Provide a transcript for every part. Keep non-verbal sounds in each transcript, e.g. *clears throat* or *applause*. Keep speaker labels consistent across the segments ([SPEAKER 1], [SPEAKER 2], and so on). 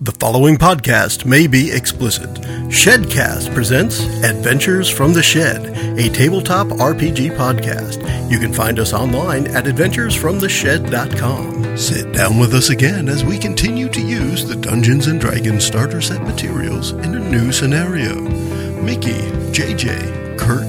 [SPEAKER 1] The following podcast may be explicit. Shedcast presents Adventures from the Shed, a tabletop RPG podcast. You can find us online at adventuresfromtheshed.com. Sit down with us again as we continue to use the Dungeons and Dragons starter set materials in a new scenario. Mickey, JJ, Kurt,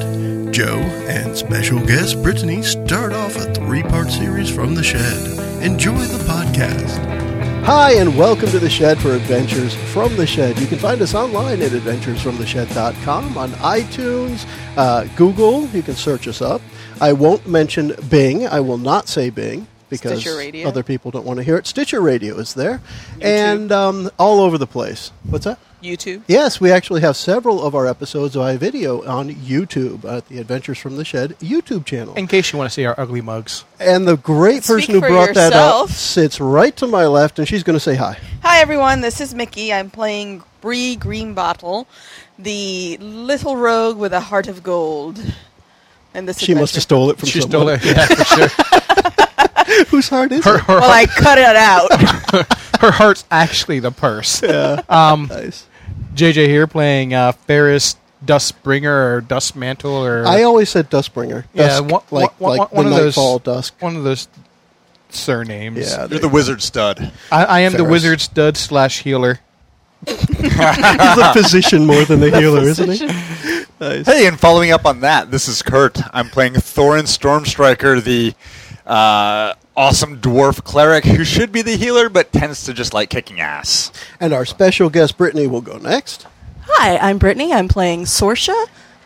[SPEAKER 1] Joe, and special guest Brittany start off a three part series from the Shed. Enjoy the podcast. Hi, and welcome to The Shed for Adventures from The Shed. You can find us online at adventuresfromtheshed.com, on iTunes, uh, Google. You can search us up. I won't mention Bing. I will not say Bing because
[SPEAKER 2] Stitcher Radio.
[SPEAKER 1] other people don't want to hear it. Stitcher Radio is there, and um, all over the place. What's that?
[SPEAKER 2] YouTube.
[SPEAKER 1] Yes, we actually have several of our episodes by video on YouTube at the Adventures from the Shed YouTube channel.
[SPEAKER 3] in case you want to see our ugly mugs.
[SPEAKER 1] And the great
[SPEAKER 2] Speak
[SPEAKER 1] person who
[SPEAKER 2] for
[SPEAKER 1] brought that up
[SPEAKER 2] yourself.
[SPEAKER 1] sits right to my left, and she's going to say hi.
[SPEAKER 2] Hi everyone, this is Mickey. I'm playing Bree Greenbottle, the little rogue with a heart of gold. And this
[SPEAKER 1] She must have
[SPEAKER 2] adventure-
[SPEAKER 1] stole it from
[SPEAKER 3] She
[SPEAKER 1] someone.
[SPEAKER 3] stole it. Yeah, for
[SPEAKER 1] *laughs*
[SPEAKER 3] sure.
[SPEAKER 1] Whose heart is
[SPEAKER 3] Her,
[SPEAKER 1] it?
[SPEAKER 3] her,
[SPEAKER 2] Well, I cut it out.
[SPEAKER 3] her heart's actually the purse.
[SPEAKER 1] Nice.
[SPEAKER 3] JJ here playing uh, Ferris Dustbringer or Dust Mantle or
[SPEAKER 1] I always said Dustbringer.
[SPEAKER 3] yeah,
[SPEAKER 1] Dusk,
[SPEAKER 3] one,
[SPEAKER 1] like,
[SPEAKER 3] one,
[SPEAKER 1] like
[SPEAKER 3] one
[SPEAKER 1] the
[SPEAKER 3] of those
[SPEAKER 1] nightfall dusk.
[SPEAKER 3] One of those surnames.
[SPEAKER 1] Yeah,
[SPEAKER 4] You're the wizard stud.
[SPEAKER 3] I, I am
[SPEAKER 1] Ferris.
[SPEAKER 3] the wizard stud slash healer.
[SPEAKER 1] he's the physician more than
[SPEAKER 3] *laughs*
[SPEAKER 1] the healer, isn't he? Nice.
[SPEAKER 4] Hey, and following up on that, this is Kurt. I'm playing Thorin Stormstriker, the uh, awesome dwarf cleric who should be the healer but tends to just like kicking ass.
[SPEAKER 1] And our special guest Brittany will go next.
[SPEAKER 5] Hi, I'm Brittany. I'm playing Sorsha.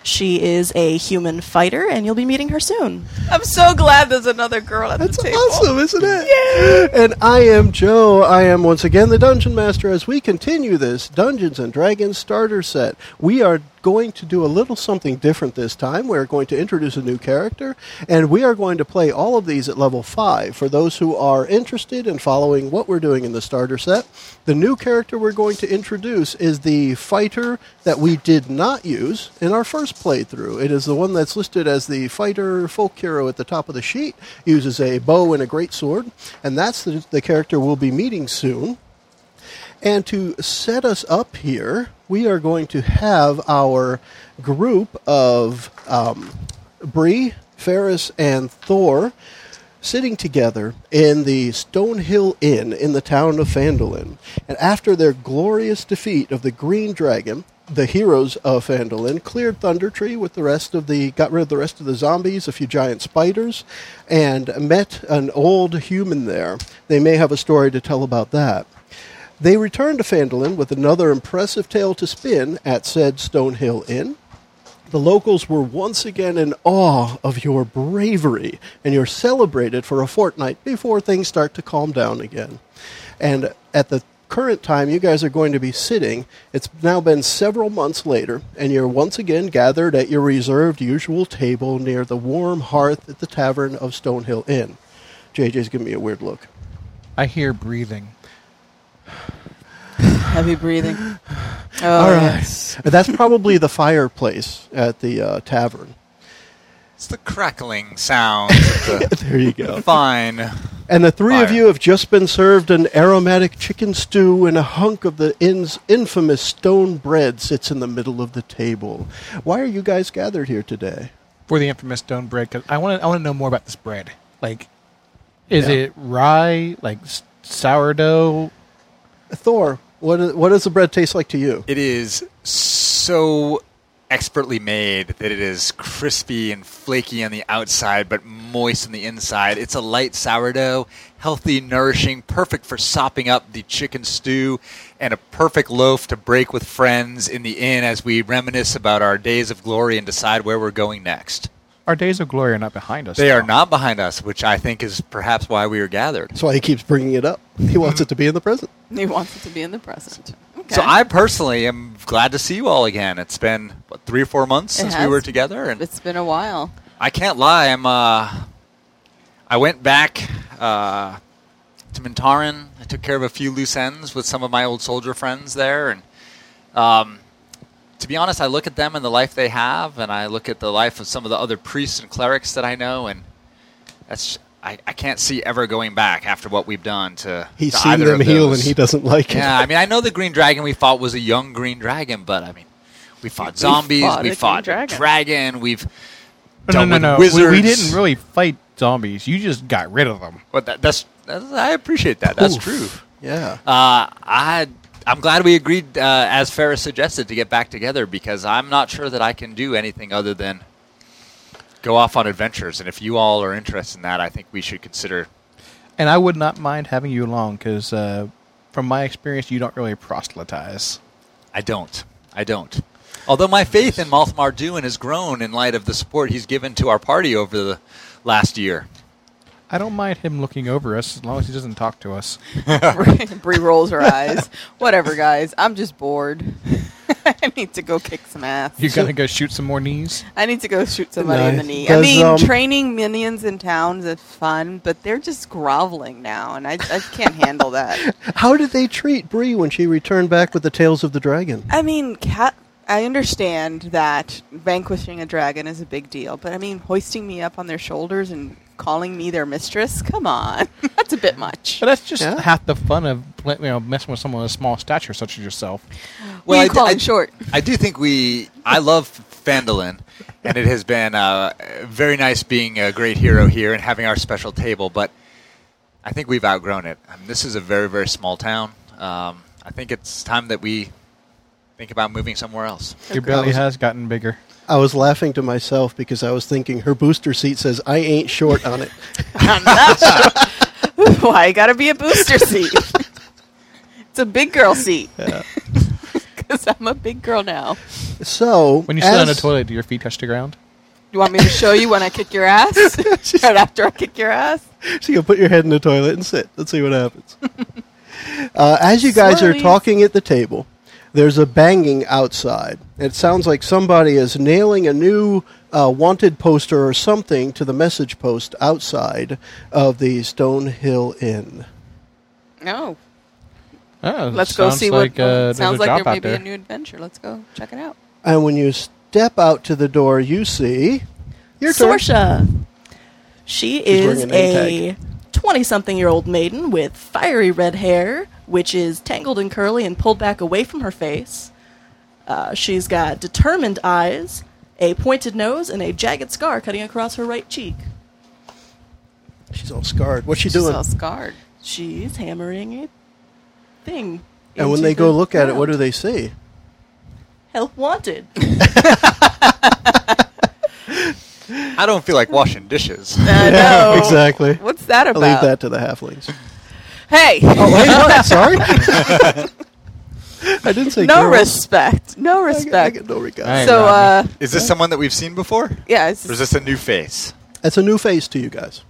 [SPEAKER 5] She is a human fighter, and you'll be meeting her soon.
[SPEAKER 2] I'm so glad there's another girl at
[SPEAKER 1] That's
[SPEAKER 2] the table.
[SPEAKER 3] oh,
[SPEAKER 1] awesome, isn't it? And I am Joe. I am once again the Dungeon Master as we continue this Dungeons and Dragons starter set. We are going to do a little something different this time. We're going to introduce a new character, and we are going to play all of these at level 5. For those who are interested in following what we're doing in the starter set, the new character we're going to introduce is the fighter that we did not use in our first playthrough. It is the one that's listed as the fighter folk hero at the top of the sheet, uses a bow and a great sword, and that's the, the character we'll be meeting soon. And to set us up here, we are going to have our group of um, Bree, Ferris, and Thor sitting together in the Stonehill Inn in the town of Fandolin. And after their glorious defeat of the Green Dragon, the heroes of Fandolin cleared Thundertree with the rest of the got rid of the rest of the zombies, a few giant spiders, and met an old human there. They may have a story to tell about that. They returned to Fandolin with another impressive tale to spin at said Stonehill Inn. The locals were once again in awe of your bravery, and you're celebrated for a fortnight before things start to calm down again. And at the current time you guys are going to be sitting, it's now been several months later, and you're once again gathered at your reserved usual table near the warm hearth at the tavern of Stonehill Inn. JJ's giving me a weird look.
[SPEAKER 3] I hear breathing.
[SPEAKER 2] Heavy breathing. Oh,
[SPEAKER 1] All right. That's probably the fireplace at the uh, tavern. *laughs*
[SPEAKER 4] It's the crackling sound, the
[SPEAKER 1] There you *laughs* go.
[SPEAKER 4] fine.
[SPEAKER 1] And the three of
[SPEAKER 4] Fire.
[SPEAKER 1] you have just been served an aromatic chicken stew, and a hunk of the inn's infamous stone bread sits in the middle of the table. Why are you guys gathered here today?
[SPEAKER 3] for the infamous stone bread because I want to I want to know more about this bread. Like, is it rye? Like s- sourdough?
[SPEAKER 1] Thor, what, i- what does the bread taste like to you?
[SPEAKER 4] It is so expertly made that it is crispy and flaky on the outside but moist on the inside. It's a light sourdough, healthy, nourishing, perfect for sopping up the chicken stew, and a perfect loaf to break with friends in the inn as we reminisce about our days of glory and decide where we're going next.
[SPEAKER 3] Our days of glory are not behind us.
[SPEAKER 4] They are
[SPEAKER 3] though.
[SPEAKER 4] not behind us, which I think is perhaps why we are gathered.
[SPEAKER 1] That's why he keeps bringing it up. He wants it to be in the present.
[SPEAKER 2] He wants it to be in the present. Okay.
[SPEAKER 4] So I personally am glad to see you all again. It's been what, three or four months
[SPEAKER 2] It
[SPEAKER 4] since
[SPEAKER 2] has.
[SPEAKER 4] we were together, and
[SPEAKER 2] It's been a while.
[SPEAKER 4] I can't lie. I'm. Uh, I went back uh, to Mintaran. I took care of a few loose ends with some of my old soldier friends there, and um, to be honest, I look at them and the life they have, and I look at the life of some of the other priests and clerics that I know, and that's I, I can't see ever going back after what we've done to.
[SPEAKER 1] He's
[SPEAKER 4] to
[SPEAKER 1] seen
[SPEAKER 4] either
[SPEAKER 1] them
[SPEAKER 4] of
[SPEAKER 1] heal,
[SPEAKER 4] those.
[SPEAKER 1] and he doesn't like
[SPEAKER 4] Yeah,
[SPEAKER 1] it.
[SPEAKER 4] I mean, I know the green dragon we fought was a young green dragon, but I mean, we fought zombies, we
[SPEAKER 2] fought
[SPEAKER 4] fought,
[SPEAKER 2] a green dragon.
[SPEAKER 4] dragon, we've
[SPEAKER 3] No,
[SPEAKER 4] dealt
[SPEAKER 3] no,
[SPEAKER 4] with
[SPEAKER 3] no. We,
[SPEAKER 4] wizards.
[SPEAKER 3] we didn't really fight zombies. You just got rid of them.
[SPEAKER 4] But that, that's, that's I appreciate that. That's
[SPEAKER 1] Oof.
[SPEAKER 4] true.
[SPEAKER 1] Yeah.
[SPEAKER 4] Uh, I I'm glad we agreed, uh, as Ferris suggested, to get back together because I'm not sure that I can do anything other than go off on adventures. And if you all are interested in that, I think we should consider.
[SPEAKER 3] And I would not mind having you along because, uh, from my experience, you don't really proselytize.
[SPEAKER 4] I don't. I don't. Although my faith in Malth Marduin has grown in light of the support he's given to our party over the last year.
[SPEAKER 3] I don't mind him looking over us as long as he doesn't talk to us.
[SPEAKER 2] *laughs* Bree rolls her eyes. Whatever, guys. I'm just bored. *laughs* I need to go kick some ass.
[SPEAKER 3] You're gonna go shoot some more knees.
[SPEAKER 2] I need to go shoot somebody in the
[SPEAKER 1] Nice.
[SPEAKER 2] knee. I
[SPEAKER 1] Does,
[SPEAKER 2] mean,
[SPEAKER 1] um,
[SPEAKER 2] training minions in towns is fun, but they're just groveling now, and I, I can't handle
[SPEAKER 1] *laughs*
[SPEAKER 2] that.
[SPEAKER 1] How did they treat Bree when she returned back with the tails of the dragon?
[SPEAKER 2] I mean, cat. I understand that vanquishing a dragon is a big deal, but I mean, hoisting me up on their shoulders and calling me their mistress? Come on. *laughs* That's a bit much.
[SPEAKER 3] But that's just
[SPEAKER 1] Yeah.
[SPEAKER 3] half the fun of you know messing with someone of small stature such as yourself.
[SPEAKER 2] Well,
[SPEAKER 4] I
[SPEAKER 2] you
[SPEAKER 4] d-
[SPEAKER 2] call
[SPEAKER 4] I-
[SPEAKER 2] it short.
[SPEAKER 4] I do think we. I love Fandolin, and it has been uh, very nice being a great hero here and having our special table. But I think we've outgrown it. I mean, this is a very very small town. Um, I think it's time that we think about moving somewhere else.
[SPEAKER 3] Your belly has gotten bigger.
[SPEAKER 1] I was laughing to myself because I was thinking her booster seat says I ain't short on
[SPEAKER 3] *laughs*
[SPEAKER 1] it.
[SPEAKER 2] *laughs* Why you gotta be a booster seat? *laughs* it's a big girl seat. *laughs* Because I'm a big girl now.
[SPEAKER 1] So
[SPEAKER 3] When you sit on a
[SPEAKER 1] as-
[SPEAKER 3] toilet, do your feet touch the ground?
[SPEAKER 2] You want me to show you when I kick your
[SPEAKER 3] *laughs*
[SPEAKER 2] ass? right after I kick your ass?
[SPEAKER 1] *laughs* So you put your head in the toilet and sit. Let's see what
[SPEAKER 3] *laughs*
[SPEAKER 1] happens. uh, as you guys are
[SPEAKER 2] Slurpees.
[SPEAKER 1] talking at the table, there's a banging outside. It sounds like somebody is nailing a new uh, wanted poster or something to the message post outside of the Stone Hill Inn.
[SPEAKER 2] No.
[SPEAKER 3] Oh,
[SPEAKER 2] Let's go
[SPEAKER 3] sounds
[SPEAKER 2] see
[SPEAKER 3] like,
[SPEAKER 2] what.
[SPEAKER 3] uh, there's
[SPEAKER 2] sounds
[SPEAKER 3] a
[SPEAKER 2] like
[SPEAKER 3] job
[SPEAKER 2] there may
[SPEAKER 3] out
[SPEAKER 2] be a new adventure. Let's go check it out.
[SPEAKER 1] And when you step out to the door, you see your turn.
[SPEAKER 5] Sorsha. She
[SPEAKER 1] wearing
[SPEAKER 5] is
[SPEAKER 1] a name
[SPEAKER 5] a 20 something year old maiden with fiery red hair, which is tangled and curly and pulled back away from her face. Uh, she's got determined eyes, a pointed nose, and a jagged scar cutting across her right cheek.
[SPEAKER 1] She's all scarred. What's she
[SPEAKER 2] She's
[SPEAKER 1] doing? *laughs*
[SPEAKER 2] all scarred.
[SPEAKER 5] She's hammering a thing.
[SPEAKER 1] and when
[SPEAKER 5] into
[SPEAKER 1] they go
[SPEAKER 5] the
[SPEAKER 1] look at it, what do
[SPEAKER 5] ground.
[SPEAKER 1] they see?
[SPEAKER 5] Help wanted.
[SPEAKER 4] I don't feel like washing dishes.
[SPEAKER 2] I know.
[SPEAKER 1] exactly.
[SPEAKER 2] What's that
[SPEAKER 1] I'll
[SPEAKER 2] about?
[SPEAKER 1] leave that to the halflings.
[SPEAKER 2] Hey,
[SPEAKER 1] Oh, hey, what? *laughs*
[SPEAKER 2] *laughs*
[SPEAKER 1] Sorry. I didn't say
[SPEAKER 2] no
[SPEAKER 1] girls.
[SPEAKER 2] respect. No
[SPEAKER 1] I get- I
[SPEAKER 2] respect.
[SPEAKER 1] get no regard.
[SPEAKER 3] Hey,
[SPEAKER 2] So, uh,
[SPEAKER 3] Rodney.
[SPEAKER 4] *laughs* Is this someone that we've seen before, or
[SPEAKER 2] yeah. It's
[SPEAKER 4] is this a new face?
[SPEAKER 1] That's a new face to you guys.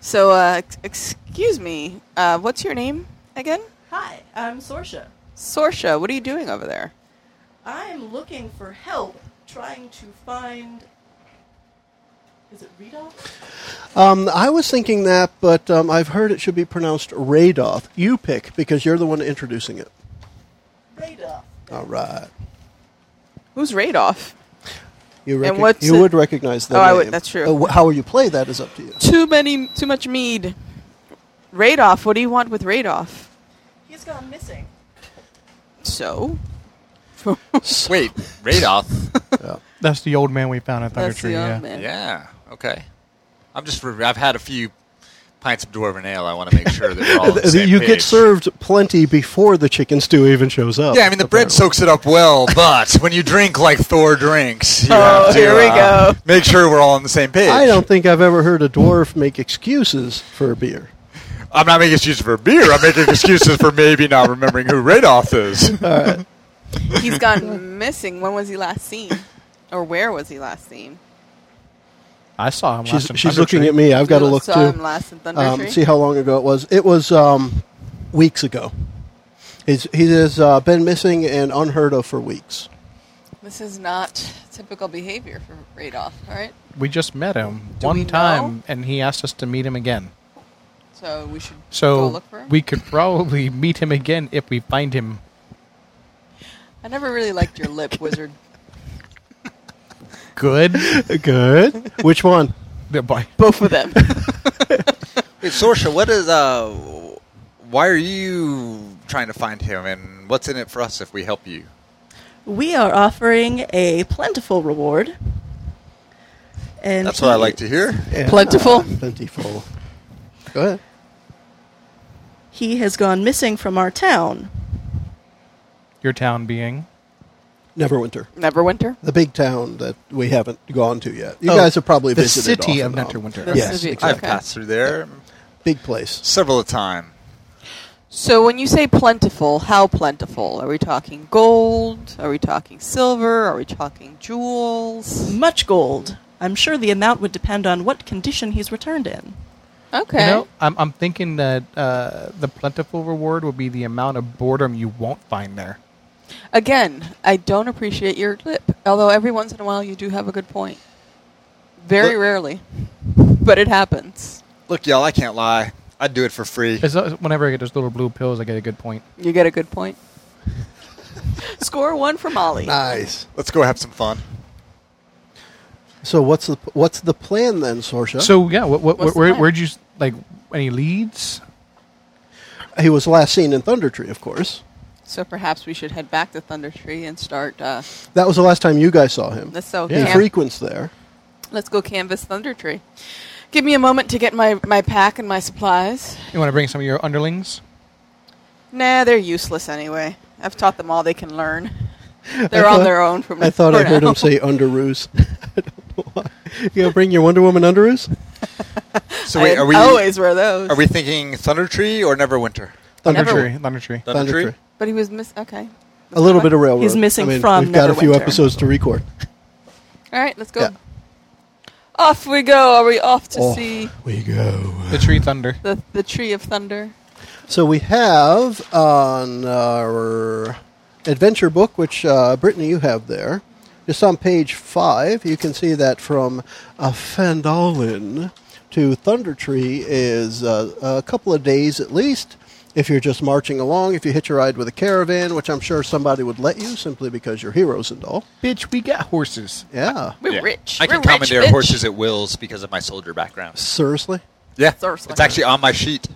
[SPEAKER 2] so, uh, ex- excuse me. Uh, what's your name again?
[SPEAKER 5] Hi, I'm Sorsha.
[SPEAKER 2] Sorsha. What are you doing over there?
[SPEAKER 5] I'm looking for help trying to find. Is it Redox?
[SPEAKER 1] Um, I was thinking that, but um, I've heard it should be pronounced Radoth. You pick because you're the one introducing it.
[SPEAKER 5] Redox.
[SPEAKER 1] All right.
[SPEAKER 2] Who's Radoff?
[SPEAKER 1] You,
[SPEAKER 2] And
[SPEAKER 1] recog-
[SPEAKER 2] what's
[SPEAKER 1] you
[SPEAKER 2] it-
[SPEAKER 1] would recognize that.
[SPEAKER 2] Oh, I would- that's true.
[SPEAKER 1] how you play that is up to you.
[SPEAKER 2] Too many. Too much mead. Radoff. What do you want with Radoff?
[SPEAKER 5] He's gone missing.
[SPEAKER 2] So
[SPEAKER 4] Wait, Radoth.
[SPEAKER 1] Yeah.
[SPEAKER 3] That's the old man we found at Thunder
[SPEAKER 2] that's
[SPEAKER 3] Tree.
[SPEAKER 2] the
[SPEAKER 3] Yeah.
[SPEAKER 2] young man.
[SPEAKER 4] yeah. Okay. I'm just. Re- I've had a few pints of dwarven ale. I want to make sure that we're
[SPEAKER 1] *laughs*
[SPEAKER 4] all on the same
[SPEAKER 1] you get
[SPEAKER 4] page.
[SPEAKER 1] served plenty before the chicken stew even shows up.
[SPEAKER 4] Yeah, I mean the bread
[SPEAKER 1] apparently.
[SPEAKER 4] soaks it up well, but when you drink like Thor drinks, you
[SPEAKER 2] Oh,
[SPEAKER 4] have to,
[SPEAKER 2] here we
[SPEAKER 4] uh,
[SPEAKER 2] go.
[SPEAKER 4] Make sure we're all on the same page.
[SPEAKER 1] I don't think I've ever heard a dwarf make excuses for a beer.
[SPEAKER 4] I'm not making excuses for beer. I'm making excuses for maybe not remembering who Radoff is.
[SPEAKER 2] He's gone missing. When was he last seen? Or where was he last seen?
[SPEAKER 3] I saw him.
[SPEAKER 1] She's,
[SPEAKER 3] last in
[SPEAKER 1] she's
[SPEAKER 3] Thunder
[SPEAKER 1] looking
[SPEAKER 3] Tree.
[SPEAKER 1] at me. I've got to
[SPEAKER 2] You
[SPEAKER 1] look
[SPEAKER 2] saw
[SPEAKER 1] too.
[SPEAKER 2] him last in Thunder
[SPEAKER 1] um,
[SPEAKER 2] Tree?
[SPEAKER 1] see how long ago it was. It was um, weeks ago. He's, he has uh, been missing and unheard of for
[SPEAKER 2] *laughs*
[SPEAKER 1] weeks.
[SPEAKER 2] This is not typical behavior for Radoff, all right?
[SPEAKER 3] We just met him
[SPEAKER 2] Do we
[SPEAKER 3] one
[SPEAKER 2] know?
[SPEAKER 3] time, and he asked us to meet him again.
[SPEAKER 2] So we should go
[SPEAKER 3] So
[SPEAKER 2] look for him.
[SPEAKER 3] we could probably *laughs* meet him again if we find him.
[SPEAKER 2] I never really liked your lip, wizard.
[SPEAKER 3] Good.
[SPEAKER 2] *laughs*
[SPEAKER 1] Good. Which one?
[SPEAKER 3] The boy.
[SPEAKER 2] Both of them.
[SPEAKER 4] Hey, Sorsha, what is uh, why are you trying to find him, and what's in it for us if we help you?
[SPEAKER 5] We are offering a plentiful reward. And
[SPEAKER 4] That's what I
[SPEAKER 5] he-
[SPEAKER 4] like to hear.
[SPEAKER 1] And,
[SPEAKER 2] Plentiful.
[SPEAKER 1] uh, plentiful. Go ahead.
[SPEAKER 5] He has gone missing from our town.
[SPEAKER 3] Your town being
[SPEAKER 1] Neverwinter.
[SPEAKER 2] Neverwinter.
[SPEAKER 1] The big town that we haven't gone to yet. You
[SPEAKER 3] Oh,
[SPEAKER 1] guys have probably
[SPEAKER 3] the
[SPEAKER 1] visited
[SPEAKER 3] city
[SPEAKER 1] off
[SPEAKER 3] of
[SPEAKER 1] and on.
[SPEAKER 3] Neverwinter.
[SPEAKER 2] The
[SPEAKER 1] Yes,
[SPEAKER 2] city-
[SPEAKER 1] exactly.
[SPEAKER 4] I've passed through there
[SPEAKER 1] Big place.
[SPEAKER 4] several a time.
[SPEAKER 2] So when you say plentiful, how plentiful? Are we talking gold? Are we talking silver? Are we talking jewels?
[SPEAKER 5] Much gold. I'm sure the amount would depend on what condition he's returned in.
[SPEAKER 2] Okay.
[SPEAKER 3] You know, I'm, I'm thinking that uh, the plentiful reward will be the amount of boredom you won't find there.
[SPEAKER 2] Again, I don't appreciate your lip, although every once in a while you do have a good point. Very
[SPEAKER 4] Look-
[SPEAKER 2] rarely, but it happens.
[SPEAKER 4] Look, y'all, I can't lie. I'd do it for free.
[SPEAKER 3] As, lo- uh, whenever I get those little blue pills, I get a good point.
[SPEAKER 2] You get a good point. Score one for Molly.
[SPEAKER 1] Nice.
[SPEAKER 4] Let's go have some fun.
[SPEAKER 1] So what's the what's the plan then, Sorsha?
[SPEAKER 3] So yeah, what, what,
[SPEAKER 2] What's the
[SPEAKER 3] where,
[SPEAKER 2] plan?
[SPEAKER 3] where'd you s- like any leads?
[SPEAKER 1] he was last seen in Thunder Tree, of course.
[SPEAKER 2] So perhaps we should head back to Thunder Tree and start. Uh,
[SPEAKER 1] That was the last time you guys saw him.
[SPEAKER 2] let's go.
[SPEAKER 1] He
[SPEAKER 3] Yeah.
[SPEAKER 2] Cam-
[SPEAKER 1] frequents there.
[SPEAKER 2] let's go canvas Thunder Tree. Give me a moment to get my, my pack and my supplies.
[SPEAKER 3] You want to bring some of your underlings?
[SPEAKER 2] Nah, they're useless anyway. I've taught them all they can learn. They're
[SPEAKER 1] I
[SPEAKER 2] on
[SPEAKER 1] thought-
[SPEAKER 2] their own from.
[SPEAKER 1] I thought
[SPEAKER 2] for
[SPEAKER 1] I heard
[SPEAKER 2] now.
[SPEAKER 1] him say underoos. *laughs* I don't know why. You gonna bring your Wonder Woman underoos?
[SPEAKER 4] So wait,
[SPEAKER 2] I
[SPEAKER 4] are we
[SPEAKER 2] always wear those.
[SPEAKER 4] are we thinking Thunder Tree or Neverwinter?
[SPEAKER 1] Thunder
[SPEAKER 2] Never-
[SPEAKER 3] Tree, thunder tree.
[SPEAKER 4] Thunder Tree?
[SPEAKER 2] But he was miss. Okay.
[SPEAKER 1] A little bit of railroad.
[SPEAKER 5] He's missing
[SPEAKER 1] I mean,
[SPEAKER 5] from
[SPEAKER 1] We've got a few
[SPEAKER 5] Neverwinter.
[SPEAKER 1] episodes to record.
[SPEAKER 2] All right, let's go.
[SPEAKER 1] Yeah.
[SPEAKER 2] Off we go. Are we off to
[SPEAKER 1] Off
[SPEAKER 2] see
[SPEAKER 1] Oh, we go.
[SPEAKER 3] The tree thunder.
[SPEAKER 2] the the tree of thunder?
[SPEAKER 1] So we have on our adventure book, which uh, Brittany, you have there, just on page five, you can see that from uh, Fandolin to Thunder Tree is uh, a couple of days at least. If you're just marching along, if you hitch a ride with a caravan, which I'm sure somebody would let you simply because you're heroes and all.
[SPEAKER 3] Bitch, we got horses.
[SPEAKER 1] Yeah.
[SPEAKER 2] We're
[SPEAKER 4] Yeah.
[SPEAKER 2] rich.
[SPEAKER 4] I can
[SPEAKER 2] We're
[SPEAKER 4] commandeer
[SPEAKER 2] rich, bitch.
[SPEAKER 4] horses at wills because of my soldier background.
[SPEAKER 1] Seriously?
[SPEAKER 4] Yeah,
[SPEAKER 2] Seriously.
[SPEAKER 4] it's actually on my sheet.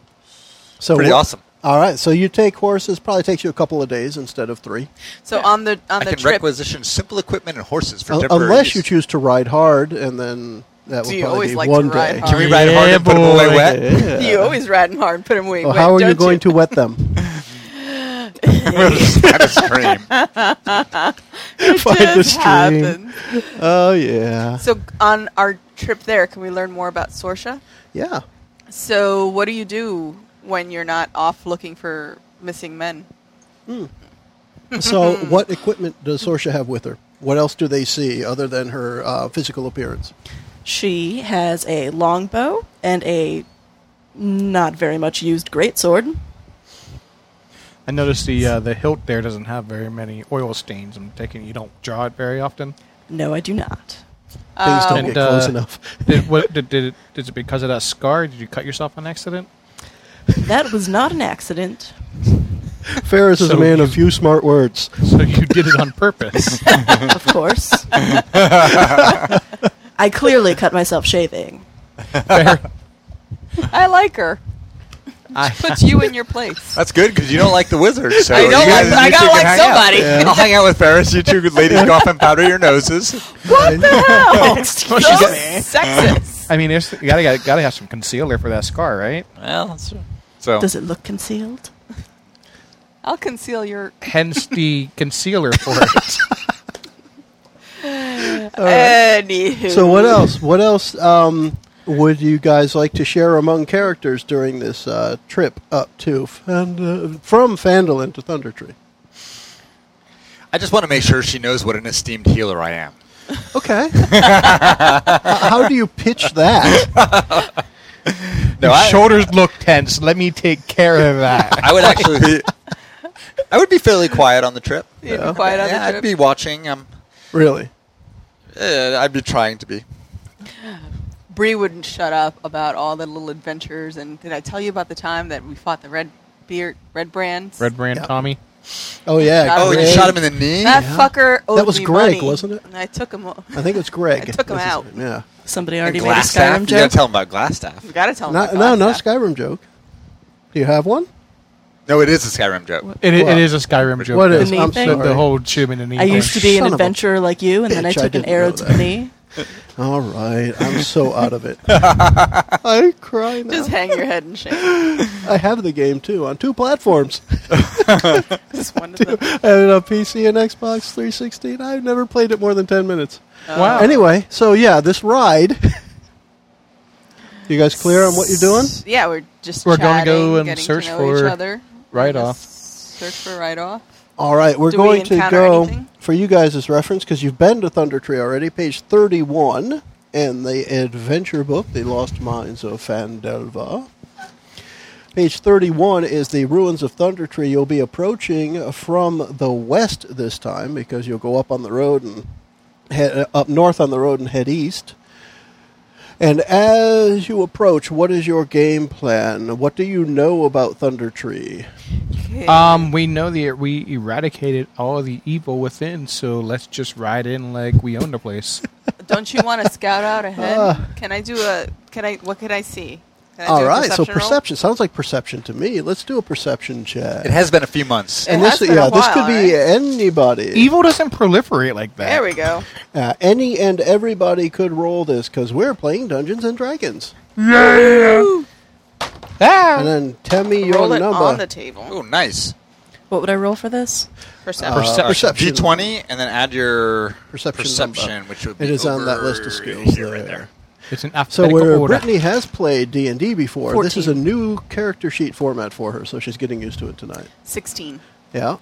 [SPEAKER 1] So
[SPEAKER 4] Pretty
[SPEAKER 1] wha-
[SPEAKER 4] awesome.
[SPEAKER 1] All right. So you take horses, probably takes you a couple of days instead of three.
[SPEAKER 2] So on the on
[SPEAKER 4] I
[SPEAKER 2] the
[SPEAKER 4] can
[SPEAKER 2] trip,
[SPEAKER 4] requisition simple equipment and horses for
[SPEAKER 1] Un-
[SPEAKER 4] temporary
[SPEAKER 1] unless you
[SPEAKER 4] use.
[SPEAKER 1] choose to ride hard, and then that
[SPEAKER 2] Do
[SPEAKER 1] will
[SPEAKER 2] you
[SPEAKER 1] probably
[SPEAKER 2] always
[SPEAKER 1] be
[SPEAKER 2] like to
[SPEAKER 1] one
[SPEAKER 2] ride
[SPEAKER 1] day.
[SPEAKER 2] hard?
[SPEAKER 4] Can we ride
[SPEAKER 3] Yeah,
[SPEAKER 4] hard and put them away
[SPEAKER 3] boy.
[SPEAKER 4] wet? *laughs*
[SPEAKER 1] Yeah.
[SPEAKER 2] you always riding hard. Put him away. *laughs*
[SPEAKER 1] Well,
[SPEAKER 2] wet,
[SPEAKER 1] how are you
[SPEAKER 2] don't
[SPEAKER 1] going to wet
[SPEAKER 2] *laughs*
[SPEAKER 1] them?
[SPEAKER 4] That's a stream.
[SPEAKER 2] *laughs* It
[SPEAKER 1] find the
[SPEAKER 2] just
[SPEAKER 1] stream?
[SPEAKER 2] happened.
[SPEAKER 1] oh yeah,
[SPEAKER 2] So g- on our trip there, can we learn more about Sorsha?
[SPEAKER 1] yeah.
[SPEAKER 2] So what do you do when you're not off looking for missing men? *laughs*
[SPEAKER 1] So, what equipment does Sorsha have with her? What else do they see other than her uh, physical
[SPEAKER 2] *laughs*
[SPEAKER 1] appearance?
[SPEAKER 5] She has a longbow and a not very much used greatsword.
[SPEAKER 3] I noticed the uh, the hilt there doesn't have very many oil stains. I'm taking you don't draw it very often.
[SPEAKER 5] No, I do not.
[SPEAKER 1] Things don't
[SPEAKER 2] Um,
[SPEAKER 1] get
[SPEAKER 3] And,
[SPEAKER 1] close
[SPEAKER 3] uh,
[SPEAKER 1] enough.
[SPEAKER 3] Did what did, did it is it because of that scar? Did you cut yourself on accident? *laughs*
[SPEAKER 5] That was not an accident.
[SPEAKER 1] Ferris is
[SPEAKER 3] so
[SPEAKER 1] a man
[SPEAKER 3] you-
[SPEAKER 1] of few smart words.
[SPEAKER 3] So you did it
[SPEAKER 1] *laughs*
[SPEAKER 3] on purpose.
[SPEAKER 5] Of
[SPEAKER 4] *laughs*
[SPEAKER 5] course. I clearly cut myself shaving.
[SPEAKER 3] Fair.
[SPEAKER 2] I like her.
[SPEAKER 3] I-
[SPEAKER 2] Puts
[SPEAKER 3] *laughs*
[SPEAKER 2] you in your
[SPEAKER 1] *laughs*
[SPEAKER 2] place.
[SPEAKER 4] That's good because you don't like the wizard. So
[SPEAKER 2] I
[SPEAKER 4] you
[SPEAKER 2] don't
[SPEAKER 4] guys-
[SPEAKER 2] like- I
[SPEAKER 4] you two
[SPEAKER 2] gotta
[SPEAKER 4] can
[SPEAKER 2] like
[SPEAKER 4] hang out.
[SPEAKER 2] somebody. Yeah.
[SPEAKER 4] I'll hang out with Ferris. You two good ladies go off and powder your
[SPEAKER 1] *laughs*
[SPEAKER 4] noses.
[SPEAKER 2] What the
[SPEAKER 1] Oh,
[SPEAKER 2] hell?
[SPEAKER 5] Excuse
[SPEAKER 2] So
[SPEAKER 5] me.
[SPEAKER 2] sexist.
[SPEAKER 3] I mean, there's, you gotta, gotta gotta have some concealer for that scar, right?
[SPEAKER 4] Well, so
[SPEAKER 5] Does it look concealed?
[SPEAKER 2] I'll conceal your.
[SPEAKER 3] Hence the concealer for
[SPEAKER 1] *laughs*
[SPEAKER 3] it.
[SPEAKER 2] Uh, Anywho.
[SPEAKER 1] So, what else? What else um, would you guys like to share among characters during this uh, trip up to Fand- uh, from Fandolin to Thunder Tree?
[SPEAKER 4] I just want to make sure she knows what an esteemed healer I am.
[SPEAKER 1] *laughs* Okay. How do you pitch that?
[SPEAKER 4] No, I,
[SPEAKER 3] shoulders look tense. Let me take care of
[SPEAKER 1] *laughs*
[SPEAKER 3] that.
[SPEAKER 4] I would actually. *laughs* I would be fairly quiet on the trip.
[SPEAKER 2] You'd be quiet on the
[SPEAKER 4] Yeah, I'd
[SPEAKER 2] trip?
[SPEAKER 4] be watching. Um,
[SPEAKER 1] Really?
[SPEAKER 4] uh, I'd be trying to be.
[SPEAKER 2] Bree wouldn't shut up about all the little adventures. And did I tell you about the time that we fought the red beard, red brands?
[SPEAKER 3] Red brand
[SPEAKER 1] Yeah.
[SPEAKER 3] Tommy.
[SPEAKER 1] Oh yeah.
[SPEAKER 2] Oh,
[SPEAKER 4] Oh, you
[SPEAKER 1] Greg.
[SPEAKER 4] shot him in the knee?
[SPEAKER 2] That fucker owed
[SPEAKER 1] That was
[SPEAKER 2] me
[SPEAKER 1] Greg,
[SPEAKER 2] money,
[SPEAKER 1] wasn't it?
[SPEAKER 2] And I took him. o- *laughs*
[SPEAKER 1] I think it's Greg.
[SPEAKER 2] I took him
[SPEAKER 1] That's his
[SPEAKER 2] out.
[SPEAKER 1] name, Yeah.
[SPEAKER 5] Somebody already made a
[SPEAKER 4] Glassstaff?
[SPEAKER 5] Skyrim
[SPEAKER 4] You gotta
[SPEAKER 5] joke.
[SPEAKER 4] tell him about Glassstaff.
[SPEAKER 2] You gotta tell him.
[SPEAKER 1] Not,
[SPEAKER 2] about
[SPEAKER 1] no, no
[SPEAKER 2] Glassstaff.
[SPEAKER 1] Skyrim joke. Do you have one?
[SPEAKER 4] No, it is a Skyrim joke.
[SPEAKER 3] It, it
[SPEAKER 1] What?
[SPEAKER 3] is a Skyrim joke.
[SPEAKER 1] What
[SPEAKER 3] though.
[SPEAKER 1] is?
[SPEAKER 5] The knee
[SPEAKER 1] I'm
[SPEAKER 5] thing?
[SPEAKER 3] the,
[SPEAKER 1] sorry.
[SPEAKER 3] the whole shim and the knee.
[SPEAKER 5] I
[SPEAKER 3] thing.
[SPEAKER 5] used to be an
[SPEAKER 1] Son of a
[SPEAKER 5] adventurer like you, and then I
[SPEAKER 1] bitch, I
[SPEAKER 5] took an
[SPEAKER 1] didn't
[SPEAKER 5] arrow
[SPEAKER 1] know
[SPEAKER 5] to
[SPEAKER 1] that.
[SPEAKER 5] the knee.
[SPEAKER 1] All right. I'm *laughs* so out of it. I cry now.
[SPEAKER 2] Just hang your head
[SPEAKER 1] *laughs*
[SPEAKER 2] in shame.
[SPEAKER 1] I have the game too on two platforms. *laughs*
[SPEAKER 2] Just one of the-
[SPEAKER 1] I have it on PC and Xbox 316. I've never played it more than 10 minutes.
[SPEAKER 3] Wow.
[SPEAKER 1] Anyway, so yeah, this ride. *laughs* you guys clear on what you're doing?
[SPEAKER 2] Yeah, we're just
[SPEAKER 3] We're gonna go
[SPEAKER 2] chatting,
[SPEAKER 3] and
[SPEAKER 2] getting to
[SPEAKER 3] search
[SPEAKER 2] know
[SPEAKER 3] for
[SPEAKER 2] each other.
[SPEAKER 3] write-off.
[SPEAKER 2] Search for write off.
[SPEAKER 1] All right, we're
[SPEAKER 2] Do we
[SPEAKER 1] going to
[SPEAKER 2] encounter
[SPEAKER 1] go
[SPEAKER 2] anything?
[SPEAKER 1] for you guys as reference because you've been to Thunder Tree already, page 31 in the adventure book, The Lost Mines of Fandelva. Page 31 is the ruins of Thunder Tree. You'll be approaching from the west this time because you'll go up on the road and head up north on the road and head east. And as you approach, what is your game plan? What do you know about Thunder Tree?
[SPEAKER 3] Um, we know the we eradicated all the evil within, so let's just ride in like we own
[SPEAKER 2] *laughs*
[SPEAKER 3] the place.
[SPEAKER 2] Don't you want to scout out ahead?
[SPEAKER 1] Ah.
[SPEAKER 2] can I do a? Can I? What can I see? Can I do
[SPEAKER 1] All
[SPEAKER 2] a
[SPEAKER 1] right, so
[SPEAKER 2] roll?
[SPEAKER 1] perception sounds like perception to me. Let's do a perception check.
[SPEAKER 4] It has been a few months.
[SPEAKER 2] It
[SPEAKER 1] and
[SPEAKER 2] has
[SPEAKER 1] this,
[SPEAKER 2] been a
[SPEAKER 1] yeah, this could
[SPEAKER 2] while,
[SPEAKER 1] be anybody.
[SPEAKER 3] evil doesn't proliferate like that.
[SPEAKER 2] There we go.
[SPEAKER 1] Uh, any and everybody could roll this because we're playing Dungeons and Dragons. And
[SPEAKER 3] Ah!
[SPEAKER 1] then tell me your
[SPEAKER 2] Roll it
[SPEAKER 1] number. Uh,
[SPEAKER 2] on the table.
[SPEAKER 4] Oh, nice.
[SPEAKER 5] What would I roll for this?
[SPEAKER 2] Perception.
[SPEAKER 1] Uh, perception.
[SPEAKER 4] D20, and then add your
[SPEAKER 1] Perception number.
[SPEAKER 4] which would be
[SPEAKER 1] it is on that
[SPEAKER 4] over
[SPEAKER 1] list of skills
[SPEAKER 4] here, right
[SPEAKER 1] there.
[SPEAKER 4] there.
[SPEAKER 3] It's an
[SPEAKER 1] So
[SPEAKER 3] alphabetical
[SPEAKER 1] where
[SPEAKER 3] order.
[SPEAKER 1] Brittany has played D and D before, this is a new character sheet format for her, so she's getting used to it tonight.
[SPEAKER 2] Sixteen.
[SPEAKER 1] Yeah,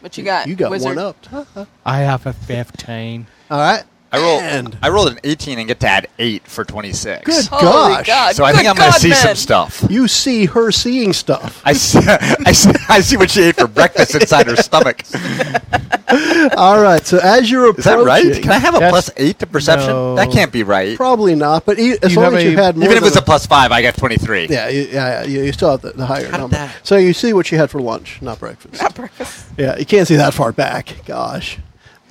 [SPEAKER 2] What you got?
[SPEAKER 1] Uh. you got
[SPEAKER 2] Uh, wizard?
[SPEAKER 1] one *laughs* up.
[SPEAKER 3] I have a fifteen.
[SPEAKER 1] All right,
[SPEAKER 4] I rolled.
[SPEAKER 1] And-
[SPEAKER 4] I rolled an 18 and get to add eight for 26.
[SPEAKER 1] Good.
[SPEAKER 2] Holy
[SPEAKER 1] Gosh.
[SPEAKER 2] God.
[SPEAKER 4] So I
[SPEAKER 2] Good
[SPEAKER 4] think I'm going to
[SPEAKER 2] God,
[SPEAKER 4] see
[SPEAKER 2] man.
[SPEAKER 4] some stuff.
[SPEAKER 1] you see her seeing stuff.
[SPEAKER 4] I see, *laughs* I, see, I see what she ate for breakfast inside her stomach.
[SPEAKER 1] All right, so as you're
[SPEAKER 4] Is
[SPEAKER 1] approaching,
[SPEAKER 4] that right? Can I have a
[SPEAKER 3] Yes.
[SPEAKER 4] plus eight to perception?
[SPEAKER 3] No.
[SPEAKER 4] That can't be right.
[SPEAKER 1] Probably not, but e- as
[SPEAKER 3] You
[SPEAKER 1] long
[SPEAKER 3] have
[SPEAKER 1] as you
[SPEAKER 3] a-
[SPEAKER 1] had more
[SPEAKER 4] Even if
[SPEAKER 1] than
[SPEAKER 4] it's a plus five, I got 23.
[SPEAKER 1] Yeah, you, yeah, yeah, you, you still have the, the higher
[SPEAKER 4] did
[SPEAKER 1] number.
[SPEAKER 4] that-
[SPEAKER 1] So you see what you had for lunch, not breakfast.
[SPEAKER 2] Not breakfast.
[SPEAKER 1] yeah, you can't see that far back. Gosh.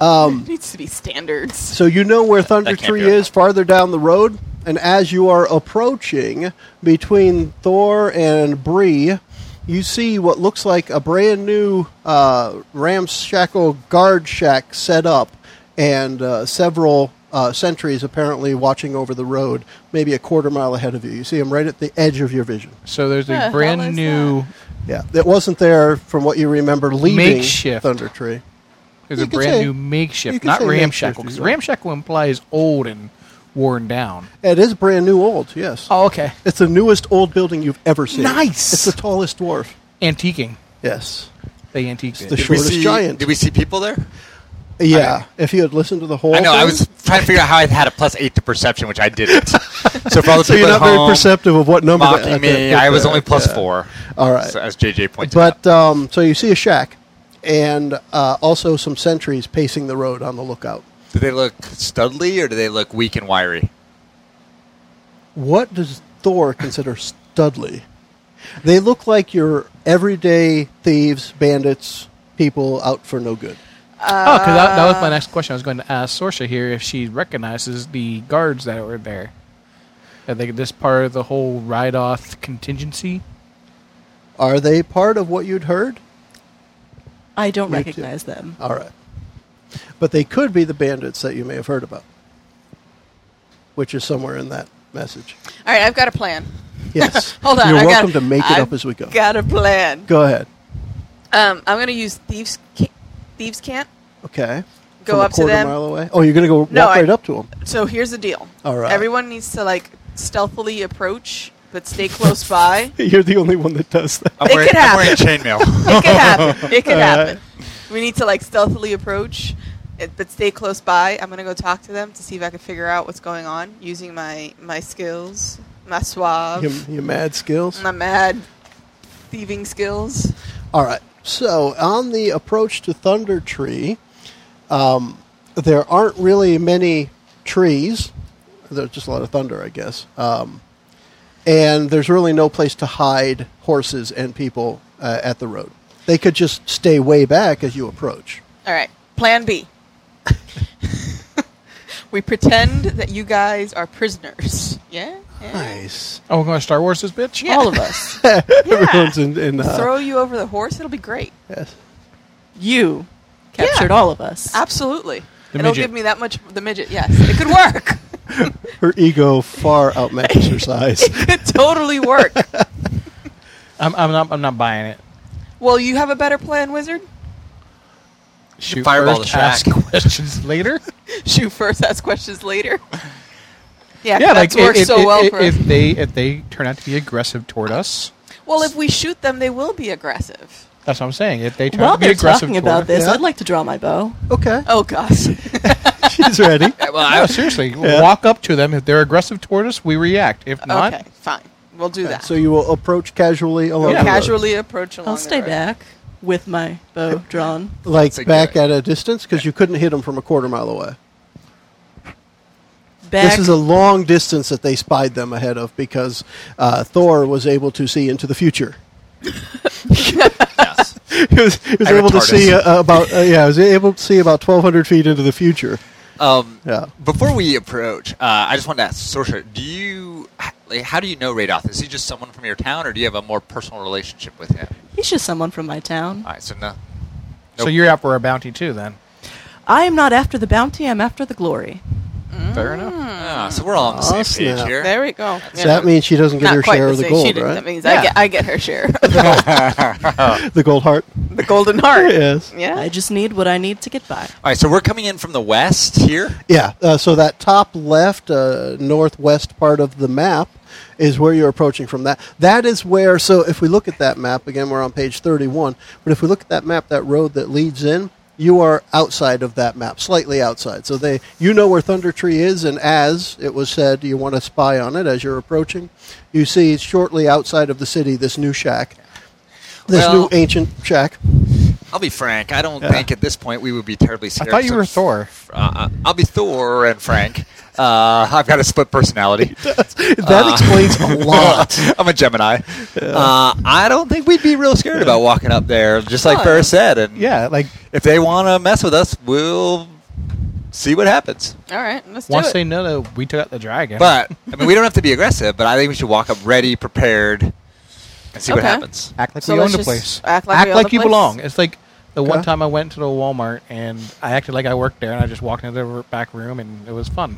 [SPEAKER 2] It *laughs* needs to be standards.
[SPEAKER 1] So you know where Thunder
[SPEAKER 4] can't be
[SPEAKER 1] Tree
[SPEAKER 4] right.
[SPEAKER 1] is farther down the road, and as you are approaching between Thor and Bree, you see what looks like a brand new uh, ramshackle guard shack set up, and uh, several uh, sentries apparently watching over the road, maybe a quarter mile ahead of you. You see them right at the edge of your vision.
[SPEAKER 3] So there's
[SPEAKER 2] The
[SPEAKER 3] a
[SPEAKER 2] hell is
[SPEAKER 3] brand new
[SPEAKER 1] Yeah, that wasn't there from what you remember leaving
[SPEAKER 3] Makeshift.
[SPEAKER 1] Thunder Tree.
[SPEAKER 3] there's
[SPEAKER 1] You
[SPEAKER 3] a
[SPEAKER 1] could
[SPEAKER 3] brand
[SPEAKER 1] say-
[SPEAKER 3] new
[SPEAKER 1] you
[SPEAKER 3] makeshift,
[SPEAKER 1] could
[SPEAKER 3] not
[SPEAKER 1] say makeshift
[SPEAKER 3] ramshackle.
[SPEAKER 1] as
[SPEAKER 3] Because
[SPEAKER 1] well.
[SPEAKER 3] ramshackle implies old and worn down.
[SPEAKER 1] It is brand new old, yes.
[SPEAKER 3] Oh, okay.
[SPEAKER 1] It's the newest old building you've ever seen.
[SPEAKER 3] Nice.
[SPEAKER 1] It's the tallest dwarf.
[SPEAKER 3] Antiquing.
[SPEAKER 1] Yes.
[SPEAKER 3] They antiqued it.
[SPEAKER 1] the
[SPEAKER 4] Did we
[SPEAKER 1] shortest
[SPEAKER 4] see,
[SPEAKER 1] giant.
[SPEAKER 4] Did we see people there?
[SPEAKER 1] Yeah. if you had listened to the whole
[SPEAKER 4] I know.
[SPEAKER 1] thing,
[SPEAKER 4] I was trying to figure out how I had a plus eight to perception, which I
[SPEAKER 1] *laughs*
[SPEAKER 4] didn't. so for all the
[SPEAKER 1] So you're
[SPEAKER 4] people at
[SPEAKER 1] not very
[SPEAKER 4] home
[SPEAKER 1] perceptive of what number that-
[SPEAKER 4] mocking
[SPEAKER 1] that-
[SPEAKER 4] me,
[SPEAKER 1] that-
[SPEAKER 4] I was
[SPEAKER 1] that-
[SPEAKER 4] only plus
[SPEAKER 1] yeah.
[SPEAKER 4] four.
[SPEAKER 1] All right.
[SPEAKER 4] So as JJ pointed out.
[SPEAKER 1] But um, so you see a shack and uh, also some sentries pacing the road on the lookout.
[SPEAKER 4] Do they look studly or do they look weak and wiry?
[SPEAKER 1] What does Thor consider studly? They look like your everyday thieves, bandits, people out for no good.
[SPEAKER 3] Oh, because that, that was
[SPEAKER 2] Uh,
[SPEAKER 3] my next question. I was going to ask Sorsha here if she recognizes the guards that were there. Are they this part of the whole ride off contingency?
[SPEAKER 1] Are they part of what you'd heard?
[SPEAKER 5] I don't
[SPEAKER 1] Me too.
[SPEAKER 5] recognize them.
[SPEAKER 1] All right. But they could be the bandits that you may have heard about, which is somewhere in that
[SPEAKER 2] *laughs*
[SPEAKER 1] message.
[SPEAKER 2] All right, I've got a plan.
[SPEAKER 1] Yes.
[SPEAKER 2] Hold on.
[SPEAKER 1] You're
[SPEAKER 2] I got-
[SPEAKER 1] welcome to make it
[SPEAKER 2] I've
[SPEAKER 1] up as we go.
[SPEAKER 2] Got a plan.
[SPEAKER 1] Go ahead.
[SPEAKER 2] Um, I'm gonna use thieves. Ca- thieves can't.
[SPEAKER 1] Okay.
[SPEAKER 2] Go
[SPEAKER 1] From
[SPEAKER 2] up
[SPEAKER 1] a
[SPEAKER 2] to
[SPEAKER 1] quarter
[SPEAKER 2] them.
[SPEAKER 1] mile away. Oh, you're going to go
[SPEAKER 2] No,
[SPEAKER 1] walk
[SPEAKER 2] I-
[SPEAKER 1] right up to
[SPEAKER 2] *laughs*
[SPEAKER 1] them.
[SPEAKER 2] So here's the deal.
[SPEAKER 1] All right.
[SPEAKER 2] Everyone needs to like stealthily approach, but stay close by.
[SPEAKER 1] You're the only one that does that.
[SPEAKER 4] I'm
[SPEAKER 2] It
[SPEAKER 4] wearing,
[SPEAKER 2] could
[SPEAKER 4] I'm wearing chainmail.
[SPEAKER 2] It could
[SPEAKER 3] *laughs*
[SPEAKER 2] happen. It could happen. We need to like stealthily approach, it, but stay close by. I'm gonna go talk to them to see if I can figure out what's going on using my my skills, my suave,
[SPEAKER 1] Your, your mad skills.
[SPEAKER 2] my mad thieving skills.
[SPEAKER 1] All right. So on the approach to Thunder Tree, um, there aren't really many trees. There's just a lot of thunder, I guess. Um, and there's really no place to hide horses and people uh, at the road. They could just stay way back as you approach.
[SPEAKER 2] All right. Plan B. *laughs* we pretend that you guys are prisoners. Yeah. yeah.
[SPEAKER 1] Nice.
[SPEAKER 3] Oh, we're going to Star Wars this bitch? Oh,
[SPEAKER 2] Yeah.
[SPEAKER 5] All
[SPEAKER 2] *laughs*
[SPEAKER 5] of us.
[SPEAKER 2] Yeah.
[SPEAKER 1] *laughs* Everyone's in. in uh,
[SPEAKER 2] Throw you over the horse. It'll be great.
[SPEAKER 1] yes.
[SPEAKER 5] You captured all of us.
[SPEAKER 2] Absolutely.
[SPEAKER 3] The
[SPEAKER 2] It'll
[SPEAKER 3] midget.
[SPEAKER 2] give me that much. The midget. Yes, it could work.
[SPEAKER 1] Her ego far outmatches her size.
[SPEAKER 2] *laughs* it could totally work.
[SPEAKER 3] I'm, I'm, not, I'm not buying it.
[SPEAKER 2] Well, you have a better plan, wizard. *laughs*
[SPEAKER 3] Shoot
[SPEAKER 4] fireball
[SPEAKER 3] first,
[SPEAKER 4] the
[SPEAKER 3] ask *laughs*
[SPEAKER 4] shack.
[SPEAKER 3] questions later.
[SPEAKER 2] Shoot first, ask questions
[SPEAKER 1] *laughs*
[SPEAKER 2] later. Yeah,
[SPEAKER 3] yeah,
[SPEAKER 2] that's
[SPEAKER 3] like
[SPEAKER 2] worked
[SPEAKER 3] if,
[SPEAKER 2] so
[SPEAKER 3] if-
[SPEAKER 2] well
[SPEAKER 3] if-
[SPEAKER 2] for
[SPEAKER 3] if
[SPEAKER 2] us.
[SPEAKER 3] they if they turn out to be aggressive toward us.
[SPEAKER 2] Well, if we shoot them, they will be aggressive.
[SPEAKER 3] That's what I'm saying. If they turn
[SPEAKER 5] While
[SPEAKER 3] out to be
[SPEAKER 5] they're
[SPEAKER 3] aggressive
[SPEAKER 5] talking
[SPEAKER 3] toward
[SPEAKER 5] about this,
[SPEAKER 1] Yeah.
[SPEAKER 5] I'd like to draw my bow.
[SPEAKER 1] Okay.
[SPEAKER 2] Oh gosh.
[SPEAKER 1] She's
[SPEAKER 2] *laughs*
[SPEAKER 1] ready.
[SPEAKER 4] *laughs* Well, I
[SPEAKER 1] *laughs*
[SPEAKER 3] No, *laughs* seriously, walk up to them. If they're aggressive toward us, we react. If
[SPEAKER 2] *laughs*
[SPEAKER 3] not,
[SPEAKER 2] okay, fine. We'll do that.
[SPEAKER 1] So you will approach casually along
[SPEAKER 2] We'll
[SPEAKER 1] the road.
[SPEAKER 2] casually approach along.
[SPEAKER 5] I'll
[SPEAKER 2] the
[SPEAKER 5] stay
[SPEAKER 2] road.
[SPEAKER 5] back with my
[SPEAKER 1] *laughs*
[SPEAKER 5] bow drawn.
[SPEAKER 4] That's
[SPEAKER 1] like
[SPEAKER 4] a good
[SPEAKER 1] back
[SPEAKER 4] idea.
[SPEAKER 1] at a distance because you couldn't hit them from a quarter mile away.
[SPEAKER 5] Back.
[SPEAKER 1] This is a long distance that they spied them ahead of because uh, Thor was able to see into the future. *laughs*
[SPEAKER 4] yes.
[SPEAKER 1] he was, he was
[SPEAKER 4] I'm a
[SPEAKER 1] able to
[SPEAKER 4] TARDIS.
[SPEAKER 1] see uh, about uh, yeah, he was able to see about twelve hundred feet into the future.
[SPEAKER 4] Um,
[SPEAKER 1] Yeah.
[SPEAKER 4] Before we approach, uh, I just wanted to ask Sorsha, do you like how do you know Radoth? Is he just someone from your town, or do you have a more personal relationship with him?
[SPEAKER 5] He's just someone from my town.
[SPEAKER 4] All right, so no.
[SPEAKER 3] so
[SPEAKER 4] Nope.
[SPEAKER 3] you're out for a bounty too. Then
[SPEAKER 5] I am not after the bounty, I'm after the glory.
[SPEAKER 2] Mm.
[SPEAKER 3] fair enough.
[SPEAKER 4] Ah, so we're all on the
[SPEAKER 1] Oh,
[SPEAKER 3] Mm.
[SPEAKER 4] same
[SPEAKER 1] snap.
[SPEAKER 4] page here.
[SPEAKER 2] There we go.
[SPEAKER 1] So that means she doesn't get her share of the
[SPEAKER 2] She
[SPEAKER 1] gold,
[SPEAKER 2] didn't-
[SPEAKER 1] right?
[SPEAKER 2] That means
[SPEAKER 3] Yeah.
[SPEAKER 2] I, get, I get
[SPEAKER 1] *laughs*
[SPEAKER 2] her share of
[SPEAKER 1] the gold heart.
[SPEAKER 2] the golden heart.
[SPEAKER 1] yes.
[SPEAKER 5] I
[SPEAKER 2] Yeah.
[SPEAKER 5] just need what I need to get by.
[SPEAKER 4] All right, so we're coming in from the west here.
[SPEAKER 1] Yeah. Uh, so that top left, uh, northwest part of the map is where you're approaching from that. That is where, so if we look at that map, again, we're on page 31, but if we look at that map, that road that leads in, you are outside of that map, slightly outside. So they, you know where Thunder Tree is, and as it was said, you want to spy on it as you're approaching. You see shortly outside of the city this new shack, this
[SPEAKER 4] Well-
[SPEAKER 1] new ancient shack. *laughs*
[SPEAKER 4] I'll be frank. I don't think at this point we would be terribly
[SPEAKER 3] I
[SPEAKER 4] scared.
[SPEAKER 3] thought you
[SPEAKER 4] So
[SPEAKER 3] were Thor.
[SPEAKER 4] Uh, I'll be Thor and Frank. Uh, I've got a
[SPEAKER 3] *laughs*
[SPEAKER 4] split personality.
[SPEAKER 1] That explains a lot.
[SPEAKER 4] *laughs* I'm a Gemini. Uh, I don't think we'd be real scared about walking up there, just like Ferris said. And
[SPEAKER 3] Yeah, like
[SPEAKER 4] if they want to mess with us, we'll see what happens.
[SPEAKER 2] All right. Let's
[SPEAKER 3] once
[SPEAKER 2] do
[SPEAKER 3] they
[SPEAKER 2] it.
[SPEAKER 3] know that we took out the dragon,
[SPEAKER 4] But I mean, we don't have to be aggressive. But I think we should walk up ready, prepared, and see what
[SPEAKER 2] Okay.
[SPEAKER 4] happens.
[SPEAKER 3] act like
[SPEAKER 2] So
[SPEAKER 3] we own
[SPEAKER 2] let's
[SPEAKER 3] the
[SPEAKER 2] just
[SPEAKER 3] place.
[SPEAKER 2] act like we own the
[SPEAKER 3] you
[SPEAKER 2] place.
[SPEAKER 3] belong. It's like the one
[SPEAKER 1] Okay.
[SPEAKER 3] time I went to the Walmart and I acted like I worked there, and I just walked into the r- back room, and it
[SPEAKER 2] *laughs*
[SPEAKER 3] was fun.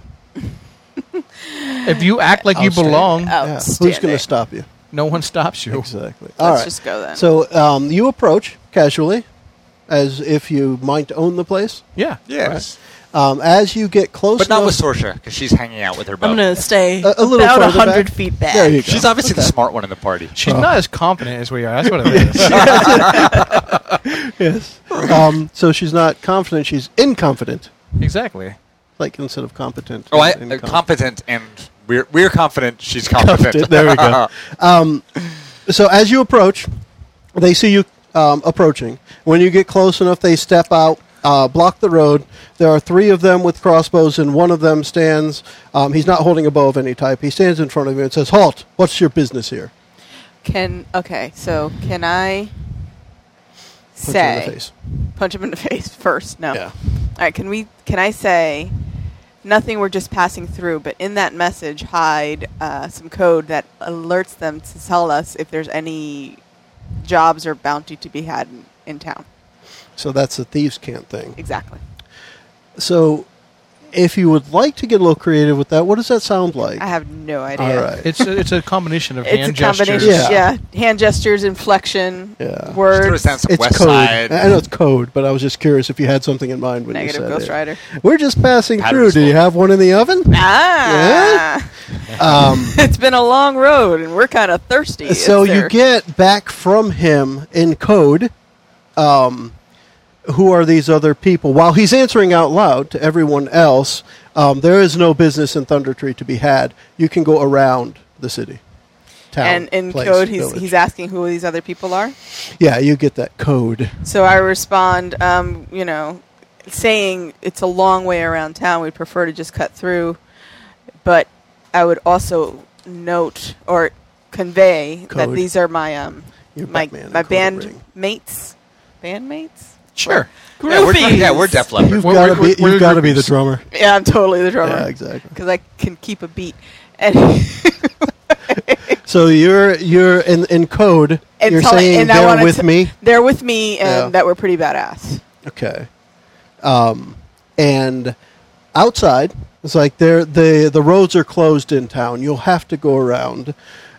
[SPEAKER 3] if you act like you
[SPEAKER 1] Outstanding.
[SPEAKER 3] belong,
[SPEAKER 2] Oh.
[SPEAKER 1] Yeah. Who's going
[SPEAKER 2] Outstanding.
[SPEAKER 1] to stop you?
[SPEAKER 3] no one stops you.
[SPEAKER 1] Exactly.
[SPEAKER 2] Let's just go then.
[SPEAKER 1] So um, you approach casually, as if you might own the place.
[SPEAKER 3] Yeah,
[SPEAKER 4] Yes,
[SPEAKER 1] Um, as you get close,
[SPEAKER 4] but not with
[SPEAKER 1] enough-
[SPEAKER 4] Sorsha because she's hanging out with her. Bow.
[SPEAKER 5] I'm going to stay
[SPEAKER 1] A- a little
[SPEAKER 5] about
[SPEAKER 1] further back.
[SPEAKER 5] 100 feet back.
[SPEAKER 1] There you go.
[SPEAKER 4] She's obviously the smart one in the party.
[SPEAKER 3] She's
[SPEAKER 1] Oh.
[SPEAKER 3] not as confident as we are. That's what it *laughs* is.
[SPEAKER 1] *laughs* yes. um, so she's not confident; she's inconfident.
[SPEAKER 3] exactly.
[SPEAKER 1] Like instead of competent.
[SPEAKER 4] Oh, I,
[SPEAKER 1] it's
[SPEAKER 4] uh,
[SPEAKER 1] incom-
[SPEAKER 4] competent, and we're we're confident. She's confident.
[SPEAKER 1] There we
[SPEAKER 2] *laughs*
[SPEAKER 4] *laughs*
[SPEAKER 1] go. Um, so as you approach, they see you um, approaching. When you get close enough, they step out, uh, block the road. There are three of them with crossbows, and one of them stands. Um, he's not holding a bow of any type. He stands in front of you and says, "Halt! What's your business here?"
[SPEAKER 2] Can okay. So can I
[SPEAKER 1] Punch you
[SPEAKER 2] say
[SPEAKER 1] in the face.
[SPEAKER 2] punch him in the *laughs* face first? No.
[SPEAKER 1] Yeah.
[SPEAKER 2] All right. Can we? Can I say nothing? We're just passing through. But in that message, hide uh, some code that alerts them to tell us if there's any jobs or bounty to be had in, in town.
[SPEAKER 1] So that's the thieves' cant thing.
[SPEAKER 2] Exactly.
[SPEAKER 1] So, if you would like to get a little creative with that, what does that sound like?
[SPEAKER 2] I have no idea.
[SPEAKER 1] All right.
[SPEAKER 3] It's a, it's a combination of
[SPEAKER 2] It's
[SPEAKER 3] hand
[SPEAKER 2] a combination.
[SPEAKER 3] gestures.
[SPEAKER 1] Yeah.
[SPEAKER 2] Yeah. Hand gestures, inflection,
[SPEAKER 1] Yeah.
[SPEAKER 4] She threw us
[SPEAKER 2] words.
[SPEAKER 4] down some
[SPEAKER 1] It's
[SPEAKER 4] West
[SPEAKER 1] code.
[SPEAKER 4] Side.
[SPEAKER 1] I I know it's code, but I was just curious if you had something in mind when
[SPEAKER 2] Negative
[SPEAKER 1] you said
[SPEAKER 2] Ghost
[SPEAKER 1] it.
[SPEAKER 2] Rider.
[SPEAKER 1] We're just passing
[SPEAKER 4] Pattern
[SPEAKER 1] through. Do you
[SPEAKER 4] swap.
[SPEAKER 1] have one in the oven?
[SPEAKER 2] Ah. *laughs*
[SPEAKER 1] Um,
[SPEAKER 2] it's been a long road and we're kind of thirsty. Is
[SPEAKER 1] Uh, so you
[SPEAKER 2] there-
[SPEAKER 1] get back from him in code. Um, who are these other people? While he's answering out loud to everyone else, um, there is no business in Thunder Tree to be had. You can go around the city, town,
[SPEAKER 2] and in
[SPEAKER 1] place,
[SPEAKER 2] code he's,
[SPEAKER 1] village.
[SPEAKER 2] he's asking who these other people are.
[SPEAKER 1] Yeah, you get that code.
[SPEAKER 2] So I respond, um, you know, saying it's a long way around town. We'd prefer to just cut through, but I would also note or convey that
[SPEAKER 1] Code.
[SPEAKER 2] these are my um
[SPEAKER 1] Your
[SPEAKER 2] my
[SPEAKER 1] Batman and
[SPEAKER 2] my
[SPEAKER 1] Code
[SPEAKER 2] band
[SPEAKER 1] Ring.
[SPEAKER 2] mates bandmates?
[SPEAKER 4] Sure. Yeah, we're,
[SPEAKER 2] Groupies.
[SPEAKER 4] yeah, we're Def Leppard.
[SPEAKER 1] You've
[SPEAKER 3] We're-
[SPEAKER 1] got to
[SPEAKER 3] we're-
[SPEAKER 1] be,
[SPEAKER 3] we're
[SPEAKER 1] you've gotta be the
[SPEAKER 3] groupers.
[SPEAKER 1] drummer.
[SPEAKER 2] Yeah, I'm totally the drummer.
[SPEAKER 1] Yeah, exactly.
[SPEAKER 2] Because I can keep a beat. And *laughs*
[SPEAKER 1] So you're you're in, in code.
[SPEAKER 2] and
[SPEAKER 1] you're
[SPEAKER 2] tell-
[SPEAKER 1] saying
[SPEAKER 2] and I
[SPEAKER 1] they're
[SPEAKER 2] wanted
[SPEAKER 1] with
[SPEAKER 2] to-
[SPEAKER 1] me.
[SPEAKER 2] They're with me, and
[SPEAKER 1] Yeah.
[SPEAKER 2] that were pretty badass.
[SPEAKER 1] Okay. Um, and outside, it's like they're, the the roads are closed in town. You'll have to go around,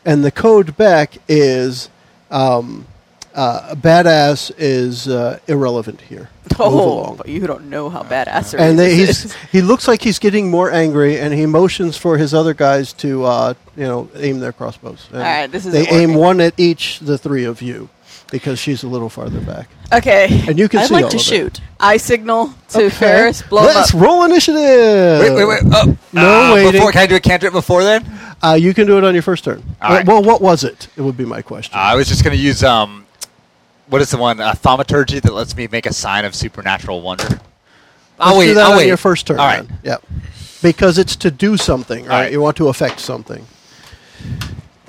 [SPEAKER 1] and the code back is um, uh, badass is uh, irrelevant here. Move
[SPEAKER 2] Oh,
[SPEAKER 1] along.
[SPEAKER 2] but you don't know how badass.
[SPEAKER 1] And
[SPEAKER 2] it *laughs*
[SPEAKER 1] they,
[SPEAKER 2] is.
[SPEAKER 1] he's he looks like he's getting more angry, and he motions for his other guys to uh, you know aim their crossbows. And
[SPEAKER 2] All right, this isn't
[SPEAKER 1] they aim
[SPEAKER 2] working.
[SPEAKER 1] one at each, the three of you, because she's a little farther back,
[SPEAKER 2] okay.
[SPEAKER 1] and you can
[SPEAKER 5] I'd
[SPEAKER 1] see all
[SPEAKER 5] like to
[SPEAKER 1] of it.
[SPEAKER 5] shoot.
[SPEAKER 2] I signal to
[SPEAKER 1] Okay.
[SPEAKER 2] Ferris. Blow him
[SPEAKER 1] Let's
[SPEAKER 2] up.
[SPEAKER 1] roll initiative.
[SPEAKER 4] Wait, wait, wait. Oh,
[SPEAKER 1] No
[SPEAKER 4] uh,
[SPEAKER 1] waiting.
[SPEAKER 4] Before, can I do a cantrip before then?
[SPEAKER 1] Uh, you can do it on your first turn.
[SPEAKER 4] All right.
[SPEAKER 1] Well, what was it? It would be my question.
[SPEAKER 4] Uh, I was just going to use um, what is the one? Uh, thaumaturgy that lets me make a sign of supernatural wonder. I'll
[SPEAKER 1] Let's
[SPEAKER 4] wait.
[SPEAKER 1] do that
[SPEAKER 4] I'll
[SPEAKER 1] on
[SPEAKER 4] wait.
[SPEAKER 1] your first turn.
[SPEAKER 4] All right.
[SPEAKER 1] then. Yep. Because it's to do something, right?
[SPEAKER 4] right.
[SPEAKER 1] You want to affect something.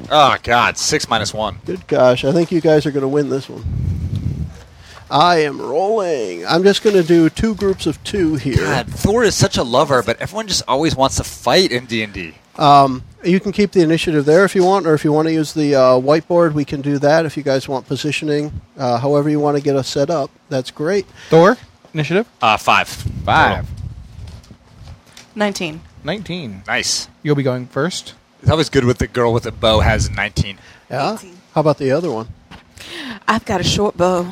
[SPEAKER 4] Oh God, six minus one.
[SPEAKER 1] Good gosh, I think you guys are going to win this one. I am rolling. I'm just going to do two groups of two here.
[SPEAKER 4] God, Thor is such a lover, but everyone just always wants to fight in D and D.
[SPEAKER 1] Um, You can keep the initiative there if you want, or if you want to use the uh, whiteboard, we can do that. If you guys want positioning, uh, however you want to get us set up, that's great.
[SPEAKER 3] Thor, initiative
[SPEAKER 4] Uh, five.
[SPEAKER 3] five,
[SPEAKER 4] Total.
[SPEAKER 5] 19.
[SPEAKER 3] nineteen.
[SPEAKER 4] Nice.
[SPEAKER 3] You'll be going first.
[SPEAKER 4] It's always good with the girl with the bow has nineteen.
[SPEAKER 1] Yeah.
[SPEAKER 2] Eighteen.
[SPEAKER 1] How about the other one?
[SPEAKER 2] I've got a short bow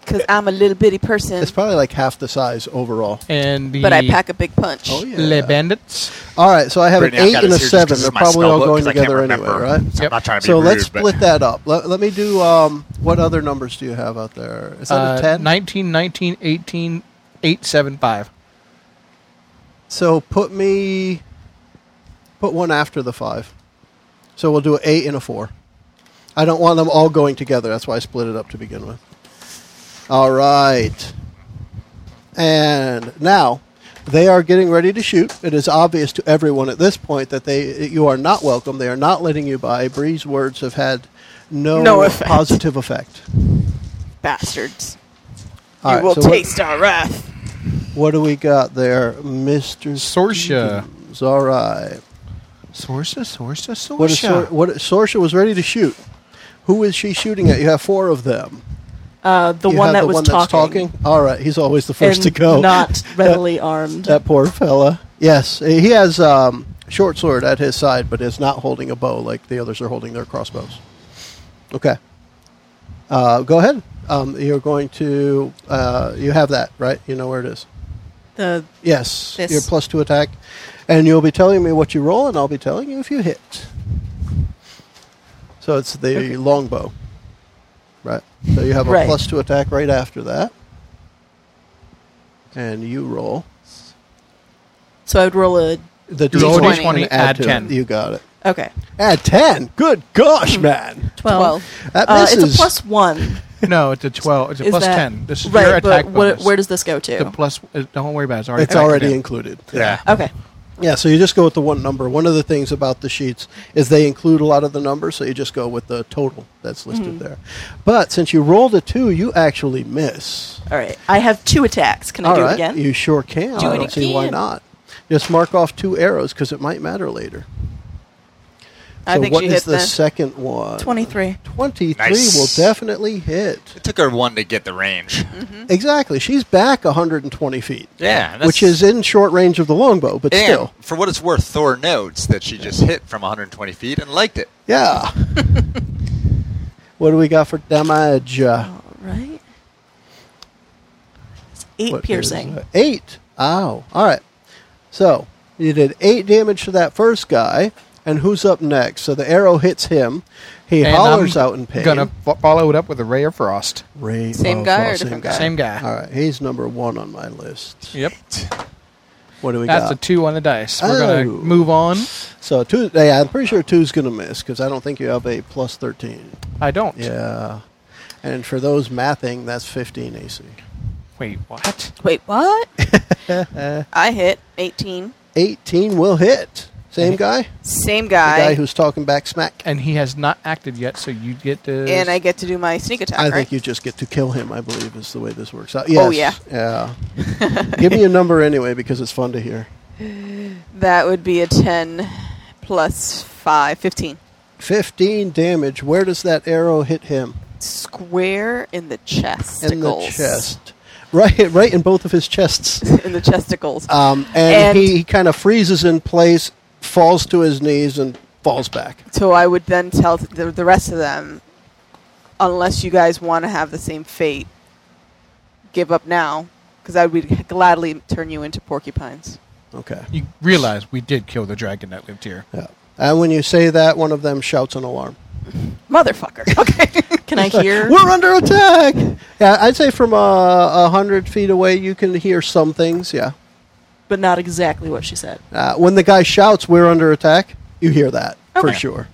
[SPEAKER 2] because I'm a little bitty person,
[SPEAKER 1] It's probably like half the size overall.
[SPEAKER 3] And the
[SPEAKER 2] but I pack a big punch.
[SPEAKER 1] Oh, yeah.
[SPEAKER 3] Le bandits.
[SPEAKER 1] All right, so I have
[SPEAKER 4] Brittany, I've
[SPEAKER 1] an eight
[SPEAKER 4] got
[SPEAKER 1] and a
[SPEAKER 4] this here just 'cause
[SPEAKER 1] seven.
[SPEAKER 4] this
[SPEAKER 1] They're
[SPEAKER 4] is my
[SPEAKER 1] probably all
[SPEAKER 4] spellbook,
[SPEAKER 1] going
[SPEAKER 4] 'cause I can't
[SPEAKER 1] together anyway,
[SPEAKER 4] remember.
[SPEAKER 1] right?
[SPEAKER 4] So I'm not trying to be
[SPEAKER 1] So
[SPEAKER 4] rude,
[SPEAKER 1] let's
[SPEAKER 4] but-
[SPEAKER 1] split that up. Let, let me do um, what other numbers do you have out there? Is that a
[SPEAKER 3] Uh,
[SPEAKER 1] ten?
[SPEAKER 3] 19, 19, 18, 8, 7, 5.
[SPEAKER 1] So put me, put one after the five. So we'll do an eight and a four. I don't want them all going together. That's why I split it up to begin with. All right. And now they are getting ready to shoot. It is obvious to everyone at this point that they that you are not welcome. They are not letting you by. Bree's words have had no,
[SPEAKER 2] No effect.
[SPEAKER 1] positive effect.
[SPEAKER 2] Bastards!
[SPEAKER 1] All
[SPEAKER 2] you
[SPEAKER 1] right,
[SPEAKER 2] will
[SPEAKER 1] so what-
[SPEAKER 2] taste our wrath.
[SPEAKER 1] What, do we got there, Mister
[SPEAKER 3] Sorcia.
[SPEAKER 1] Stevens? All right.
[SPEAKER 3] Sorsa, Sorsa, Sorsa.
[SPEAKER 1] What is Sor- what Sorsha was ready to shoot. Who is she shooting at? You have four of them.
[SPEAKER 5] Uh, the
[SPEAKER 1] You
[SPEAKER 5] one
[SPEAKER 1] have
[SPEAKER 5] that
[SPEAKER 1] the
[SPEAKER 5] was
[SPEAKER 1] one
[SPEAKER 5] talking.
[SPEAKER 1] that's talking. All right, he's always the first
[SPEAKER 5] and
[SPEAKER 1] to go. *laughs*
[SPEAKER 5] Not readily armed.
[SPEAKER 1] that poor fella. Yes, he has um, short sword at his side, but is not holding a bow like the others are holding their crossbows. Okay. Uh, go ahead. Um, you're going to. Uh, you have that right. You know where it is.
[SPEAKER 5] The
[SPEAKER 1] Yes,
[SPEAKER 5] This.
[SPEAKER 1] your plus two attack, and you'll be telling me what you roll, and I'll be telling you if you hit. So it's the longbow, right? So you have a
[SPEAKER 5] Right.
[SPEAKER 1] plus two attack right after that, and you roll
[SPEAKER 5] so I would roll a
[SPEAKER 1] the
[SPEAKER 3] You roll a
[SPEAKER 1] D20
[SPEAKER 3] D20,
[SPEAKER 1] and
[SPEAKER 3] add
[SPEAKER 1] to it.
[SPEAKER 3] 10.
[SPEAKER 1] You got it.
[SPEAKER 5] okay
[SPEAKER 1] Add ten. Good
[SPEAKER 5] Hmm.
[SPEAKER 1] gosh, man!
[SPEAKER 5] twelve.
[SPEAKER 1] That
[SPEAKER 5] Uh, it's
[SPEAKER 1] misses.
[SPEAKER 5] a plus one.
[SPEAKER 3] No, it's a 12. It's a
[SPEAKER 5] Is
[SPEAKER 3] plus
[SPEAKER 5] that-
[SPEAKER 3] 10. This is
[SPEAKER 5] right,
[SPEAKER 3] your
[SPEAKER 5] but
[SPEAKER 3] attack
[SPEAKER 5] what,
[SPEAKER 3] bonus.
[SPEAKER 5] where does this go to?
[SPEAKER 3] the plus? uh, Don't worry about it. It's already,
[SPEAKER 1] It's already
[SPEAKER 3] in.
[SPEAKER 1] included.
[SPEAKER 4] Yeah.
[SPEAKER 5] okay,
[SPEAKER 1] Yeah, so you just go with the one number. One of the things about the sheets is they include a lot of the numbers, so you just go with the total that's listed
[SPEAKER 5] Mm-hmm.
[SPEAKER 1] there. But since you rolled a two, you actually miss.
[SPEAKER 5] all right. I have two attacks. Can I
[SPEAKER 1] All
[SPEAKER 5] do
[SPEAKER 1] right,
[SPEAKER 5] it again?
[SPEAKER 1] you sure can.
[SPEAKER 5] Do
[SPEAKER 1] I
[SPEAKER 5] it
[SPEAKER 1] don't see why
[SPEAKER 5] again.
[SPEAKER 1] not. Just mark off two arrows because it might matter later.
[SPEAKER 2] I
[SPEAKER 1] so
[SPEAKER 2] think
[SPEAKER 1] what
[SPEAKER 2] she
[SPEAKER 1] is
[SPEAKER 2] hit
[SPEAKER 1] the,
[SPEAKER 2] the-
[SPEAKER 1] second one?
[SPEAKER 5] Twenty-three.
[SPEAKER 1] 23
[SPEAKER 4] Nice.
[SPEAKER 1] will definitely hit.
[SPEAKER 4] It took her one to get the range.
[SPEAKER 5] Mm-hmm.
[SPEAKER 1] Exactly. She's back 120 feet,
[SPEAKER 4] Yeah. and
[SPEAKER 1] which is
[SPEAKER 4] that's-
[SPEAKER 1] in short range of the longbow, but
[SPEAKER 4] And
[SPEAKER 1] still.
[SPEAKER 4] for what it's worth, Thor notes that she just hit from 120 feet and liked it.
[SPEAKER 5] *laughs*
[SPEAKER 1] Yeah. what do we got for damage?
[SPEAKER 5] All right. It's eight
[SPEAKER 1] What is
[SPEAKER 5] piercing.
[SPEAKER 1] that? Eight. Ow. All right. So you did eight damage to that first guy, and who's up next? So the arrow hits him. He
[SPEAKER 3] And
[SPEAKER 1] hollers
[SPEAKER 3] I'm
[SPEAKER 1] out in pain.
[SPEAKER 3] Gonna fo- follow it up with a ray of frost.
[SPEAKER 1] Ray-
[SPEAKER 2] Same
[SPEAKER 1] oh,
[SPEAKER 2] guy or
[SPEAKER 1] well,
[SPEAKER 2] different guy?
[SPEAKER 3] Same guy.
[SPEAKER 1] All right, he's number one on my list.
[SPEAKER 3] Yep.
[SPEAKER 1] What do we
[SPEAKER 3] That's a
[SPEAKER 1] got?
[SPEAKER 3] two on the dice. We're gonna
[SPEAKER 1] Oh.
[SPEAKER 3] move on.
[SPEAKER 1] so two. Yeah, I'm pretty sure two's gonna miss because I don't think you have a plus thirteen.
[SPEAKER 3] I don't.
[SPEAKER 1] Yeah, and for those mathing, that's fifteen AC.
[SPEAKER 3] Wait, what?
[SPEAKER 1] *laughs*
[SPEAKER 2] Wait, what? I hit 18.
[SPEAKER 1] 18 will hit. Same guy?
[SPEAKER 2] Same
[SPEAKER 1] The
[SPEAKER 2] guy.
[SPEAKER 1] guy who's talking back smack?
[SPEAKER 3] And he has not acted yet, so you get to.
[SPEAKER 2] and I get to do my sneak attack.
[SPEAKER 1] I
[SPEAKER 2] right?
[SPEAKER 1] think you just get to kill him, I believe, is the way this works out.
[SPEAKER 2] Oh,
[SPEAKER 1] Yes, Yeah. Give me a number anyway because it's fun to hear.
[SPEAKER 2] That would be a 10 plus 5, 15.
[SPEAKER 1] 15 damage. Where does that arrow hit him?
[SPEAKER 2] Square in the chest.
[SPEAKER 1] In the chest. Right, right in both of his chests.
[SPEAKER 2] *laughs* in the chesticles.
[SPEAKER 1] Um, and,
[SPEAKER 2] And-
[SPEAKER 1] he, he kind of freezes in place, falls to his knees, and falls back.
[SPEAKER 2] so I would then tell th- the, the rest of them, unless you guys want to have the same fate, give up now, because I would gladly turn you into porcupines.
[SPEAKER 1] Okay.
[SPEAKER 3] you realize we did kill the dragon that lived here.
[SPEAKER 1] Yeah. And when you say that, one of them shouts an alarm. *laughs*
[SPEAKER 2] Motherfucker. Okay.
[SPEAKER 5] Can I
[SPEAKER 1] It's like,
[SPEAKER 5] hear?
[SPEAKER 1] We're under attack. Yeah, I'd say from a uh, hundred feet away, you can hear some things. Yeah,
[SPEAKER 5] but not exactly what she said.
[SPEAKER 1] uh, when the guy shouts, "We're under attack," you hear that for
[SPEAKER 5] Okay.
[SPEAKER 1] sure.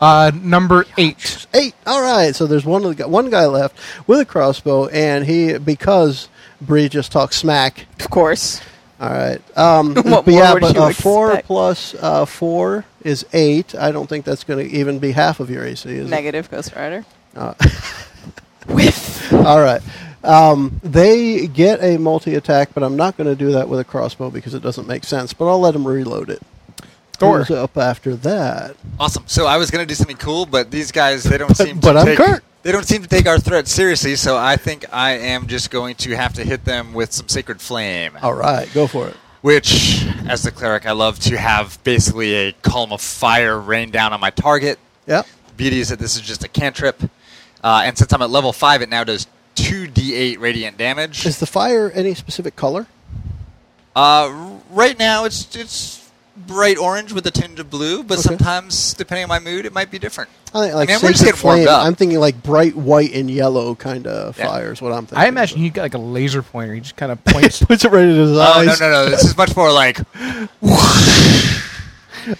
[SPEAKER 3] Uh, number eight.
[SPEAKER 1] Eight. All right. So there's one of the, gu- one guy left with a crossbow, and he because Bree just talked smack.
[SPEAKER 2] of course.
[SPEAKER 1] All right. Um,
[SPEAKER 2] *laughs* What
[SPEAKER 1] but
[SPEAKER 2] more
[SPEAKER 1] yeah,
[SPEAKER 2] would
[SPEAKER 1] but
[SPEAKER 2] you
[SPEAKER 1] uh, four
[SPEAKER 2] expect?
[SPEAKER 1] plus uh, four is eight. I don't think that's going to even be half of your AC. Is it? Uh,
[SPEAKER 2] Negative Ghost Rider.
[SPEAKER 1] *laughs* All right. Um, they get a multi attack, but I'm not going to do that with a crossbow because it doesn't make sense. But I'll let them reload it.
[SPEAKER 3] Thor.
[SPEAKER 1] Who's up after that?
[SPEAKER 4] Awesome. So I was gonna do something cool, but these guys they don't seem.
[SPEAKER 1] But
[SPEAKER 4] to
[SPEAKER 1] I'm
[SPEAKER 4] take,
[SPEAKER 1] Kurt.
[SPEAKER 4] They don't seem to take our threat seriously, so I think I am just going to have to hit them with some sacred flame.
[SPEAKER 1] All right, go for it.
[SPEAKER 4] Which, as the cleric, I love to have basically a column of fire rain down on my target.
[SPEAKER 1] Yep.
[SPEAKER 4] Beauty is that this is just a cantrip, uh, and since I'm at level five, it now does two d8 radiant damage.
[SPEAKER 1] Is the fire any specific color?
[SPEAKER 4] Uh, right now, it's it's bright orange with a tinge of blue, but
[SPEAKER 1] Okay. Oh,
[SPEAKER 4] sometimes, depending on my mood, it might be different.
[SPEAKER 1] I think like
[SPEAKER 4] I mean, we're just
[SPEAKER 1] sacred
[SPEAKER 4] getting warmed
[SPEAKER 1] flame.
[SPEAKER 4] up.
[SPEAKER 1] I'm thinking like bright white and yellow kind of
[SPEAKER 4] Yeah.
[SPEAKER 1] fire is what I'm thinking.
[SPEAKER 3] I imagine
[SPEAKER 1] *laughs*
[SPEAKER 3] he got like a laser pointer. He just kind of points.
[SPEAKER 1] puts it right in his
[SPEAKER 4] Oh no
[SPEAKER 1] eyes.
[SPEAKER 4] no no! This is much more like
[SPEAKER 1] A,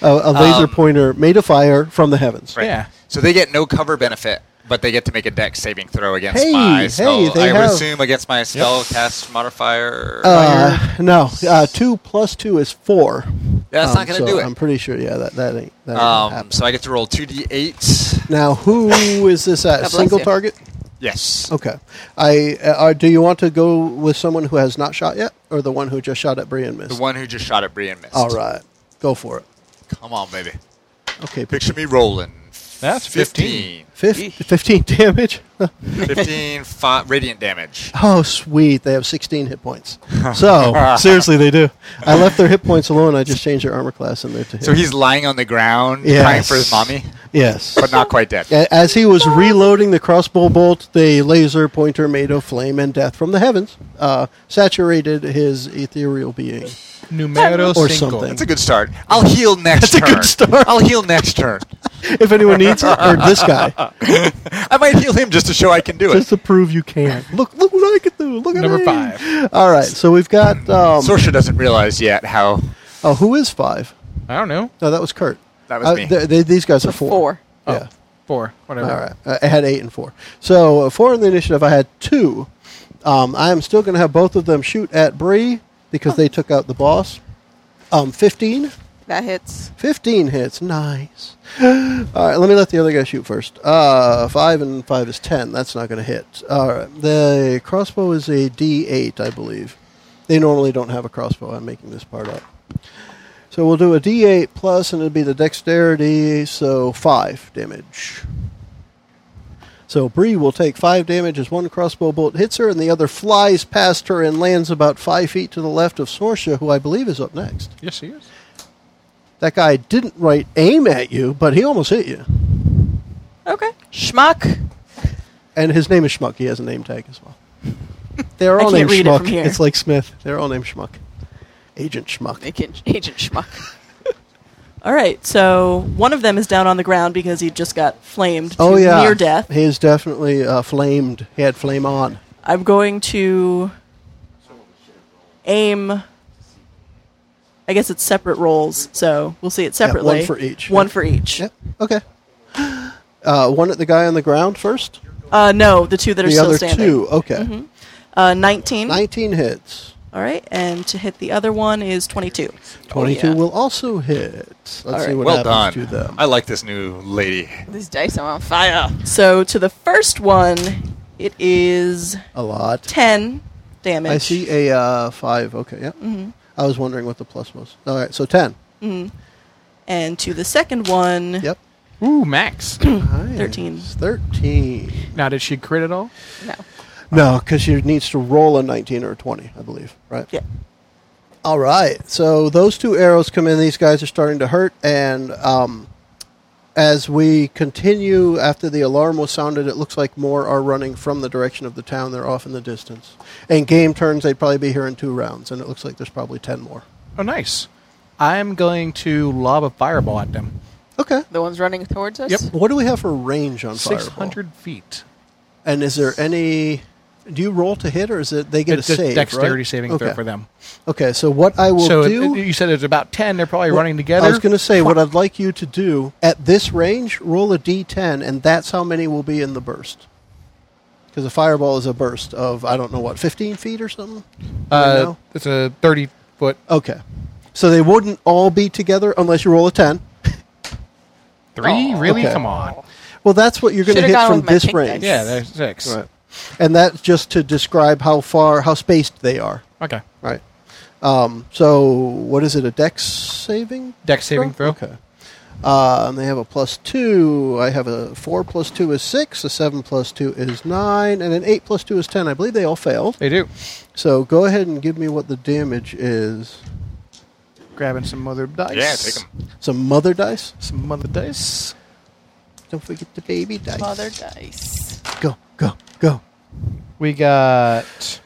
[SPEAKER 1] a laser
[SPEAKER 4] Um,
[SPEAKER 1] pointer made of fire from the heavens.
[SPEAKER 4] Right.
[SPEAKER 3] Yeah.
[SPEAKER 4] So they get no cover benefit, but they get to make a deck saving throw against
[SPEAKER 1] Hey, hey,
[SPEAKER 4] my spell.
[SPEAKER 1] they
[SPEAKER 4] I
[SPEAKER 1] have-
[SPEAKER 4] would assume against my spell cast modifier.
[SPEAKER 1] Uh, no, uh, two plus two is four.
[SPEAKER 4] That's
[SPEAKER 1] Um,
[SPEAKER 4] not gonna
[SPEAKER 1] so
[SPEAKER 4] do it.
[SPEAKER 1] I'm pretty sure. Yeah, that that ain't that ain't gonna
[SPEAKER 4] um,
[SPEAKER 1] happen.
[SPEAKER 4] so I get to roll two d8.
[SPEAKER 1] Now, who is this at?
[SPEAKER 2] bless
[SPEAKER 1] Single
[SPEAKER 2] you.
[SPEAKER 1] target?
[SPEAKER 4] Yes.
[SPEAKER 1] Okay. I uh, are, do you want to go with someone who has not shot yet, or the one who just shot at Brian
[SPEAKER 4] The
[SPEAKER 1] missed?
[SPEAKER 4] one who just shot at Brian missed.
[SPEAKER 1] All right, go for it.
[SPEAKER 4] Come on, baby.
[SPEAKER 1] Okay,
[SPEAKER 4] Picture me rolling.
[SPEAKER 3] That's
[SPEAKER 4] 15.
[SPEAKER 1] fif- fifteen *laughs* damage.
[SPEAKER 4] 15 fi- radiant damage.
[SPEAKER 1] oh, sweet! They have sixteen hit
[SPEAKER 4] *laughs*
[SPEAKER 1] points. So seriously, they do. I left their hit points alone. I just changed their armor class in there to hit.
[SPEAKER 4] So he's lying on the ground
[SPEAKER 1] Yes.
[SPEAKER 4] crying for his mommy,
[SPEAKER 1] yes.
[SPEAKER 4] but not quite dead.
[SPEAKER 1] A- As he was reloading the crossbow bolt, the laser pointer made of flame and death from the heavens uh, saturated his ethereal being.
[SPEAKER 3] Numero
[SPEAKER 1] Or
[SPEAKER 3] cinco.
[SPEAKER 1] something.
[SPEAKER 4] That's a good start. I'll heal next
[SPEAKER 1] That's a
[SPEAKER 4] turn.
[SPEAKER 1] good start.
[SPEAKER 4] I'll heal next
[SPEAKER 1] *laughs*
[SPEAKER 4] turn.
[SPEAKER 1] If anyone needs it, or this
[SPEAKER 4] *laughs*
[SPEAKER 1] guy,
[SPEAKER 4] I might heal him just to show I can do
[SPEAKER 1] just
[SPEAKER 4] it.
[SPEAKER 1] to prove you can. Look, look what I can do. Look at
[SPEAKER 3] Number
[SPEAKER 1] me.
[SPEAKER 3] five.
[SPEAKER 1] All right, so we've got. Um,
[SPEAKER 4] Sorsha doesn't realize yet how
[SPEAKER 1] oh, who is five?
[SPEAKER 3] I don't know.
[SPEAKER 1] No, that was Kurt.
[SPEAKER 4] That was
[SPEAKER 1] Uh,
[SPEAKER 4] me. Oh.
[SPEAKER 1] th- they- these guys are
[SPEAKER 2] Four.
[SPEAKER 1] four. Yeah.
[SPEAKER 3] Oh, Four. Whatever.
[SPEAKER 1] All right. Uh, I had eight and four. So uh, four in the initiative. I had two. Um, I am still going to have both of them shoot at Bree because they took out the boss. Um, 15.
[SPEAKER 2] That hits.
[SPEAKER 1] 15 hits. Nice. *gasps* All right, let me let the other guy shoot first. Uh, 5 and 5 is 10. That's not going to hit. All right. The crossbow is a D8, I believe. They normally don't have a crossbow. I'm making this part up. So we'll do a D8 plus, and it'd be the dexterity, so 5 damage. So Bree will take 5 damage as one crossbow bolt hits her, and the other flies past her and lands about 5 feet to the left of Sorsha, who I believe is up next.
[SPEAKER 3] Yes, he is.
[SPEAKER 1] That guy didn't right aim at you, but he almost hit you.
[SPEAKER 5] Okay.
[SPEAKER 2] Schmuck.
[SPEAKER 1] And his name is Schmuck. He has a name tag as
[SPEAKER 5] *laughs*
[SPEAKER 1] well. They're
[SPEAKER 5] I
[SPEAKER 1] all
[SPEAKER 5] can't
[SPEAKER 1] named
[SPEAKER 5] read it
[SPEAKER 1] Schmuck.
[SPEAKER 5] from here.
[SPEAKER 1] It's like Smith. They're all named Schmuck. Agent Schmuck.
[SPEAKER 2] Agent,
[SPEAKER 1] *laughs*
[SPEAKER 2] Agent Schmuck.
[SPEAKER 5] All right. So one of them is down on the ground because he just got flamed to
[SPEAKER 1] Oh yeah,
[SPEAKER 5] near death.
[SPEAKER 1] He is definitely uh, flamed. He had flame on.
[SPEAKER 5] I'm going to aim. I guess it's separate rolls, so we'll see it
[SPEAKER 1] Yeah, one
[SPEAKER 5] separately.
[SPEAKER 1] for each.
[SPEAKER 5] One
[SPEAKER 1] Yep.
[SPEAKER 5] for each.
[SPEAKER 1] Yep.
[SPEAKER 5] *gasps*
[SPEAKER 1] Okay. Uh, one at the guy on the ground first.
[SPEAKER 5] Uh, no, the two that are
[SPEAKER 1] the
[SPEAKER 5] still Mm-hmm.
[SPEAKER 1] other
[SPEAKER 5] standing.
[SPEAKER 1] two. Okay.
[SPEAKER 5] Uh, 19
[SPEAKER 1] Nineteen hits.
[SPEAKER 5] All right, and to hit the other one is 22.
[SPEAKER 1] 22
[SPEAKER 2] Oh, yeah.
[SPEAKER 1] will also hit. Let's see
[SPEAKER 5] right.
[SPEAKER 1] what
[SPEAKER 4] well done.
[SPEAKER 1] happens to them.
[SPEAKER 4] I like this new lady.
[SPEAKER 2] This dice are on fire.
[SPEAKER 5] So to the first one, it is
[SPEAKER 1] A lot.
[SPEAKER 5] 10 damage.
[SPEAKER 1] I see a uh, 5. Okay, yeah. Mm-hmm. I was wondering what the plus was. All right, so *laughs* 10.
[SPEAKER 5] And to the second one,
[SPEAKER 1] Yep. *clears throat*
[SPEAKER 3] Ooh, Max.
[SPEAKER 1] Nice.
[SPEAKER 5] 13.
[SPEAKER 1] 13.
[SPEAKER 3] now, did she crit at all?
[SPEAKER 2] No.
[SPEAKER 1] No, because she needs to roll a 19 or a 20, I believe, right?
[SPEAKER 5] yeah,
[SPEAKER 1] All right. So those two arrows come in. These guys are starting to hurt. And um, as we continue after the alarm was sounded, it looks like more are running from the direction of the town. They're off in the distance. And game turns, they'd probably be here in two rounds. And it looks like there's probably 10 more.
[SPEAKER 3] Oh, nice. I'm going to lob a fireball at them.
[SPEAKER 1] Okay.
[SPEAKER 2] The ones running towards us?
[SPEAKER 3] Yep.
[SPEAKER 1] What do we have for range on fireball?
[SPEAKER 3] 600 feet.
[SPEAKER 1] And is there any. Do you roll to hit, or is it they get
[SPEAKER 3] It's
[SPEAKER 1] a
[SPEAKER 3] a
[SPEAKER 1] save?
[SPEAKER 3] dexterity
[SPEAKER 1] right?
[SPEAKER 3] saving
[SPEAKER 1] okay.
[SPEAKER 3] throw for them.
[SPEAKER 1] Okay, so what I will
[SPEAKER 3] so it-
[SPEAKER 1] do.
[SPEAKER 3] it- you said there's about 10. They're probably running together.
[SPEAKER 1] I was going to say what I'd like you to do at this range, roll a d10, and that's how many will be in the burst. Because a fireball is a burst of I don't know what, 15 feet or something. I don't
[SPEAKER 3] Uh,
[SPEAKER 1] know.
[SPEAKER 3] it's a 30 foot
[SPEAKER 1] Okay, so they wouldn't all be together unless you roll a 10.
[SPEAKER 3] three.
[SPEAKER 4] Oh,
[SPEAKER 3] really?
[SPEAKER 1] Okay.
[SPEAKER 3] Come on.
[SPEAKER 1] Well, that's what you're going to
[SPEAKER 2] Should've
[SPEAKER 1] hit
[SPEAKER 2] gone
[SPEAKER 1] from
[SPEAKER 2] with my
[SPEAKER 1] this
[SPEAKER 2] pink
[SPEAKER 1] range.
[SPEAKER 2] dice.
[SPEAKER 3] Yeah, there's six.
[SPEAKER 1] Right. And that's just to describe how far, how spaced they are.
[SPEAKER 3] Okay.
[SPEAKER 1] Right. Um, so what is it? A dex saving?
[SPEAKER 3] Dex saving throw.
[SPEAKER 1] Okay. Uh, and they have a plus two. I have a four plus two is six. A seven plus two is nine, and an eight plus two is ten. I believe they all failed.
[SPEAKER 3] They do.
[SPEAKER 1] So go ahead and give me what the damage is.
[SPEAKER 3] Grabbing some other dice.
[SPEAKER 4] Yeah, take 'em.
[SPEAKER 1] Some mother dice.
[SPEAKER 3] Some other dice.
[SPEAKER 1] Don't forget the baby dice.
[SPEAKER 2] Mother dice.
[SPEAKER 1] Go go go.
[SPEAKER 3] We got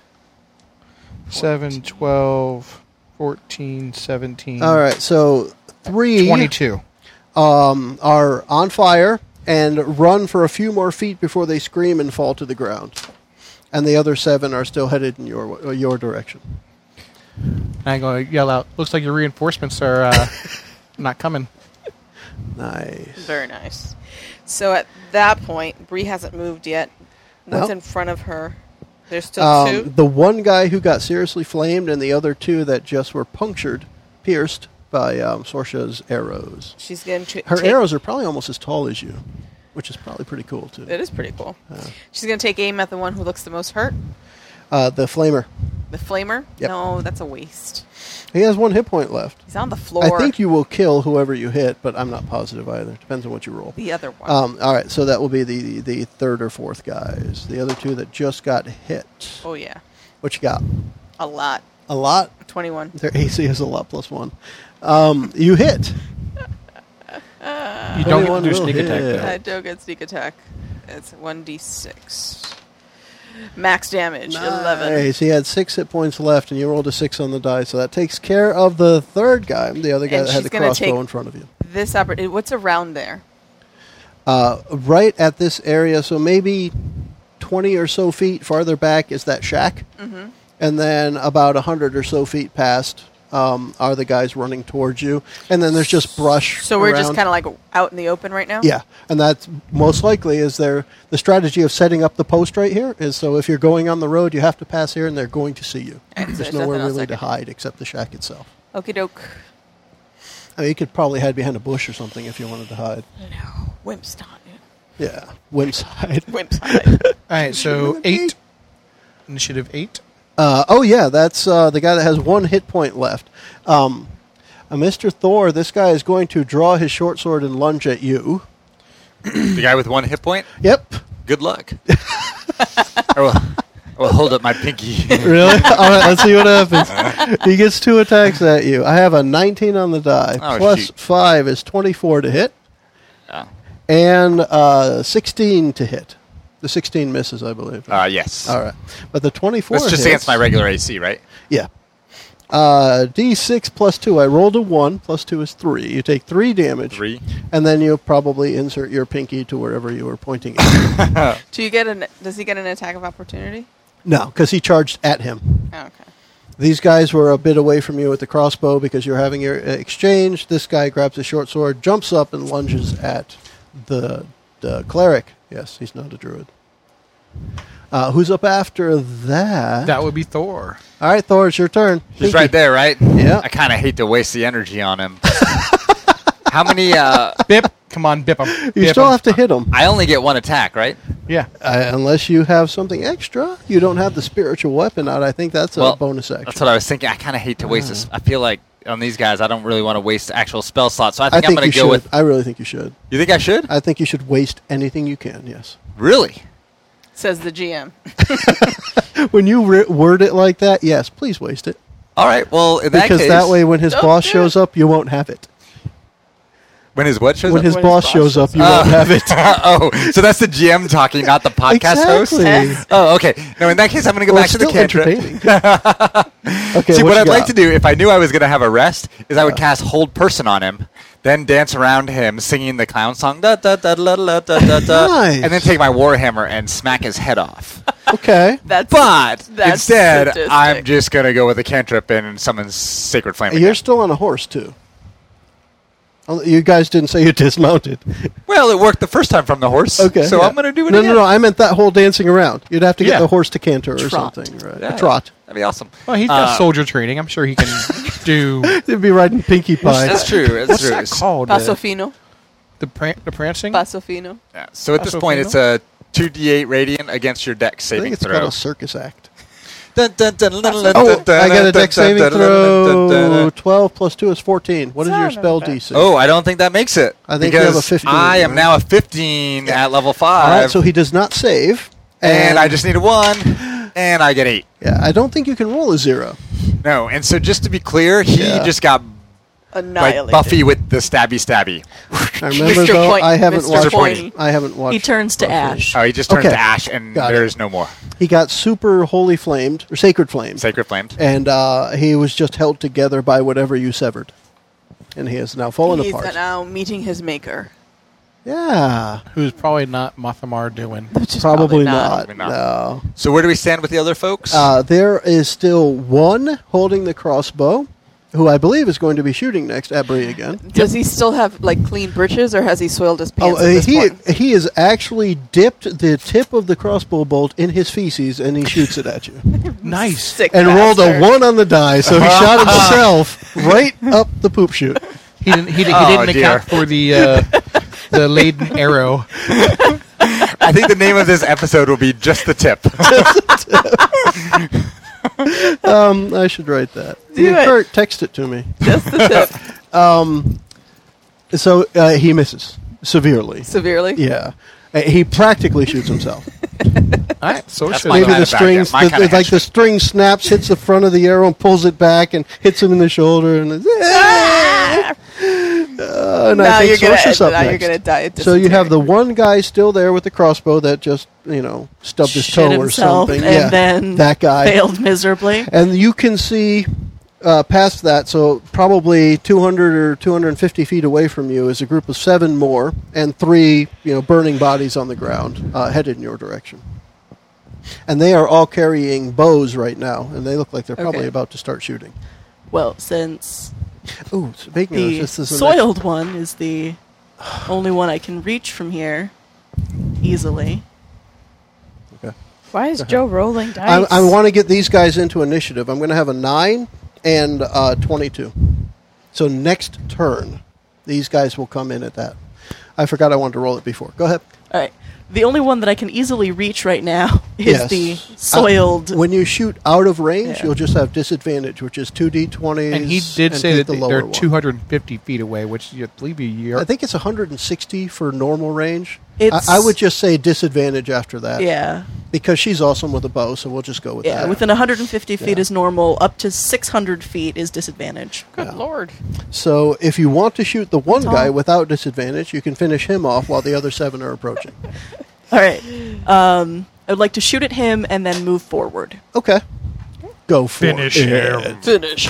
[SPEAKER 3] 7, 12, 14, 17,
[SPEAKER 1] All right. So three
[SPEAKER 3] 22.
[SPEAKER 1] um, are on fire and run for a few more feet before they scream and fall to the ground. And the other seven are still headed in your your direction.
[SPEAKER 3] I'm going to yell out, looks like your reinforcements are uh, *laughs* not coming.
[SPEAKER 1] Nice.
[SPEAKER 2] Very nice. So at that point, Bree hasn't moved yet. What's
[SPEAKER 1] No.
[SPEAKER 2] in front of her? There's still two.
[SPEAKER 1] um, The one guy who got seriously flamed, and the other two that just were punctured, pierced by um, Sorsha's arrows.
[SPEAKER 2] She's going to.
[SPEAKER 1] Her
[SPEAKER 2] take-
[SPEAKER 1] arrows are probably almost as tall as you, which is probably pretty cool too.
[SPEAKER 2] It is pretty cool. She's going to take aim at the one who looks the most hurt,
[SPEAKER 1] Uh, the flamer,
[SPEAKER 2] the flamer.
[SPEAKER 1] Yep.
[SPEAKER 2] No, that's a waste.
[SPEAKER 1] he has one hit point left.
[SPEAKER 2] He's on the floor.
[SPEAKER 1] I think you will kill whoever you hit, but I'm not positive either. Depends on what you roll.
[SPEAKER 2] the other one.
[SPEAKER 1] Um, all right, so that will be the the third or fourth guys. The other two that just got hit.
[SPEAKER 2] oh yeah,
[SPEAKER 1] What you got?
[SPEAKER 2] a lot.
[SPEAKER 1] A lot.
[SPEAKER 2] Twenty-one.
[SPEAKER 1] Their AC is a lot plus one. Um, you hit.
[SPEAKER 3] You don't get
[SPEAKER 1] 21
[SPEAKER 3] to do
[SPEAKER 1] will
[SPEAKER 3] sneak attack,
[SPEAKER 1] hit.
[SPEAKER 3] though.
[SPEAKER 2] I do get sneak attack. It's one d six. Max damage eleven.
[SPEAKER 1] Nice. He had six hit points left, and you rolled a six on the die, so that takes care of the third guy, the other guy
[SPEAKER 2] And
[SPEAKER 1] that had
[SPEAKER 2] she's
[SPEAKER 1] the
[SPEAKER 2] gonna
[SPEAKER 1] crossbow
[SPEAKER 2] take-
[SPEAKER 1] in front of you.
[SPEAKER 2] This oppor- What's around there?
[SPEAKER 1] Uh, right at this area, so maybe 20 or so feet farther back is that shack. Mm-hmm. And then about 100 or so feet past um, are the guys running towards you. And then there's just brush.
[SPEAKER 2] So we're just
[SPEAKER 1] around.
[SPEAKER 2] kind of like out in the open right now.
[SPEAKER 1] Yeah, and that's most likely is there the strategy of setting up the post right here is so if you're going on the road, you have to pass here, and they're going to see you.
[SPEAKER 2] Right, so
[SPEAKER 1] There's
[SPEAKER 2] there's
[SPEAKER 1] nowhere
[SPEAKER 2] nothing else I
[SPEAKER 1] really to
[SPEAKER 2] can do.
[SPEAKER 1] hide except the shack itself.
[SPEAKER 2] Okie doke.
[SPEAKER 1] I mean, you could probably hide behind a bush or something if you wanted to hide.
[SPEAKER 2] No, wimps not.
[SPEAKER 1] Yeah, wimps
[SPEAKER 2] *laughs*
[SPEAKER 1] hide.
[SPEAKER 2] Wimps hide.
[SPEAKER 3] All right, so
[SPEAKER 1] Shouldn't it be?
[SPEAKER 3] eight. Initiative eight.
[SPEAKER 1] Uh, oh yeah, that's uh, the guy that has one hit point left. Um, uh, Mr. Thor, this guy is going to draw his short sword and lunge at you.
[SPEAKER 4] The guy with one hit point.
[SPEAKER 1] Yep. *laughs*
[SPEAKER 4] Good luck. I, will, I will hold up my pinky.
[SPEAKER 1] Really? *laughs* All right, let's see what
[SPEAKER 4] *laughs*
[SPEAKER 1] happens. He gets two attacks at you. I have a 19 on the die.
[SPEAKER 4] Oh,
[SPEAKER 1] Plus
[SPEAKER 4] shoot.
[SPEAKER 1] 5 is 24 to hit,
[SPEAKER 4] uh,
[SPEAKER 1] and uh, 16 to hit. The 16 misses, I believe.
[SPEAKER 4] uh, yes.
[SPEAKER 1] All right. But the 24
[SPEAKER 4] That's just
[SPEAKER 1] hits,
[SPEAKER 4] against my regular AC, right?
[SPEAKER 1] Yeah. Uh, D6 plus 2. I rolled a 1. Plus 2 is 3. You take 3 damage.
[SPEAKER 4] Three.
[SPEAKER 1] And then you probably insert your pinky to wherever you were pointing at.
[SPEAKER 4] *laughs*
[SPEAKER 2] Do you get an? Does he get an attack of opportunity?
[SPEAKER 1] no, because he charged at him.
[SPEAKER 2] Oh, okay.
[SPEAKER 1] These guys were a bit away from you with the crossbow because you're having your uh, exchange. This guy grabs a short sword, jumps up, and lunges at the, the cleric. Yes, he's not a druid. Uh, who's up after that?
[SPEAKER 3] That would be Thor.
[SPEAKER 1] All right, Thor, it's your turn.
[SPEAKER 4] He's
[SPEAKER 1] Thank
[SPEAKER 4] right
[SPEAKER 1] you.
[SPEAKER 4] there, right?
[SPEAKER 1] Yeah.
[SPEAKER 4] I kind of hate to waste the energy on
[SPEAKER 1] *laughs*
[SPEAKER 4] him. How many? Uh,
[SPEAKER 3] Bip, come on, bip him.
[SPEAKER 1] You
[SPEAKER 3] Bip
[SPEAKER 1] still
[SPEAKER 3] him.
[SPEAKER 1] have to hit him.
[SPEAKER 4] I only get one attack, right?
[SPEAKER 3] Yeah.
[SPEAKER 1] Uh, unless you have something extra, you don't have the spiritual weapon out. I think that's a
[SPEAKER 4] Well,
[SPEAKER 1] bonus action. Ah.
[SPEAKER 4] That's what I was thinking. I kind of hate to waste this. I feel like on these guys, I don't really want to waste actual spell slots. So I
[SPEAKER 1] I
[SPEAKER 4] think,
[SPEAKER 1] think
[SPEAKER 4] am
[SPEAKER 1] you
[SPEAKER 4] going to go
[SPEAKER 1] should.
[SPEAKER 4] with.
[SPEAKER 1] I really think you should.
[SPEAKER 4] You think I should?
[SPEAKER 1] I think you should waste anything you can. Yes. *laughs*
[SPEAKER 4] really?
[SPEAKER 2] Says the GM.
[SPEAKER 1] When you re- word it like that, yes, please waste it
[SPEAKER 4] All right. Well, in that
[SPEAKER 1] because
[SPEAKER 4] case,
[SPEAKER 1] that way, when his
[SPEAKER 5] Don't
[SPEAKER 1] boss
[SPEAKER 5] do
[SPEAKER 1] shows up, you won't have it.
[SPEAKER 4] when his what shows
[SPEAKER 1] When
[SPEAKER 4] up?
[SPEAKER 1] his boss shows up, you won't have it.
[SPEAKER 4] *laughs* oh, so that's the GM talking, not
[SPEAKER 1] *laughs*
[SPEAKER 4] the podcast host.
[SPEAKER 1] exactly.
[SPEAKER 4] Oh, okay. No, in that case, I'm going to go
[SPEAKER 1] Well,
[SPEAKER 4] back
[SPEAKER 1] it's
[SPEAKER 4] to the
[SPEAKER 1] still
[SPEAKER 4] cantrip.
[SPEAKER 1] entertaining.
[SPEAKER 4] *laughs*
[SPEAKER 1] okay,
[SPEAKER 4] See, what,
[SPEAKER 1] you
[SPEAKER 4] I'd like
[SPEAKER 1] got?
[SPEAKER 4] to do, if I knew I was going to have a rest, is I would cast Hold Person on him, then dance around him singing the clown song, da, da, da, da, da, da, da, da,
[SPEAKER 1] *laughs* Nice.
[SPEAKER 4] and then take my warhammer and smack his
[SPEAKER 1] *laughs*
[SPEAKER 4] head off.
[SPEAKER 1] Okay.
[SPEAKER 2] *laughs* That's
[SPEAKER 4] But
[SPEAKER 2] That's
[SPEAKER 4] instead,
[SPEAKER 2] sadistic.
[SPEAKER 4] I'm just going to go with a cantrip and summon Sacred Flame.
[SPEAKER 1] You're
[SPEAKER 4] Again.
[SPEAKER 1] still on a horse too. Oh, You guys didn't say you dismounted.
[SPEAKER 4] Well, it worked the first time from the horse,
[SPEAKER 1] Okay.
[SPEAKER 4] so
[SPEAKER 1] yeah.
[SPEAKER 4] I'm going to do it
[SPEAKER 1] No,
[SPEAKER 4] again.
[SPEAKER 1] no, no. I meant that whole dancing around. You'd have to get
[SPEAKER 3] Yeah.
[SPEAKER 1] the horse to canter or
[SPEAKER 5] Trot.
[SPEAKER 1] something. Right?
[SPEAKER 4] Yeah.
[SPEAKER 1] Trot. *laughs*
[SPEAKER 4] That'd be awesome.
[SPEAKER 3] Well, he's got
[SPEAKER 4] Uh,
[SPEAKER 3] soldier training. I'm sure he can do.
[SPEAKER 1] They'd be riding Pinkie Pie.
[SPEAKER 4] *laughs* That's true. That's
[SPEAKER 3] What's
[SPEAKER 4] true.
[SPEAKER 3] that called? The,
[SPEAKER 2] Pasofino.
[SPEAKER 3] the, pran- the prancing?
[SPEAKER 2] Pasofino.
[SPEAKER 4] Yeah. So at this
[SPEAKER 3] That's
[SPEAKER 4] point,
[SPEAKER 3] okay,
[SPEAKER 4] it's a 2d8 radiant against your deck
[SPEAKER 1] I
[SPEAKER 4] saving
[SPEAKER 1] think it's
[SPEAKER 4] throw.
[SPEAKER 1] called a circus
[SPEAKER 4] *laughs*
[SPEAKER 1] act.
[SPEAKER 4] Dun, dun, dun, dun, dun,
[SPEAKER 1] Oh,
[SPEAKER 4] dun, dun,
[SPEAKER 1] I got a
[SPEAKER 4] dun,
[SPEAKER 1] deck
[SPEAKER 4] dun,
[SPEAKER 1] saving
[SPEAKER 4] dun, dun, dun, dun, dun.
[SPEAKER 1] throw. Twelve plus two is fourteen. What is your
[SPEAKER 5] Son of
[SPEAKER 1] spell
[SPEAKER 5] a-
[SPEAKER 1] DC?
[SPEAKER 4] Oh, I don't think that makes it.
[SPEAKER 1] I think you have a
[SPEAKER 4] because
[SPEAKER 1] 15,
[SPEAKER 4] I am
[SPEAKER 1] right?
[SPEAKER 4] now a 15 at level 5.
[SPEAKER 1] All right, so he does not save,
[SPEAKER 4] and I just need a 1, and I get 8.
[SPEAKER 1] yeah, I don't think you can roll a zero.
[SPEAKER 4] No, and so just to be clear, he
[SPEAKER 1] Yeah.
[SPEAKER 4] just got like
[SPEAKER 2] Annihilated.
[SPEAKER 4] Buffy with the stabby stabby.
[SPEAKER 5] *laughs*
[SPEAKER 1] I remember
[SPEAKER 2] Mr.
[SPEAKER 1] though,
[SPEAKER 2] Point-
[SPEAKER 1] I haven't
[SPEAKER 2] Mr.
[SPEAKER 1] watched.
[SPEAKER 2] Pointy.
[SPEAKER 1] I haven't watched.
[SPEAKER 5] He turns to
[SPEAKER 1] Buffy.
[SPEAKER 5] ash.
[SPEAKER 4] Oh, he just turns
[SPEAKER 1] Okay.
[SPEAKER 4] to ash, and
[SPEAKER 1] Got
[SPEAKER 4] there
[SPEAKER 1] it.
[SPEAKER 4] is no more.
[SPEAKER 1] He got super holy flamed or sacred flamed,
[SPEAKER 4] Sacred flamed.
[SPEAKER 1] and uh, he was just held together by whatever you severed, and he is now fallen
[SPEAKER 2] He's
[SPEAKER 1] apart.
[SPEAKER 2] now meeting his maker.
[SPEAKER 1] yeah,
[SPEAKER 3] Who's probably not Mothamar doing.
[SPEAKER 1] probably,
[SPEAKER 2] probably
[SPEAKER 1] not.
[SPEAKER 2] not.
[SPEAKER 4] Probably not.
[SPEAKER 1] No.
[SPEAKER 4] So where do we stand with the other folks?
[SPEAKER 1] Uh, there is still one holding the crossbow, who I believe is going to be shooting next at Bree again.
[SPEAKER 2] Does he still have like clean britches, or has he soiled his
[SPEAKER 1] Oh,
[SPEAKER 2] pants?
[SPEAKER 1] uh,
[SPEAKER 2] at this
[SPEAKER 1] he
[SPEAKER 2] point?
[SPEAKER 1] he has actually dipped the tip of the crossbow bolt in his feces, and he shoots it at
[SPEAKER 2] *laughs*
[SPEAKER 1] you.
[SPEAKER 3] Nice.
[SPEAKER 2] Sick
[SPEAKER 1] and rolled a
[SPEAKER 2] bastard.
[SPEAKER 1] one on the die, so he
[SPEAKER 2] *laughs*
[SPEAKER 1] shot himself right up the poop chute.
[SPEAKER 3] He didn't, he, di- he
[SPEAKER 4] Oh,
[SPEAKER 3] didn't
[SPEAKER 4] dear.
[SPEAKER 3] account for the,
[SPEAKER 4] *laughs*
[SPEAKER 3] uh, the laden arrow.
[SPEAKER 4] I think the name of this episode will be Just the Tip.
[SPEAKER 1] Um, I should write that.
[SPEAKER 2] Do
[SPEAKER 1] Yeah,
[SPEAKER 2] it.
[SPEAKER 1] Kurt, text it to me.
[SPEAKER 2] Just the
[SPEAKER 1] *laughs*
[SPEAKER 2] tip,
[SPEAKER 1] So uh, he misses severely.
[SPEAKER 2] severely.
[SPEAKER 1] Yeah, Uh, he practically shoots himself.
[SPEAKER 3] All right, so
[SPEAKER 4] That's
[SPEAKER 3] should
[SPEAKER 4] my
[SPEAKER 1] Maybe
[SPEAKER 3] I.
[SPEAKER 1] the
[SPEAKER 4] kind of bad guy.
[SPEAKER 1] strings,
[SPEAKER 4] My
[SPEAKER 1] the,
[SPEAKER 4] kind of
[SPEAKER 1] like the
[SPEAKER 4] henchmen.
[SPEAKER 1] string snaps, hits the front of the arrow and pulls it back and hits him in the shoulder. And, it's- Uh, and I
[SPEAKER 2] now
[SPEAKER 1] think
[SPEAKER 2] you're gonna
[SPEAKER 1] Sorceress up
[SPEAKER 2] now you're
[SPEAKER 1] next.
[SPEAKER 2] gonna die. Of
[SPEAKER 1] So you have the
[SPEAKER 2] dysentery.
[SPEAKER 1] one guy still there with the crossbow that just you know stubbed his
[SPEAKER 5] Shit
[SPEAKER 1] toe or
[SPEAKER 5] himself
[SPEAKER 1] something.
[SPEAKER 5] and
[SPEAKER 1] yeah,
[SPEAKER 5] then
[SPEAKER 1] that guy. *laughs*
[SPEAKER 5] failed miserably.
[SPEAKER 1] And you can see uh, past that, so probably 200 or 250 feet away from you is a group of seven more and three you know burning bodies on the ground uh, headed in your direction. And they are all carrying bows right now, and they look like they're probably
[SPEAKER 5] Okay.
[SPEAKER 1] about to start shooting.
[SPEAKER 5] Well, since
[SPEAKER 1] Ooh, it's big
[SPEAKER 5] the
[SPEAKER 1] news. This is the next-
[SPEAKER 5] soiled one is the only one I can reach from here easily.
[SPEAKER 6] Why is Joe rolling
[SPEAKER 1] I,
[SPEAKER 6] dice?
[SPEAKER 1] I want to get these guys into initiative. I'm going to have a 9 and uh, 22. So next turn, these guys will come in at that. I forgot I wanted to roll it before. Go ahead.
[SPEAKER 5] All right. The only one that I can easily reach right now *laughs* is
[SPEAKER 1] Yes.
[SPEAKER 5] the soiled.
[SPEAKER 1] Uh, when you shoot out of range,
[SPEAKER 5] Yeah.
[SPEAKER 1] you'll just have disadvantage, which is 2d20s.
[SPEAKER 3] And he did
[SPEAKER 1] and
[SPEAKER 3] say
[SPEAKER 1] hit
[SPEAKER 3] that
[SPEAKER 1] the
[SPEAKER 3] they-
[SPEAKER 1] lower
[SPEAKER 3] they're
[SPEAKER 1] one.
[SPEAKER 3] 250 feet away, which I believe you
[SPEAKER 1] I think it's 160 for normal range. I,
[SPEAKER 5] It's-
[SPEAKER 1] I would just say disadvantage after that.
[SPEAKER 5] yeah.
[SPEAKER 1] Because she's awesome with a bow, so we'll just go with
[SPEAKER 5] Yeah.
[SPEAKER 1] that.
[SPEAKER 5] Within 150 feet
[SPEAKER 1] Yeah.
[SPEAKER 5] is normal. Up to 600 feet is disadvantage.
[SPEAKER 6] Good lord.
[SPEAKER 1] So if you want to shoot the one
[SPEAKER 5] That's all.
[SPEAKER 1] guy without disadvantage, you can finish him off while the other seven are
[SPEAKER 5] *laughs*
[SPEAKER 1] approaching.
[SPEAKER 5] All right. Um, I would like to shoot at him and then move
[SPEAKER 4] *laughs*
[SPEAKER 5] forward.
[SPEAKER 1] Okay. Go for it.
[SPEAKER 2] finish.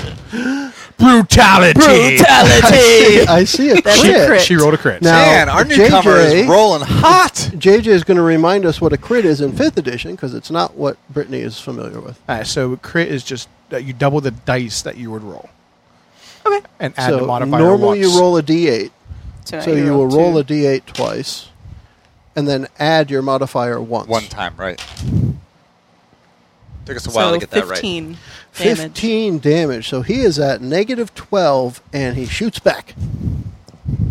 [SPEAKER 3] Brutality.
[SPEAKER 4] *laughs*
[SPEAKER 5] Brutality.
[SPEAKER 1] I see a
[SPEAKER 5] *laughs* That's a
[SPEAKER 1] crit.
[SPEAKER 5] crit.
[SPEAKER 3] She rolled a
[SPEAKER 1] *laughs*
[SPEAKER 3] crit.
[SPEAKER 1] Now-
[SPEAKER 4] Man, our newcomer
[SPEAKER 1] JJ
[SPEAKER 4] is rolling hot.
[SPEAKER 1] JJ is going to remind us what a crit is in 5th edition because it's not what Brittany is familiar with.
[SPEAKER 3] All right, so crit is just that you double the dice that you would roll.
[SPEAKER 5] Okay.
[SPEAKER 3] And add
[SPEAKER 1] so
[SPEAKER 3] the modifier
[SPEAKER 1] normally
[SPEAKER 3] once.
[SPEAKER 1] you roll a d8.
[SPEAKER 2] Tonight
[SPEAKER 1] so you will
[SPEAKER 2] roll
[SPEAKER 1] roll
[SPEAKER 2] two.
[SPEAKER 1] a d8 twice. and then add your modifier once.
[SPEAKER 4] One time, right? Took us a while
[SPEAKER 5] so
[SPEAKER 4] to get that right.
[SPEAKER 5] 15 damage.
[SPEAKER 1] 15 damage. So he is at negative 12 and he shoots back.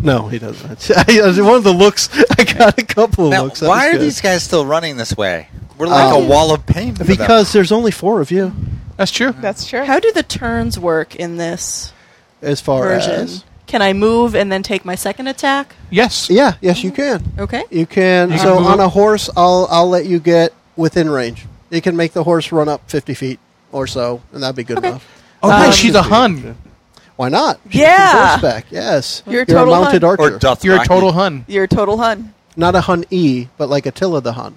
[SPEAKER 1] No, he doesn't. *laughs* One of the looks, *laughs* I got a couple of
[SPEAKER 4] Now,
[SPEAKER 1] looks. That
[SPEAKER 4] why
[SPEAKER 1] was
[SPEAKER 4] are
[SPEAKER 1] good.
[SPEAKER 4] these guys still running this way? We're like
[SPEAKER 1] Oh.
[SPEAKER 4] a wall of pain. for them.
[SPEAKER 1] Because there's only four of you
[SPEAKER 3] That's true.
[SPEAKER 6] That's true.
[SPEAKER 5] How do the turns work in this
[SPEAKER 1] as far
[SPEAKER 5] version?
[SPEAKER 1] as.
[SPEAKER 5] Can I move and then take my second attack?
[SPEAKER 3] Yes.
[SPEAKER 1] Yeah, yes, you can.
[SPEAKER 5] Okay.
[SPEAKER 1] You can.
[SPEAKER 3] You
[SPEAKER 1] so
[SPEAKER 3] can move.
[SPEAKER 1] on a horse, I'll, I'll let you get within range. You can make the horse run up 50 feet or so, and that'd be good
[SPEAKER 5] Okay.
[SPEAKER 1] enough.
[SPEAKER 3] Oh, wait,
[SPEAKER 5] Um,
[SPEAKER 3] she's a Hun.
[SPEAKER 1] Why not? She can
[SPEAKER 2] Yeah.
[SPEAKER 1] Horseback, yes.
[SPEAKER 2] You're a total
[SPEAKER 1] mounted
[SPEAKER 2] hun.
[SPEAKER 1] archer.
[SPEAKER 4] or Dothraki.
[SPEAKER 3] You're a total Hun.
[SPEAKER 2] You're a total hun.
[SPEAKER 1] Not a Hun E, but like Attila the Hun.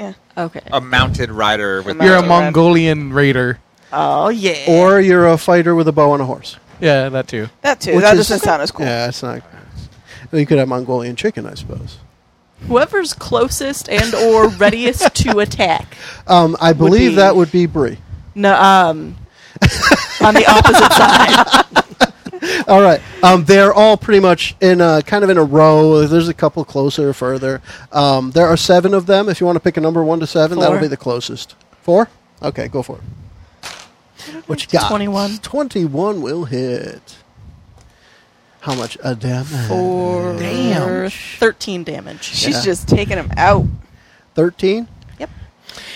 [SPEAKER 2] Yeah.
[SPEAKER 5] Okay.
[SPEAKER 4] a mounted rider with
[SPEAKER 3] You're a
[SPEAKER 2] Mountain Red.
[SPEAKER 3] Mongolian raider.
[SPEAKER 5] oh yeah.
[SPEAKER 1] Or you're a fighter with a bow and a horse.
[SPEAKER 3] Yeah, that too.
[SPEAKER 2] That too.
[SPEAKER 1] Which
[SPEAKER 2] that
[SPEAKER 1] is-
[SPEAKER 2] doesn't sound as cool.
[SPEAKER 1] Yeah, it's not. Well, you could have Mongolian chicken, I suppose.
[SPEAKER 5] whoever's closest and
[SPEAKER 2] *laughs*
[SPEAKER 5] or readiest to attack.
[SPEAKER 1] Um, I believe
[SPEAKER 5] be-
[SPEAKER 1] that would be Brie.
[SPEAKER 5] No, um, on the
[SPEAKER 2] *laughs*
[SPEAKER 5] opposite side.
[SPEAKER 1] All right. Um, they're all pretty much in a, kind of in a row. There's a couple closer, further. Um, there are seven of them. If you want to pick a number one to seven, that'll
[SPEAKER 5] Four.
[SPEAKER 1] be the closest. Four? Okay, go for it. What you got?
[SPEAKER 5] 21.
[SPEAKER 1] 21 will hit. How much? A damage.
[SPEAKER 5] Or
[SPEAKER 1] Damn.
[SPEAKER 5] thirteen damage.
[SPEAKER 2] She's
[SPEAKER 1] Yeah.
[SPEAKER 2] just taking him out.
[SPEAKER 1] 13?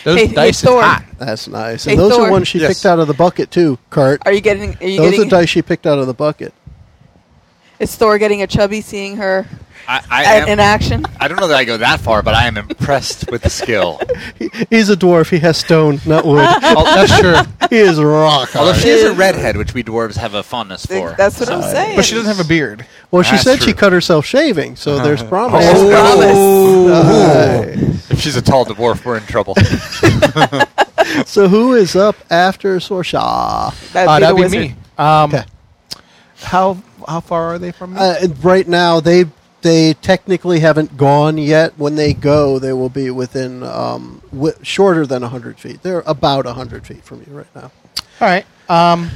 [SPEAKER 3] Those
[SPEAKER 2] Hey, hey,
[SPEAKER 3] dice is
[SPEAKER 2] Thor.
[SPEAKER 3] hot.
[SPEAKER 1] That's nice.
[SPEAKER 2] Hey,
[SPEAKER 1] And those
[SPEAKER 2] Thor.
[SPEAKER 1] are ones she
[SPEAKER 4] Yes.
[SPEAKER 1] picked out of the bucket, too, Kurt.
[SPEAKER 2] Are you getting? Are you
[SPEAKER 1] those are
[SPEAKER 2] getting?
[SPEAKER 1] dice she picked out of the bucket.
[SPEAKER 2] Is Thor getting a chubby seeing her
[SPEAKER 4] I, I,
[SPEAKER 2] at-
[SPEAKER 4] am-
[SPEAKER 2] in action?
[SPEAKER 4] I don't know that I go that far, but I am impressed with the skill.
[SPEAKER 1] He- He's a dwarf. He has stone, not
[SPEAKER 2] *laughs*
[SPEAKER 1] wood.
[SPEAKER 3] Oh, that's true.
[SPEAKER 1] he is rock.
[SPEAKER 4] Although
[SPEAKER 1] hard.
[SPEAKER 4] she is a redhead, which we dwarves have a fondness
[SPEAKER 2] Th-
[SPEAKER 4] for.
[SPEAKER 2] That's what I'm
[SPEAKER 1] Sorry.
[SPEAKER 2] saying.
[SPEAKER 3] But she doesn't have a beard.
[SPEAKER 1] Well, she
[SPEAKER 4] That's
[SPEAKER 1] said she
[SPEAKER 4] true. Uh-huh.
[SPEAKER 1] cut herself shaving, so there's promise.
[SPEAKER 4] Oh.
[SPEAKER 1] Nice.
[SPEAKER 4] If she's a tall dwarf, we're in
[SPEAKER 1] *laughs*
[SPEAKER 4] trouble.
[SPEAKER 1] So who is up after Sorsha?
[SPEAKER 2] That'd
[SPEAKER 3] Uh,
[SPEAKER 2] be
[SPEAKER 3] that'd
[SPEAKER 2] the
[SPEAKER 3] be
[SPEAKER 2] wizard.
[SPEAKER 3] me. Um,
[SPEAKER 1] Okay.
[SPEAKER 3] How how far are they from me?
[SPEAKER 1] Uh, and right now, they they technically haven't gone yet. When they go, they will be within um, w- shorter than 100 feet. They're about 100 feet from you right now.
[SPEAKER 3] All right. Um,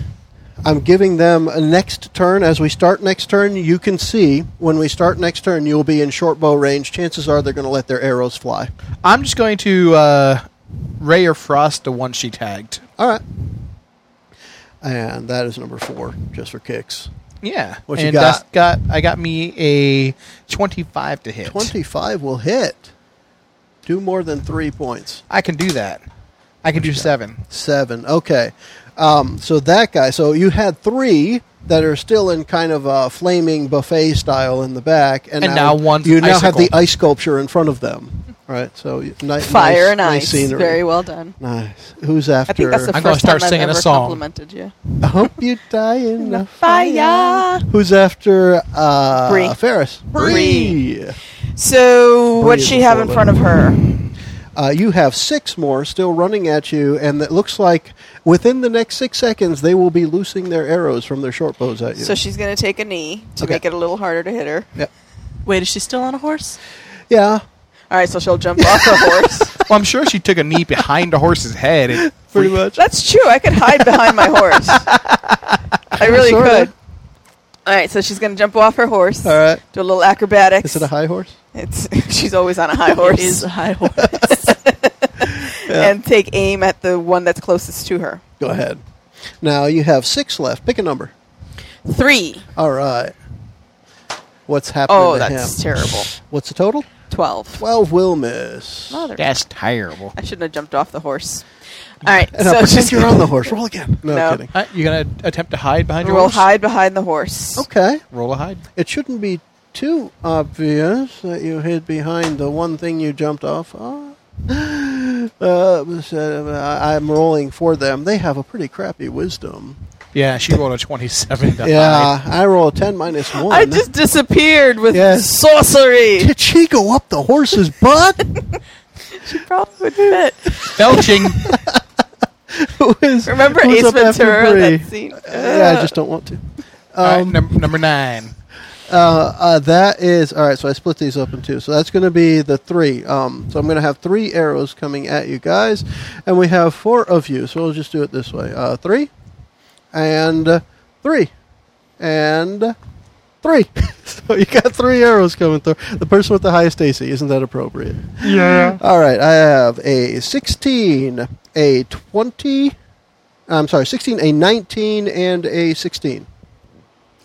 [SPEAKER 1] I'm giving them a next turn. As we start next turn, you can see when we start next turn, you'll be in short bow range. Chances are they're going to let their arrows fly.
[SPEAKER 3] I'm just going to uh, Ray or Frost the one she tagged.
[SPEAKER 1] All right. And that is number four, just for kicks.
[SPEAKER 3] Yeah.
[SPEAKER 1] What you
[SPEAKER 3] and
[SPEAKER 1] got?
[SPEAKER 3] that's got I got me a 25 to hit.
[SPEAKER 1] 25 will hit. Do more than three points.
[SPEAKER 3] I can do that. I can do seven.
[SPEAKER 1] Seven. Okay. Um, so that guy, so you had three that are still in kind of a flaming buffet style in the back. And,
[SPEAKER 3] And now one's
[SPEAKER 1] You now have
[SPEAKER 3] icicle.
[SPEAKER 1] the ice sculpture in front of them. Right? So you- ni-
[SPEAKER 2] Fire
[SPEAKER 1] nice,
[SPEAKER 2] and
[SPEAKER 1] nice
[SPEAKER 2] ice.
[SPEAKER 1] scenery.
[SPEAKER 2] Very well done.
[SPEAKER 1] Nice. Who's after?
[SPEAKER 2] I think that's the
[SPEAKER 3] I'm gonna
[SPEAKER 2] first
[SPEAKER 3] start
[SPEAKER 2] time
[SPEAKER 3] singing
[SPEAKER 2] I've
[SPEAKER 3] a
[SPEAKER 2] ever
[SPEAKER 3] song.
[SPEAKER 2] complimented you.
[SPEAKER 1] I hope you die in the
[SPEAKER 2] Fire.
[SPEAKER 1] Who's after uh,
[SPEAKER 2] Bree.
[SPEAKER 1] Ferris?
[SPEAKER 2] Bree.
[SPEAKER 1] Bree.
[SPEAKER 2] So
[SPEAKER 1] Bree
[SPEAKER 2] what's
[SPEAKER 1] is
[SPEAKER 2] she
[SPEAKER 1] a
[SPEAKER 2] have in
[SPEAKER 1] four-letter
[SPEAKER 2] front of her?
[SPEAKER 1] Uh, you have six more still running at you, and it looks like within the next six seconds they will be loosing their arrows from their short bows at you.
[SPEAKER 2] So she's gonna take a knee to
[SPEAKER 1] Okay.
[SPEAKER 2] make it a little harder to hit her.
[SPEAKER 1] Yep.
[SPEAKER 5] Wait, is she still on a horse?
[SPEAKER 1] yeah,
[SPEAKER 2] All right, so she'll jump
[SPEAKER 1] *laughs*
[SPEAKER 2] off her horse.
[SPEAKER 3] Well, I'm sure she took a knee behind the horse's head. and
[SPEAKER 1] *laughs* pretty much.
[SPEAKER 2] That's true. I could hide behind my
[SPEAKER 1] *laughs*
[SPEAKER 2] horse. I really
[SPEAKER 1] Sorta.
[SPEAKER 2] could. All right, so she's gonna jump off her horse.
[SPEAKER 1] All right.
[SPEAKER 2] Do a little acrobatics.
[SPEAKER 1] Is it a high horse?
[SPEAKER 2] It's *laughs* she's always on a high horse.
[SPEAKER 5] It
[SPEAKER 2] *laughs*
[SPEAKER 5] is a high horse.
[SPEAKER 2] And take aim at the one that's closest to her.
[SPEAKER 1] Go ahead. Now you have six left. Pick a number.
[SPEAKER 2] Three.
[SPEAKER 1] All right. What's happening
[SPEAKER 2] Oh,
[SPEAKER 1] to
[SPEAKER 2] that's
[SPEAKER 1] him?
[SPEAKER 2] terrible.
[SPEAKER 1] What's the total?
[SPEAKER 2] Twelve.
[SPEAKER 1] Twelve will miss.
[SPEAKER 2] Mother.
[SPEAKER 3] That's terrible.
[SPEAKER 2] I shouldn't have jumped off the horse. All right,
[SPEAKER 1] And
[SPEAKER 2] so
[SPEAKER 1] I
[SPEAKER 2] she's
[SPEAKER 1] pretend you're
[SPEAKER 2] *laughs*
[SPEAKER 1] on the horse. Roll again. No,
[SPEAKER 2] No.
[SPEAKER 1] kidding.
[SPEAKER 3] Uh, you gonna attempt to hide behind your
[SPEAKER 2] We'll
[SPEAKER 3] horse?
[SPEAKER 2] hide behind the horse.
[SPEAKER 1] Okay.
[SPEAKER 3] Roll a hide.
[SPEAKER 1] It shouldn't be too obvious that you hid behind the one thing you jumped off of. *gasps* Uh, was, uh, I- I'm rolling for them. They have a pretty crappy wisdom.
[SPEAKER 3] Yeah, she rolled a 27. to
[SPEAKER 1] Yeah, I roll a 10 minus 1.
[SPEAKER 2] I just disappeared with
[SPEAKER 1] Yes.
[SPEAKER 5] *laughs*
[SPEAKER 2] sorcery.
[SPEAKER 1] Did she go up the horse's butt?
[SPEAKER 2] she probably would fit.
[SPEAKER 1] *laughs*
[SPEAKER 3] hide. Belching.
[SPEAKER 1] Who is-
[SPEAKER 2] *laughs* Remember
[SPEAKER 1] who's
[SPEAKER 2] Ace
[SPEAKER 1] up after
[SPEAKER 2] Ventura?
[SPEAKER 1] Bree?
[SPEAKER 2] That scene.
[SPEAKER 1] Yeah, I just don't want to.
[SPEAKER 3] All
[SPEAKER 1] Um,
[SPEAKER 3] right, num- number nine.
[SPEAKER 1] Uh, uh, that is all right. So I split these up in two. So that's going to be the three. Um, so I'm going to have three arrows coming at you guys, and we have four of you. So we'll just do it this way: uh, three, and uh, three, and Three. *laughs* so you got three arrows coming through. The person with the highest AC, isn't that appropriate?
[SPEAKER 3] Yeah.
[SPEAKER 1] All right, I have a 16, a 20, I'm sorry, 16, a 19, and a 16.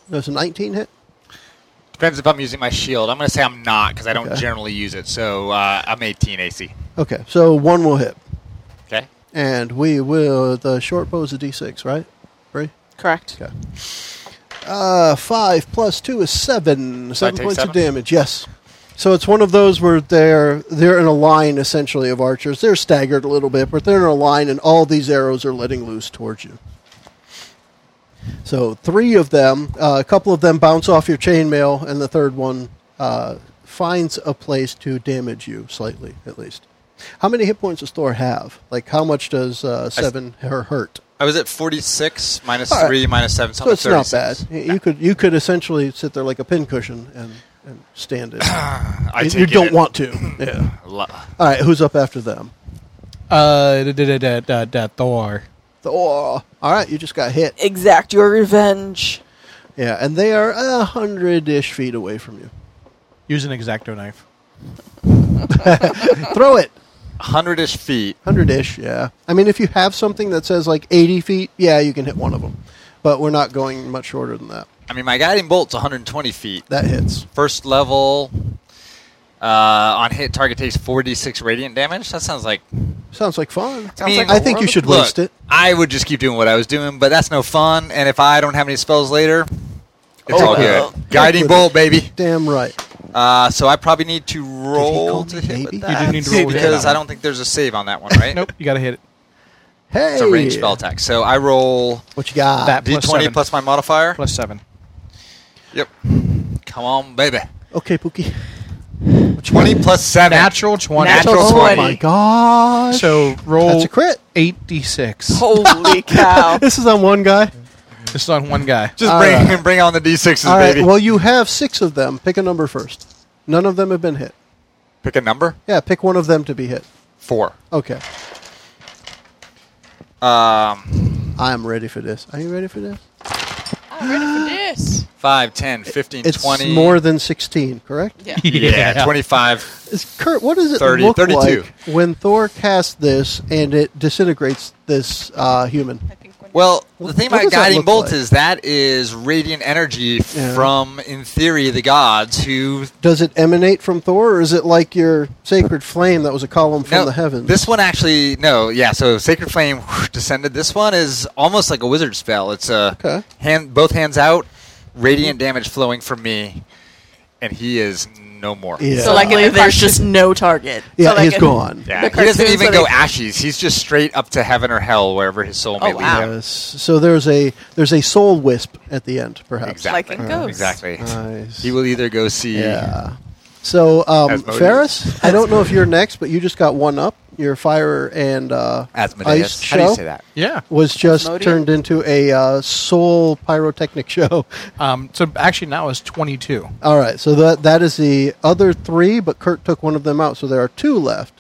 [SPEAKER 1] Does a 19 hit?
[SPEAKER 4] Depends if I'm using my shield. I'm going to say I'm not because I don't
[SPEAKER 1] Okay.
[SPEAKER 4] generally use it. So uh, I'm 18 AC.
[SPEAKER 1] Okay, so one will hit.
[SPEAKER 4] Okay.
[SPEAKER 1] And we will, the short bow is a d6, right? Bree?
[SPEAKER 2] Correct.
[SPEAKER 1] Okay. Uh, five plus two is seven. Seven
[SPEAKER 4] take
[SPEAKER 1] points of
[SPEAKER 4] seven?
[SPEAKER 1] damage. Yes. So it's one of those where they're they're in a line essentially of archers. They're staggered a little bit, but they're in a line, and all these arrows are letting loose towards you. So three of them, uh, a couple of them bounce off your chainmail, and the third one uh, finds a place to damage you slightly, at least. How many hit points does Thor have? Like, how much does uh, seven her hurt?
[SPEAKER 4] I was at 46 minus
[SPEAKER 1] All right.
[SPEAKER 4] 3 minus 7. So,
[SPEAKER 1] So
[SPEAKER 4] I'm
[SPEAKER 1] it's
[SPEAKER 4] at
[SPEAKER 1] not
[SPEAKER 4] 36.
[SPEAKER 1] bad. Y- You could you could essentially sit there like a pincushion and, and stand it.
[SPEAKER 4] *clears throat* I
[SPEAKER 1] You-
[SPEAKER 4] take
[SPEAKER 1] you
[SPEAKER 4] it
[SPEAKER 1] don't
[SPEAKER 4] at-
[SPEAKER 1] want to. Yeah.
[SPEAKER 4] Lo-
[SPEAKER 1] All right. Who's up after them?
[SPEAKER 3] Uh, da, da, da, da, da, Thor.
[SPEAKER 1] Thor. oh, All right. You just got hit.
[SPEAKER 2] Exact your revenge.
[SPEAKER 1] Yeah, and they are a hundred ish feet away from
[SPEAKER 4] *laughs*
[SPEAKER 1] you.
[SPEAKER 3] Use an exacto knife.
[SPEAKER 1] Throw it.
[SPEAKER 4] 100 ish feet.
[SPEAKER 1] Hundred ish. Yeah. I mean, if you have something that says like eighty feet, yeah, you can hit one of them. But we're not going much shorter than that.
[SPEAKER 4] I mean, my guiding bolt's 120 feet.
[SPEAKER 1] That hits.
[SPEAKER 4] First level uh, on hit target takes 4d6 radiant damage. That sounds like.
[SPEAKER 1] Sounds like fun.
[SPEAKER 4] Sounds like
[SPEAKER 1] I
[SPEAKER 4] a
[SPEAKER 1] think you
[SPEAKER 4] world-
[SPEAKER 1] should
[SPEAKER 4] Look,
[SPEAKER 1] waste it.
[SPEAKER 4] I would just keep doing what I was doing, but that's no fun. And if I don't have any spells later, it's
[SPEAKER 1] Oh,
[SPEAKER 4] all
[SPEAKER 1] well.
[SPEAKER 4] good. Guiding
[SPEAKER 1] Heck with
[SPEAKER 4] bolt, baby.
[SPEAKER 1] Damn right.
[SPEAKER 4] Uh, so I probably need to
[SPEAKER 1] call
[SPEAKER 4] roll
[SPEAKER 1] me
[SPEAKER 4] to hit
[SPEAKER 1] baby?
[SPEAKER 4] with
[SPEAKER 1] You
[SPEAKER 4] that.
[SPEAKER 3] didn't need to roll to hit
[SPEAKER 4] because
[SPEAKER 3] that
[SPEAKER 4] I
[SPEAKER 3] one.
[SPEAKER 4] don't think there's a save on that one, right?
[SPEAKER 3] Nope, you gotta hit it.
[SPEAKER 1] Hey,
[SPEAKER 4] It's a range spell attack. So I roll
[SPEAKER 1] What you got?
[SPEAKER 3] That
[SPEAKER 4] d20
[SPEAKER 3] plus
[SPEAKER 4] plus,
[SPEAKER 3] seven.
[SPEAKER 4] my modifier.
[SPEAKER 3] Plus seven.
[SPEAKER 4] Yep. Come on, baby.
[SPEAKER 1] Okay, Pookie.
[SPEAKER 4] 20 plus 7.
[SPEAKER 3] Natural 20.
[SPEAKER 4] Natural
[SPEAKER 1] oh
[SPEAKER 4] 20.
[SPEAKER 1] my gosh.
[SPEAKER 3] So roll
[SPEAKER 1] That's a crit.
[SPEAKER 3] 8d6.
[SPEAKER 1] *laughs*
[SPEAKER 2] Holy cow.
[SPEAKER 1] This is on one guy.
[SPEAKER 3] This is on one guy.
[SPEAKER 4] Just
[SPEAKER 1] All
[SPEAKER 4] bring
[SPEAKER 1] right.
[SPEAKER 4] bring on the d6s,
[SPEAKER 1] Uh, All right.
[SPEAKER 4] baby.
[SPEAKER 1] Well, you have six of them. Pick a number first. None of them have been hit.
[SPEAKER 4] Pick a number.
[SPEAKER 1] Yeah, pick one of them to be hit.
[SPEAKER 4] 4.
[SPEAKER 1] Okay.
[SPEAKER 4] Um,
[SPEAKER 1] I'm ready for this. Are you ready for this?
[SPEAKER 6] I'm Oh,
[SPEAKER 2] *gasps*
[SPEAKER 6] ready for this.
[SPEAKER 4] 5, 10, 15,
[SPEAKER 1] It's
[SPEAKER 4] 20.
[SPEAKER 1] more than 16, correct?
[SPEAKER 6] Yeah.
[SPEAKER 4] *laughs* yeah, 25.
[SPEAKER 1] Is Kurt, what does it
[SPEAKER 4] 30,
[SPEAKER 1] look
[SPEAKER 4] 32.
[SPEAKER 1] like when Thor casts this and it disintegrates this uh, human?
[SPEAKER 6] I think when
[SPEAKER 4] Well, the
[SPEAKER 1] What-
[SPEAKER 4] thing
[SPEAKER 1] what
[SPEAKER 4] about
[SPEAKER 1] does that
[SPEAKER 4] guiding
[SPEAKER 1] look
[SPEAKER 4] bolts
[SPEAKER 1] like?
[SPEAKER 4] is that is radiant energy
[SPEAKER 1] Yeah.
[SPEAKER 4] from, in theory, the gods who
[SPEAKER 1] Does it emanate from Thor, or is it like your sacred flame that was a column from the heavens?
[SPEAKER 4] This one actually, no, yeah. So Sacred Flame *laughs* whoosh, descended. This one is almost like a wizard spell. It's a
[SPEAKER 1] Okay.
[SPEAKER 4] hand, both hands out, radiant damage flowing from me, and he is no more.
[SPEAKER 1] Yeah.
[SPEAKER 5] So like
[SPEAKER 6] in the
[SPEAKER 5] there's
[SPEAKER 6] cartoon-
[SPEAKER 5] just no target.
[SPEAKER 1] yeah,
[SPEAKER 6] so like
[SPEAKER 1] he's
[SPEAKER 6] a-
[SPEAKER 1] gone.
[SPEAKER 6] The
[SPEAKER 4] Yeah, he doesn't
[SPEAKER 6] cartoons
[SPEAKER 4] even
[SPEAKER 6] are
[SPEAKER 4] go
[SPEAKER 6] like-
[SPEAKER 4] ashes. He's just straight up to heaven or hell, wherever his soul may
[SPEAKER 6] Oh,
[SPEAKER 4] lead
[SPEAKER 6] wow.
[SPEAKER 4] him.
[SPEAKER 1] Yes. So there's a there's a soul wisp at the end, perhaps.
[SPEAKER 4] Exactly. Uh,
[SPEAKER 6] Like in Ghost.
[SPEAKER 4] Exactly.
[SPEAKER 1] Nice.
[SPEAKER 4] He will either go see.
[SPEAKER 1] Yeah. So, um,
[SPEAKER 4] Asmodeus.
[SPEAKER 1] Ferris, I don't
[SPEAKER 4] *laughs*
[SPEAKER 1] know if you're next, but you just got one up. Your fire and uh, ice
[SPEAKER 4] Asmodeus.
[SPEAKER 1] show
[SPEAKER 4] How do you say that?
[SPEAKER 3] Yeah.
[SPEAKER 1] was just
[SPEAKER 2] Asmodeus?
[SPEAKER 1] turned into a uh, soul pyrotechnic *laughs* show.
[SPEAKER 3] Um, so actually now is 22.
[SPEAKER 1] All right, so that that is the other three, but Kurt took one of them out, so there are two left,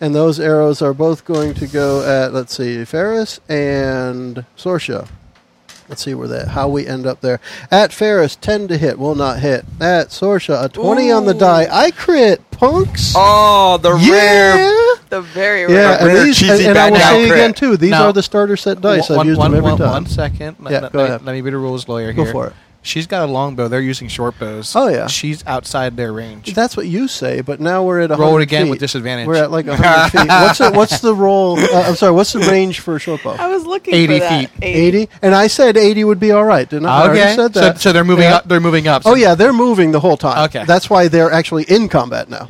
[SPEAKER 1] and those arrows are both going to go at let's see, Ferris and Sorsha. Let's see where that how we end up there. At Ferris, ten to hit, will not hit. At Sorsha, a twenty on the
[SPEAKER 2] Ooh.
[SPEAKER 1] die. I crit, punks.
[SPEAKER 4] Oh, the rare.
[SPEAKER 1] yeah.
[SPEAKER 2] the very
[SPEAKER 1] Yeah,
[SPEAKER 2] rare.
[SPEAKER 4] A rare
[SPEAKER 1] and, these, and,
[SPEAKER 4] cheesy
[SPEAKER 1] and I will
[SPEAKER 4] back-down
[SPEAKER 1] say
[SPEAKER 4] crit.
[SPEAKER 1] again too. These
[SPEAKER 3] Now-
[SPEAKER 1] are the starter set dice. I've
[SPEAKER 3] One-
[SPEAKER 1] used
[SPEAKER 3] one-
[SPEAKER 1] them every
[SPEAKER 3] one-
[SPEAKER 1] time.
[SPEAKER 3] one second. Let-
[SPEAKER 1] Yeah,
[SPEAKER 3] let,
[SPEAKER 1] go
[SPEAKER 3] let-
[SPEAKER 1] ahead.
[SPEAKER 3] let me be the rules lawyer
[SPEAKER 1] Go
[SPEAKER 3] here.
[SPEAKER 1] for it.
[SPEAKER 3] She's got a longbow. They're using short bows.
[SPEAKER 1] Oh, yeah.
[SPEAKER 3] She's outside their range.
[SPEAKER 1] That's what you say, but now we're at a
[SPEAKER 3] Roll it again with disadvantage.
[SPEAKER 1] We're at like
[SPEAKER 3] *laughs*
[SPEAKER 1] hundred feet. What's the, what's the roll? Uh, I'm sorry. What's the range for short bow?
[SPEAKER 2] I was looking
[SPEAKER 3] 80
[SPEAKER 2] for that.
[SPEAKER 3] feet.
[SPEAKER 1] Eighty, and I said eighty would be all right. Didn't I? I already said
[SPEAKER 3] So,
[SPEAKER 1] that.
[SPEAKER 3] so they're moving
[SPEAKER 1] Yeah.
[SPEAKER 3] up. They're moving up.
[SPEAKER 1] Oh yeah, they're moving the whole time.
[SPEAKER 3] Okay.
[SPEAKER 1] that's why they're actually in combat now.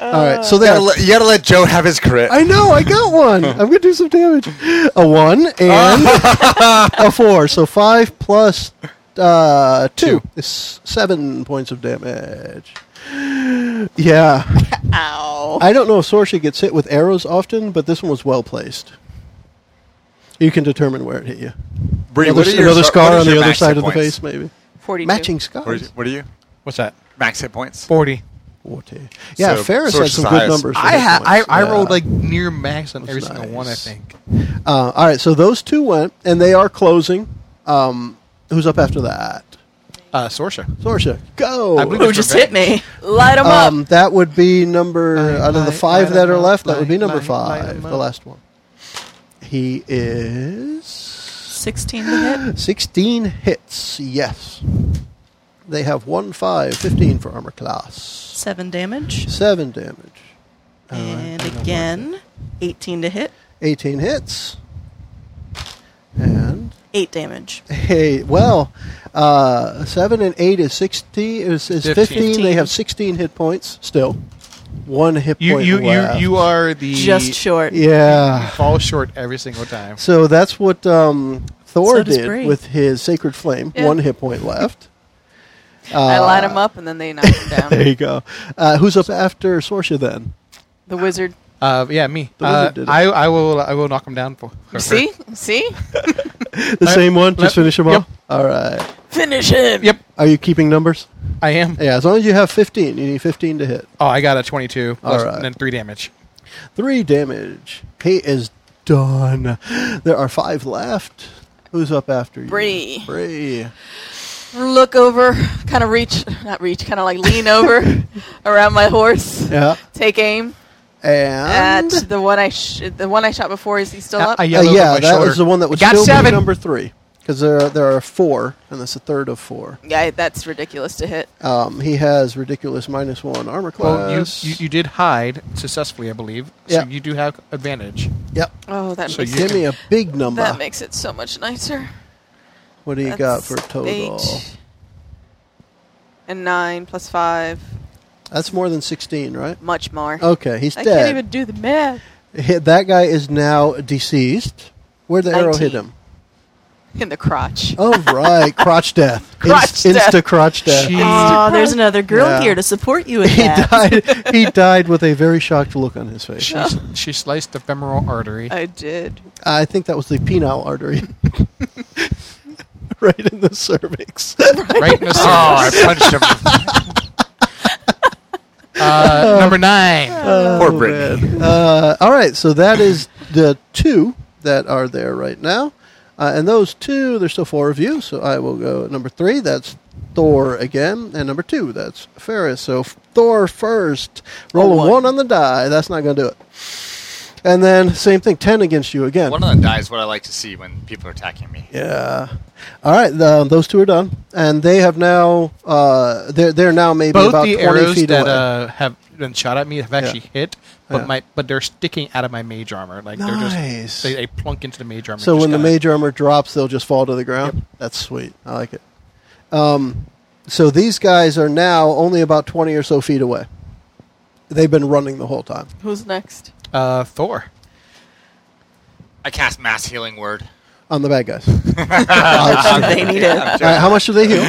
[SPEAKER 1] all right, so
[SPEAKER 4] You
[SPEAKER 1] they're.
[SPEAKER 4] gotta, let, you gotta let Joe have his crit.
[SPEAKER 1] I know, I got one. I'm gonna do some damage. A one and
[SPEAKER 3] *laughs*
[SPEAKER 1] a four, so five plus uh, two, is seven points of damage. Yeah,
[SPEAKER 6] ow.
[SPEAKER 1] I don't know if Sorsha gets hit with arrows often, but this one was well placed. You can determine where it hit you.
[SPEAKER 4] Bree,
[SPEAKER 1] another
[SPEAKER 4] what are your-
[SPEAKER 1] another
[SPEAKER 4] what
[SPEAKER 1] scar
[SPEAKER 4] is
[SPEAKER 1] on the
[SPEAKER 4] your
[SPEAKER 1] other
[SPEAKER 4] max
[SPEAKER 1] side
[SPEAKER 4] hit
[SPEAKER 1] of the
[SPEAKER 4] points?
[SPEAKER 1] face, maybe.
[SPEAKER 2] 42.
[SPEAKER 1] Matching
[SPEAKER 4] What is-
[SPEAKER 1] scars.
[SPEAKER 4] What are you?
[SPEAKER 3] What's that?
[SPEAKER 4] Max hit points.
[SPEAKER 3] 40.
[SPEAKER 1] Forty. Yeah,
[SPEAKER 4] So
[SPEAKER 1] Ferris had
[SPEAKER 4] Sorcerer's
[SPEAKER 1] some
[SPEAKER 4] Highest.
[SPEAKER 1] good numbers. for
[SPEAKER 3] I
[SPEAKER 1] hit
[SPEAKER 3] ha- I,
[SPEAKER 1] points.
[SPEAKER 3] I
[SPEAKER 1] Yeah.
[SPEAKER 3] rolled like near max on every
[SPEAKER 1] That's
[SPEAKER 3] single one. I
[SPEAKER 1] nice.
[SPEAKER 3] think.
[SPEAKER 1] Uh, all right, so those two went, and they are closing. Um, who's up after that?
[SPEAKER 3] Uh, Sorsha.
[SPEAKER 1] Sorsha, go.
[SPEAKER 3] I believe
[SPEAKER 5] Who just hit me?
[SPEAKER 2] Light them
[SPEAKER 1] um,
[SPEAKER 2] up.
[SPEAKER 1] that would be number
[SPEAKER 3] Light,
[SPEAKER 1] out of the
[SPEAKER 3] light,
[SPEAKER 1] five
[SPEAKER 3] light
[SPEAKER 1] that
[SPEAKER 3] 'em
[SPEAKER 1] are
[SPEAKER 3] up,
[SPEAKER 1] left. that would be
[SPEAKER 3] light,
[SPEAKER 1] number
[SPEAKER 3] light 'em, light
[SPEAKER 1] five,
[SPEAKER 3] 'em
[SPEAKER 1] the
[SPEAKER 3] up.
[SPEAKER 1] last one. He is
[SPEAKER 5] 16 to
[SPEAKER 1] *gasps*
[SPEAKER 5] hit.
[SPEAKER 1] 16 hits. Yes, they have one five, 15 for armor class,
[SPEAKER 5] 7 damage.
[SPEAKER 1] seven damage, All right,
[SPEAKER 5] And
[SPEAKER 1] Oh, I don't like
[SPEAKER 5] again, 18 to hit.
[SPEAKER 1] 18 hits, and
[SPEAKER 5] 8 damage.
[SPEAKER 1] Hey, well, uh, seven and eight is sixty. Is, is 15.
[SPEAKER 3] Fifteen.
[SPEAKER 1] They have sixteen hit points still. One hit
[SPEAKER 3] You
[SPEAKER 1] point
[SPEAKER 3] you, you
[SPEAKER 1] left.
[SPEAKER 3] you are the
[SPEAKER 5] Just short.
[SPEAKER 1] yeah.
[SPEAKER 3] fall short every single time.
[SPEAKER 1] So that's what um, Thor
[SPEAKER 5] So does
[SPEAKER 1] did
[SPEAKER 5] Bree.
[SPEAKER 1] with his sacred flame.
[SPEAKER 2] Yeah.
[SPEAKER 1] One hit point left. Uh,
[SPEAKER 2] I light them up and
[SPEAKER 1] *laughs*
[SPEAKER 2] then they knock them
[SPEAKER 1] There
[SPEAKER 2] down.
[SPEAKER 1] you go. Uh, who's up after Sorsha then? *laughs*
[SPEAKER 2] The wizard.
[SPEAKER 3] Uh, yeah, me.
[SPEAKER 1] The
[SPEAKER 3] Uh,
[SPEAKER 1] wizard did it.
[SPEAKER 3] I I will I will knock him down for. for her.
[SPEAKER 2] See? See?
[SPEAKER 1] The
[SPEAKER 3] Uh,
[SPEAKER 1] same one.
[SPEAKER 3] let-
[SPEAKER 1] Just finish them all.
[SPEAKER 3] yep.
[SPEAKER 1] All right.
[SPEAKER 2] Finish him.
[SPEAKER 3] Yep,
[SPEAKER 1] Are you keeping numbers?
[SPEAKER 3] I am.
[SPEAKER 1] Yeah. As long as you have fifteen, you need fifteen to hit.
[SPEAKER 3] Oh, I got a twenty-two. plus-
[SPEAKER 1] Alright.
[SPEAKER 3] and then three damage.
[SPEAKER 1] Three damage. He is done. There are five left. Who's up after you?
[SPEAKER 2] Bree.
[SPEAKER 1] Bree.
[SPEAKER 2] Look over, kind of reach, not reach, kind of like lean over around my horse.
[SPEAKER 1] Yeah.
[SPEAKER 2] Take aim
[SPEAKER 1] And
[SPEAKER 2] at the one I sh- the one I shot before. Is he still
[SPEAKER 3] Uh,
[SPEAKER 2] up?
[SPEAKER 3] I
[SPEAKER 1] Uh,
[SPEAKER 3] yell over
[SPEAKER 1] yeah,
[SPEAKER 3] my
[SPEAKER 1] that
[SPEAKER 3] shoulder.
[SPEAKER 1] was the one that was
[SPEAKER 3] got
[SPEAKER 1] still be
[SPEAKER 3] seven.
[SPEAKER 1] number three because there are, there are four, and that's a third of four.
[SPEAKER 2] yeah, that's ridiculous to hit.
[SPEAKER 1] Um, he has ridiculous minus one armor
[SPEAKER 3] Well, you,
[SPEAKER 1] class.
[SPEAKER 3] you you did hide successfully, I believe. So
[SPEAKER 1] Yeah.
[SPEAKER 3] you do have advantage.
[SPEAKER 1] yep.
[SPEAKER 2] Oh, that
[SPEAKER 3] So
[SPEAKER 2] makes
[SPEAKER 3] you
[SPEAKER 1] Give
[SPEAKER 2] it,
[SPEAKER 1] me a big number.
[SPEAKER 2] that makes it so much nicer.
[SPEAKER 1] what do you
[SPEAKER 2] That's
[SPEAKER 1] got for total?
[SPEAKER 2] Eight and nine plus five,
[SPEAKER 1] That's more than sixteen, right?
[SPEAKER 2] much more.
[SPEAKER 1] Okay, he's
[SPEAKER 2] I
[SPEAKER 1] dead.
[SPEAKER 2] can't even do the math.
[SPEAKER 1] Hit- that guy is now deceased. Where the arrow hit
[SPEAKER 2] 19.
[SPEAKER 1] him?
[SPEAKER 2] In the crotch.
[SPEAKER 1] Oh right, crotch
[SPEAKER 2] *laughs*
[SPEAKER 1] death.
[SPEAKER 2] Crotch death.
[SPEAKER 1] Insta crotch *laughs* death.
[SPEAKER 3] Jeez.
[SPEAKER 5] Oh, there's another girl
[SPEAKER 1] Yeah.
[SPEAKER 5] here to support
[SPEAKER 1] *laughs*
[SPEAKER 5] you in
[SPEAKER 1] He
[SPEAKER 5] that.
[SPEAKER 1] died.
[SPEAKER 2] *laughs*
[SPEAKER 1] He died with a very shocked look on his face.
[SPEAKER 3] She s- she sliced the femoral artery.
[SPEAKER 2] *laughs* I did.
[SPEAKER 1] I think that was the penile artery, *laughs* right in the cervix.
[SPEAKER 3] right
[SPEAKER 4] *laughs*
[SPEAKER 3] in the
[SPEAKER 4] Oh, I
[SPEAKER 3] center.
[SPEAKER 4] punched him.
[SPEAKER 1] *laughs*
[SPEAKER 3] Uh, number nine.
[SPEAKER 4] Poor Brittany.
[SPEAKER 1] Oh, man. Uh, all right, so that is the two that are there right now, uh, and those two. There's still four of you, so I will go at number three. That's Thor again, and number two. That's Ferris. So Thor first. Roll a
[SPEAKER 2] one.
[SPEAKER 1] one on the die. That's not going to do it. And then same thing, ten against you again.
[SPEAKER 4] One of them dies. What I like to see when people are attacking me.
[SPEAKER 1] Yeah. All right. The, those two are done, and they have now. Uh, they're they're now maybe
[SPEAKER 3] Both
[SPEAKER 1] about
[SPEAKER 3] the
[SPEAKER 1] twenty
[SPEAKER 3] arrows
[SPEAKER 1] feet
[SPEAKER 3] that
[SPEAKER 1] away.
[SPEAKER 3] uh, have been shot at me have actually hit, but
[SPEAKER 1] Yeah.
[SPEAKER 3] my but they're sticking out of my mage armor. Like they're
[SPEAKER 1] Nice.
[SPEAKER 3] just they, they plunk into the mage armor.
[SPEAKER 1] so
[SPEAKER 3] just
[SPEAKER 1] when the
[SPEAKER 3] kinda-
[SPEAKER 1] mage armor drops, they'll just fall to the ground. That's sweet. I like it. Um, so these guys are now only about twenty or so feet away. They've been running the whole time.
[SPEAKER 2] Who's next?
[SPEAKER 3] uh, Thor,
[SPEAKER 4] I cast mass healing word.
[SPEAKER 1] On the bad
[SPEAKER 4] *laughs*
[SPEAKER 1] guys. Oh,
[SPEAKER 7] Uh,
[SPEAKER 5] they need it.
[SPEAKER 1] All right, how much do they heal?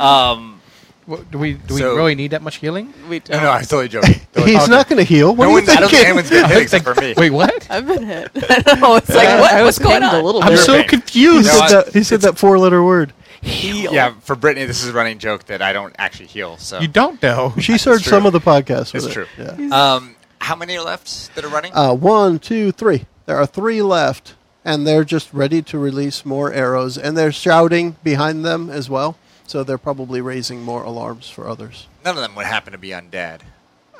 [SPEAKER 4] Um,
[SPEAKER 3] What- do we do we
[SPEAKER 4] So-
[SPEAKER 3] really need that much healing?
[SPEAKER 2] We
[SPEAKER 4] no,
[SPEAKER 2] don't.
[SPEAKER 4] no, I was
[SPEAKER 1] *laughs*
[SPEAKER 4] totally joking. Totally
[SPEAKER 1] He's
[SPEAKER 4] joking.
[SPEAKER 1] not going to heal. What
[SPEAKER 4] No
[SPEAKER 1] are you
[SPEAKER 4] one's, I don't think
[SPEAKER 1] thinking? *laughs*
[SPEAKER 4] anyone's getting hit except for me.
[SPEAKER 3] Wait, what?
[SPEAKER 2] I've been hit. *laughs* I know. It's like,
[SPEAKER 5] I-
[SPEAKER 2] what,
[SPEAKER 5] I
[SPEAKER 2] what's
[SPEAKER 5] was
[SPEAKER 2] going
[SPEAKER 5] pinged
[SPEAKER 2] on?
[SPEAKER 5] a little
[SPEAKER 3] I'm
[SPEAKER 5] bit.
[SPEAKER 4] You're
[SPEAKER 3] so
[SPEAKER 4] okay.
[SPEAKER 1] He
[SPEAKER 3] confused.
[SPEAKER 4] No, I-
[SPEAKER 1] said that, he said that four-letter
[SPEAKER 4] *laughs*
[SPEAKER 1] word.
[SPEAKER 4] Yeah, for Brittany, this is a running joke that I don't actually heal. So
[SPEAKER 3] you don't
[SPEAKER 1] *laughs*
[SPEAKER 3] know.
[SPEAKER 1] She's heard
[SPEAKER 4] true.
[SPEAKER 1] some of the podcasts. with
[SPEAKER 4] It's
[SPEAKER 1] it.
[SPEAKER 4] true.
[SPEAKER 1] Yeah.
[SPEAKER 4] Um, how many are left that are running?
[SPEAKER 1] Uh, one, two, three. There are three left, and they're just ready to release more arrows, and they're shouting behind them as well. So they're probably raising more alarms for others.
[SPEAKER 4] None of them would happen to be undead.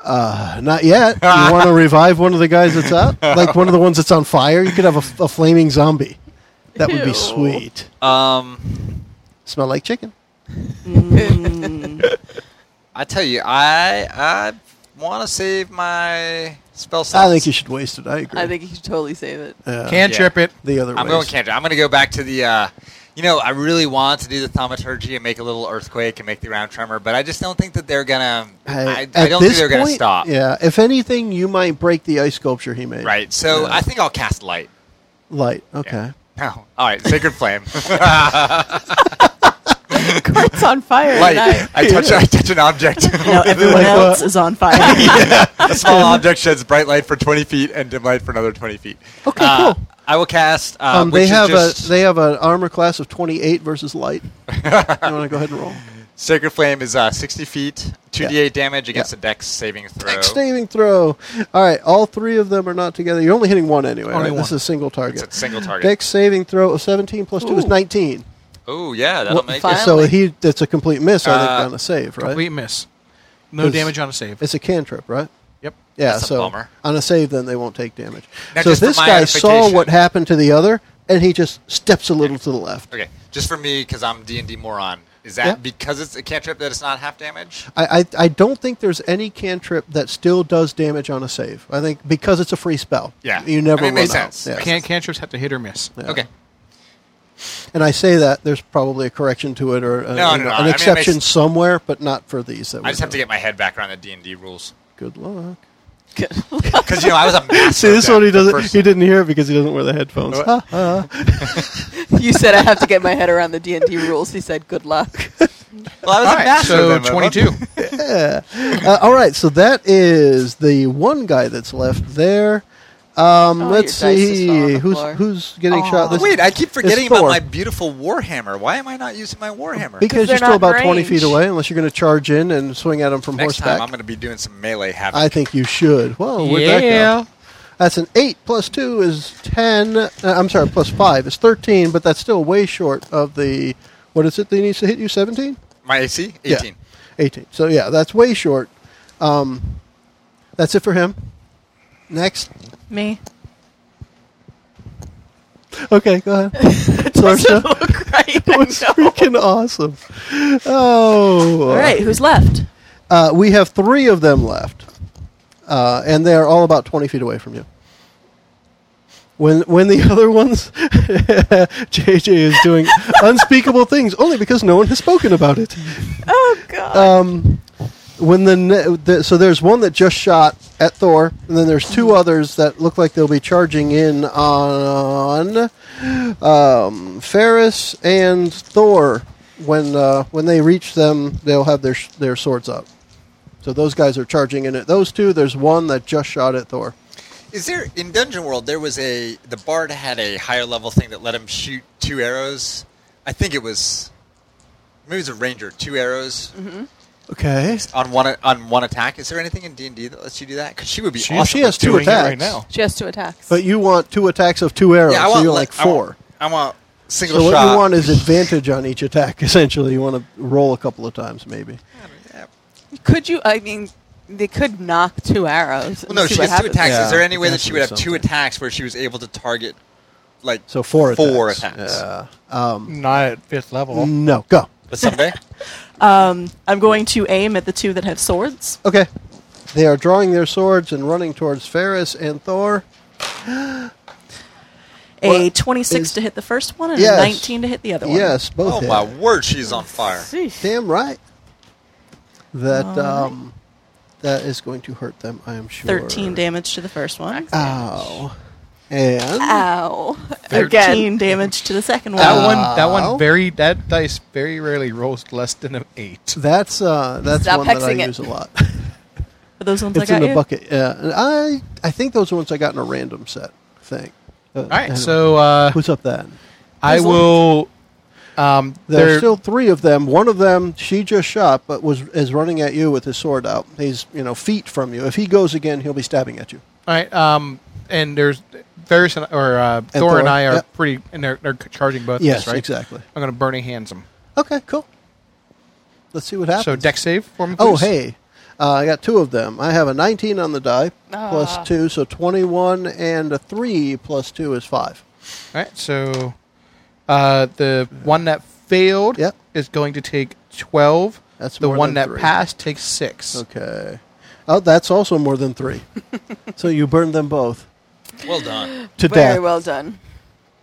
[SPEAKER 1] Uh, not yet.
[SPEAKER 4] *laughs*
[SPEAKER 1] You want to revive one of the guys that's out, like one of the ones that's on fire. You could have a, a flaming zombie. That would be
[SPEAKER 2] Ew.
[SPEAKER 1] sweet.
[SPEAKER 4] Um,
[SPEAKER 1] Smell like chicken.
[SPEAKER 5] Mm.
[SPEAKER 4] I tell you, I I want to save my spell slots.
[SPEAKER 1] I think you should waste it. I agree.
[SPEAKER 2] *laughs* I think you should totally save it.
[SPEAKER 1] Yeah.
[SPEAKER 3] Cantrip it.
[SPEAKER 1] the other.
[SPEAKER 4] I'm
[SPEAKER 1] ways.
[SPEAKER 4] going cantrip. I'm going to go back to the. Uh, you know, I really want to do the thaumaturgy and make a little earthquake and make the round tremor, but I just don't think that they're gonna. I, I
[SPEAKER 1] at
[SPEAKER 4] don't think
[SPEAKER 1] this
[SPEAKER 4] they're gonna
[SPEAKER 1] point,
[SPEAKER 4] stop.
[SPEAKER 1] Yeah. If anything, you might break the ice sculpture he made.
[SPEAKER 4] Right. So
[SPEAKER 1] Yeah.
[SPEAKER 4] I think I'll cast light.
[SPEAKER 1] Light. Okay.
[SPEAKER 4] No. All right. Sacred *laughs* flame.
[SPEAKER 2] It's on fire *laughs*
[SPEAKER 4] light. I touch. I touch an object.
[SPEAKER 1] *laughs*
[SPEAKER 5] now everyone
[SPEAKER 4] *laughs*
[SPEAKER 1] Like uh, what?
[SPEAKER 5] else is
[SPEAKER 1] *laughs*
[SPEAKER 5] on fire.
[SPEAKER 4] A small object sheds bright light for 20 feet and dim light for another 20 feet.
[SPEAKER 1] Okay,
[SPEAKER 4] Uh,
[SPEAKER 1] cool.
[SPEAKER 4] I will cast. Uh,
[SPEAKER 1] Um, they
[SPEAKER 4] which is
[SPEAKER 1] have a
[SPEAKER 4] just-
[SPEAKER 1] they have an armor class of twenty eight versus light. you want to go ahead and
[SPEAKER 4] *laughs*
[SPEAKER 1] roll?
[SPEAKER 4] *laughs* Sacred Flame is uh, 60 feet, 2d8 damage against
[SPEAKER 1] Yeah.
[SPEAKER 4] a dex saving throw.
[SPEAKER 1] Next saving throw. All right, all three of them are not together. You're only hitting one anyway.
[SPEAKER 3] Only
[SPEAKER 1] right? This
[SPEAKER 3] one.
[SPEAKER 1] is a single
[SPEAKER 4] It's a
[SPEAKER 1] target.
[SPEAKER 4] single target.
[SPEAKER 1] Dex saving throw of seventeen plus two is
[SPEAKER 5] Ooh.
[SPEAKER 1] nineteen.
[SPEAKER 7] Oh yeah, that'll
[SPEAKER 1] Well,
[SPEAKER 7] make
[SPEAKER 5] fine.
[SPEAKER 7] it.
[SPEAKER 1] So he that's a complete miss, I think,
[SPEAKER 4] Uh,
[SPEAKER 1] on a save, right?
[SPEAKER 3] Complete miss. No
[SPEAKER 1] 'Cause
[SPEAKER 3] damage on a save.
[SPEAKER 1] It's a cantrip, right?
[SPEAKER 3] Yep.
[SPEAKER 1] Yeah,
[SPEAKER 7] That's a
[SPEAKER 1] so
[SPEAKER 7] bummer.
[SPEAKER 1] on a save, then they won't take damage.
[SPEAKER 4] Now,
[SPEAKER 1] so
[SPEAKER 4] just for
[SPEAKER 1] this
[SPEAKER 4] my
[SPEAKER 1] guy saw
[SPEAKER 4] edification-
[SPEAKER 1] what happened to the other, and he just steps a little to the left.
[SPEAKER 7] Okay, just for me because I'm D and D moron. Is that
[SPEAKER 1] Yeah.
[SPEAKER 7] because it's a cantrip that it's not half damage?
[SPEAKER 1] I, I, I don't think there's any cantrip that still does damage on a save. I think because it's a free spell.
[SPEAKER 7] Yeah.
[SPEAKER 1] You never
[SPEAKER 7] I mean, it
[SPEAKER 1] run
[SPEAKER 7] makes
[SPEAKER 1] out.
[SPEAKER 7] sense.
[SPEAKER 1] Yeah.
[SPEAKER 3] Can cantrips have to hit or miss?
[SPEAKER 1] Yeah.
[SPEAKER 7] Okay,
[SPEAKER 1] And I say that there's probably a correction to it or a-
[SPEAKER 7] No, no,
[SPEAKER 1] you know,
[SPEAKER 7] no. I
[SPEAKER 1] an
[SPEAKER 7] mean, it
[SPEAKER 1] exception
[SPEAKER 7] makes-
[SPEAKER 1] somewhere, but not for these. That
[SPEAKER 7] I just
[SPEAKER 1] we're
[SPEAKER 7] have to
[SPEAKER 1] doing.
[SPEAKER 7] get my head back around the D and D *laughs* rules
[SPEAKER 1] Good luck.
[SPEAKER 7] because you know I *laughs* was a master.
[SPEAKER 1] See, this
[SPEAKER 7] at
[SPEAKER 1] one he
[SPEAKER 7] the
[SPEAKER 1] doesn't.
[SPEAKER 7] first-
[SPEAKER 1] He didn't hear it because he doesn't wear the headphones. Ha, ha.
[SPEAKER 2] you said I have to get my head around the D and D rules. He said, "Good luck."
[SPEAKER 7] well, I was
[SPEAKER 3] All
[SPEAKER 7] a
[SPEAKER 3] right,
[SPEAKER 7] master.
[SPEAKER 3] so
[SPEAKER 7] then, but what-
[SPEAKER 1] *laughs*
[SPEAKER 3] 22.
[SPEAKER 1] Yeah. Uh, all right, so that is the one guy that's left there. Um,
[SPEAKER 2] Oh,
[SPEAKER 1] let's
[SPEAKER 2] your dice just fell on
[SPEAKER 1] see
[SPEAKER 2] the
[SPEAKER 1] who's
[SPEAKER 2] floor.
[SPEAKER 1] who's getting
[SPEAKER 2] Aw.
[SPEAKER 1] shot. This
[SPEAKER 7] Oh, Wait, I keep forgetting about
[SPEAKER 1] Thor.
[SPEAKER 7] my beautiful warhammer. Why am I not using my warhammer?
[SPEAKER 1] because you're
[SPEAKER 6] they're
[SPEAKER 1] still
[SPEAKER 6] not
[SPEAKER 1] about
[SPEAKER 6] in
[SPEAKER 1] twenty
[SPEAKER 6] range.
[SPEAKER 1] feet away, unless you're going to charge in and swing at him from
[SPEAKER 7] next
[SPEAKER 1] horseback.
[SPEAKER 7] time I'm going to be doing some melee havoc.
[SPEAKER 1] I think you should. Whoa, where'd that go? That's an eight plus two is ten. Uh, I'm sorry, plus five is thirteen, but that's still way short of the. What is it that he needs to hit you? Seventeen.
[SPEAKER 7] my AC
[SPEAKER 1] Yeah.
[SPEAKER 7] 18.
[SPEAKER 1] 18. So yeah, that's way short. Um, that's it for him. Next.
[SPEAKER 5] *laughs* Me.
[SPEAKER 1] Okay, go ahead. Sorsha,
[SPEAKER 5] look right.
[SPEAKER 1] *laughs* that was freaking awesome. Oh.
[SPEAKER 5] All right, who's left?
[SPEAKER 1] Uh, we have three of them left, uh, and they are all about 20 feet away from you. When, when the *laughs* other ones, JJ is doing unspeakable things only because no one has spoken about it.
[SPEAKER 2] oh God!
[SPEAKER 1] um, when the, ne- the so there's one that just shot at Thor, and then there's two others that look like they'll be charging in on um, Ferris and Thor. When uh, when they reach them, they'll have their sh- their swords up. So those guys are charging in at those two. There's one that just shot at Thor.
[SPEAKER 7] Is there in Dungeon World? There was a the bard had a higher level thing that let him shoot two arrows. I think it was maybe it was a ranger two arrows
[SPEAKER 1] Mm-hmm. Okay.
[SPEAKER 7] on one on one attack. Is there anything in D and D that lets you do that? Because she would be
[SPEAKER 3] She-
[SPEAKER 7] awesome.
[SPEAKER 1] she has
[SPEAKER 7] with two.
[SPEAKER 1] two
[SPEAKER 3] Doing it
[SPEAKER 1] attacks
[SPEAKER 3] right now.
[SPEAKER 2] she has two attacks.
[SPEAKER 1] but you want two attacks of two arrows.
[SPEAKER 7] Yeah, I
[SPEAKER 1] so
[SPEAKER 7] want
[SPEAKER 1] you
[SPEAKER 7] le-
[SPEAKER 1] like
[SPEAKER 7] I want-
[SPEAKER 1] four.
[SPEAKER 7] I want single
[SPEAKER 1] So what
[SPEAKER 7] shot.
[SPEAKER 1] you want is advantage on each attack. *laughs* Essentially, you want to roll a couple of times, maybe.
[SPEAKER 7] Yeah.
[SPEAKER 2] could you? I mean, they could knock two arrows.
[SPEAKER 7] Well,
[SPEAKER 2] and
[SPEAKER 7] no,
[SPEAKER 2] see
[SPEAKER 7] she
[SPEAKER 2] what
[SPEAKER 7] has two
[SPEAKER 2] happens.
[SPEAKER 7] attacks.
[SPEAKER 1] Yeah,
[SPEAKER 7] Is there any way that
[SPEAKER 1] that's
[SPEAKER 7] she would have two
[SPEAKER 1] something.
[SPEAKER 7] attacks where she was able to target like
[SPEAKER 1] So four attacks.
[SPEAKER 7] four attacks?
[SPEAKER 1] Yeah.
[SPEAKER 3] Not at fifth level.
[SPEAKER 1] No, go.
[SPEAKER 7] But someday,
[SPEAKER 5] Um, I'm going to aim at the two that have swords.
[SPEAKER 1] Okay. They are drawing their swords and running towards Ferris and Thor.
[SPEAKER 5] A
[SPEAKER 1] What
[SPEAKER 5] 26
[SPEAKER 1] is-
[SPEAKER 5] to hit the first one and
[SPEAKER 1] Yes.
[SPEAKER 5] a 19 to hit the other one.
[SPEAKER 1] Yes, *laughs* both.
[SPEAKER 7] oh
[SPEAKER 1] hit.
[SPEAKER 7] my word, she's on fire.
[SPEAKER 1] Damn right. That
[SPEAKER 5] All right.
[SPEAKER 1] um, that is going to hurt them. I am sure.
[SPEAKER 5] 13 damage to the first one.
[SPEAKER 1] Ow. And
[SPEAKER 2] Ow!
[SPEAKER 5] 13 damage to the second one.
[SPEAKER 3] That one, that
[SPEAKER 1] Ow.
[SPEAKER 3] one, very that dice very rarely rolls less than an
[SPEAKER 1] *laughs*
[SPEAKER 3] eight.
[SPEAKER 1] that's uh, that's
[SPEAKER 2] Stop
[SPEAKER 1] one that I
[SPEAKER 2] hexing it.
[SPEAKER 1] use a
[SPEAKER 5] *laughs*
[SPEAKER 1] lot.
[SPEAKER 5] Are those ones
[SPEAKER 1] it's
[SPEAKER 5] I
[SPEAKER 1] in
[SPEAKER 5] got
[SPEAKER 1] a
[SPEAKER 5] you?
[SPEAKER 1] bucket. Yeah, And I I think those are ones I got in a random set thing. Uh,
[SPEAKER 3] All right,
[SPEAKER 1] anyway.
[SPEAKER 3] so uh,
[SPEAKER 1] who's up then?
[SPEAKER 3] I will. Um,
[SPEAKER 1] There are
[SPEAKER 3] there,
[SPEAKER 1] still three of them. One of them she just shot, but was is running at you with his sword out. He's you know feet from you. If he goes again, he'll be stabbing at you.
[SPEAKER 3] all right. Um, and there's Ferris and, or uh, Thor,
[SPEAKER 1] Thor,
[SPEAKER 3] and I are
[SPEAKER 1] yep.
[SPEAKER 3] pretty, and they're, they're charging both. of
[SPEAKER 1] yes,
[SPEAKER 3] us, right.
[SPEAKER 1] exactly.
[SPEAKER 3] I'm gonna burning hands them.
[SPEAKER 1] Okay, cool. Let's see what happens.
[SPEAKER 3] So deck save for me.
[SPEAKER 1] oh
[SPEAKER 3] please.
[SPEAKER 1] hey, uh, I got two of them. I have a 19 on the die plus
[SPEAKER 6] Ah.
[SPEAKER 1] two, so 21, and a three plus two is five.
[SPEAKER 3] All right, so uh, the one that failed
[SPEAKER 1] Yep.
[SPEAKER 3] is going to take twelve.
[SPEAKER 1] That's
[SPEAKER 3] the
[SPEAKER 1] more
[SPEAKER 3] one
[SPEAKER 1] than
[SPEAKER 3] that
[SPEAKER 1] three.
[SPEAKER 3] passed takes six.
[SPEAKER 1] Okay. Oh, that's also more than
[SPEAKER 2] *laughs*
[SPEAKER 1] three. so you burned them both
[SPEAKER 7] Well done.
[SPEAKER 1] to
[SPEAKER 2] Very
[SPEAKER 1] death,
[SPEAKER 2] well done.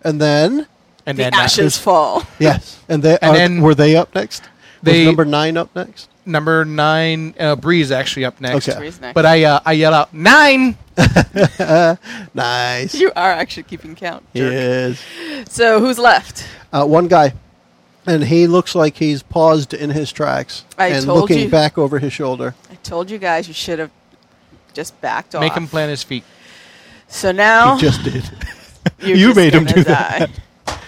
[SPEAKER 1] and then
[SPEAKER 3] And
[SPEAKER 2] The
[SPEAKER 3] then uh,
[SPEAKER 2] ashes fall.
[SPEAKER 1] yes, and they
[SPEAKER 3] And
[SPEAKER 1] are-
[SPEAKER 3] then-
[SPEAKER 1] were they up next?
[SPEAKER 3] They-
[SPEAKER 1] was number nine up next.
[SPEAKER 3] number nine, uh, Breeze actually up next.
[SPEAKER 1] Okay.
[SPEAKER 2] Breeze next.
[SPEAKER 3] But I uh, I yell out nine.
[SPEAKER 1] Nice.
[SPEAKER 2] *laughs* You are actually keeping count. jerk.
[SPEAKER 1] Yes.
[SPEAKER 2] So who's left?
[SPEAKER 1] Uh, one guy, and he looks like he's paused in his tracks
[SPEAKER 2] I
[SPEAKER 1] and
[SPEAKER 2] told
[SPEAKER 1] looking
[SPEAKER 2] you.
[SPEAKER 1] back over his shoulder.
[SPEAKER 2] I told you guys you should have just backed off.
[SPEAKER 3] Make him plant his feet.
[SPEAKER 2] So now
[SPEAKER 1] He just did.
[SPEAKER 2] Oh. *laughs*
[SPEAKER 1] *laughs*
[SPEAKER 2] you're
[SPEAKER 1] you
[SPEAKER 2] just
[SPEAKER 1] made him
[SPEAKER 2] gonna
[SPEAKER 1] do *laughs* that.
[SPEAKER 2] die.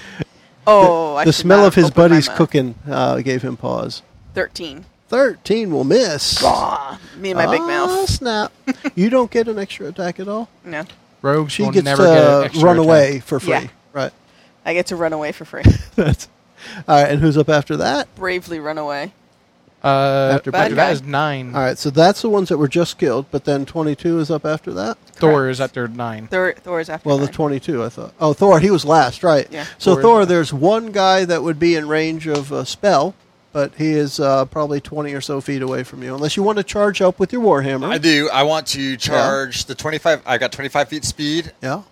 [SPEAKER 2] Oh, I
[SPEAKER 1] the
[SPEAKER 2] should
[SPEAKER 1] smell
[SPEAKER 2] not
[SPEAKER 1] of his
[SPEAKER 2] have opened my
[SPEAKER 1] buddies
[SPEAKER 2] mouth.
[SPEAKER 1] cooking uh, gave him pause.
[SPEAKER 2] Thirteen.
[SPEAKER 1] Thirteen will miss.
[SPEAKER 2] Ah, me and my big
[SPEAKER 1] Ah,
[SPEAKER 2] mouth. *laughs*
[SPEAKER 1] snap! you don't get an extra attack at all.
[SPEAKER 2] No,
[SPEAKER 3] Rogues
[SPEAKER 1] She
[SPEAKER 3] will
[SPEAKER 1] gets
[SPEAKER 3] never
[SPEAKER 1] to
[SPEAKER 3] get an extra
[SPEAKER 1] run
[SPEAKER 3] attack.
[SPEAKER 1] away for free.
[SPEAKER 2] Yeah.
[SPEAKER 1] Right. *laughs*
[SPEAKER 2] I get to run away for free.
[SPEAKER 1] That's All right, and who's up after that?
[SPEAKER 2] Bravely run away.
[SPEAKER 3] Uh,
[SPEAKER 1] After
[SPEAKER 3] after
[SPEAKER 1] Bad
[SPEAKER 2] guy.
[SPEAKER 3] that is nine.
[SPEAKER 1] All right, so that's the ones that were just killed, but then 22 is up after that?
[SPEAKER 3] Thor is after nine.
[SPEAKER 2] Thor, Thor is after.
[SPEAKER 1] Well, the
[SPEAKER 2] mine.
[SPEAKER 1] 22, I thought. Oh, Thor, he was last, right.
[SPEAKER 2] Yeah.
[SPEAKER 1] So,
[SPEAKER 3] Thor is
[SPEAKER 1] Thor,
[SPEAKER 3] last.
[SPEAKER 1] there's one guy that would be in range of a spell, but he is uh, probably 20 or so feet away from you, unless you want to charge up with your Warhammer.
[SPEAKER 4] I do. I want to charge the 25. I got 25 feet speed,
[SPEAKER 1] Yeah.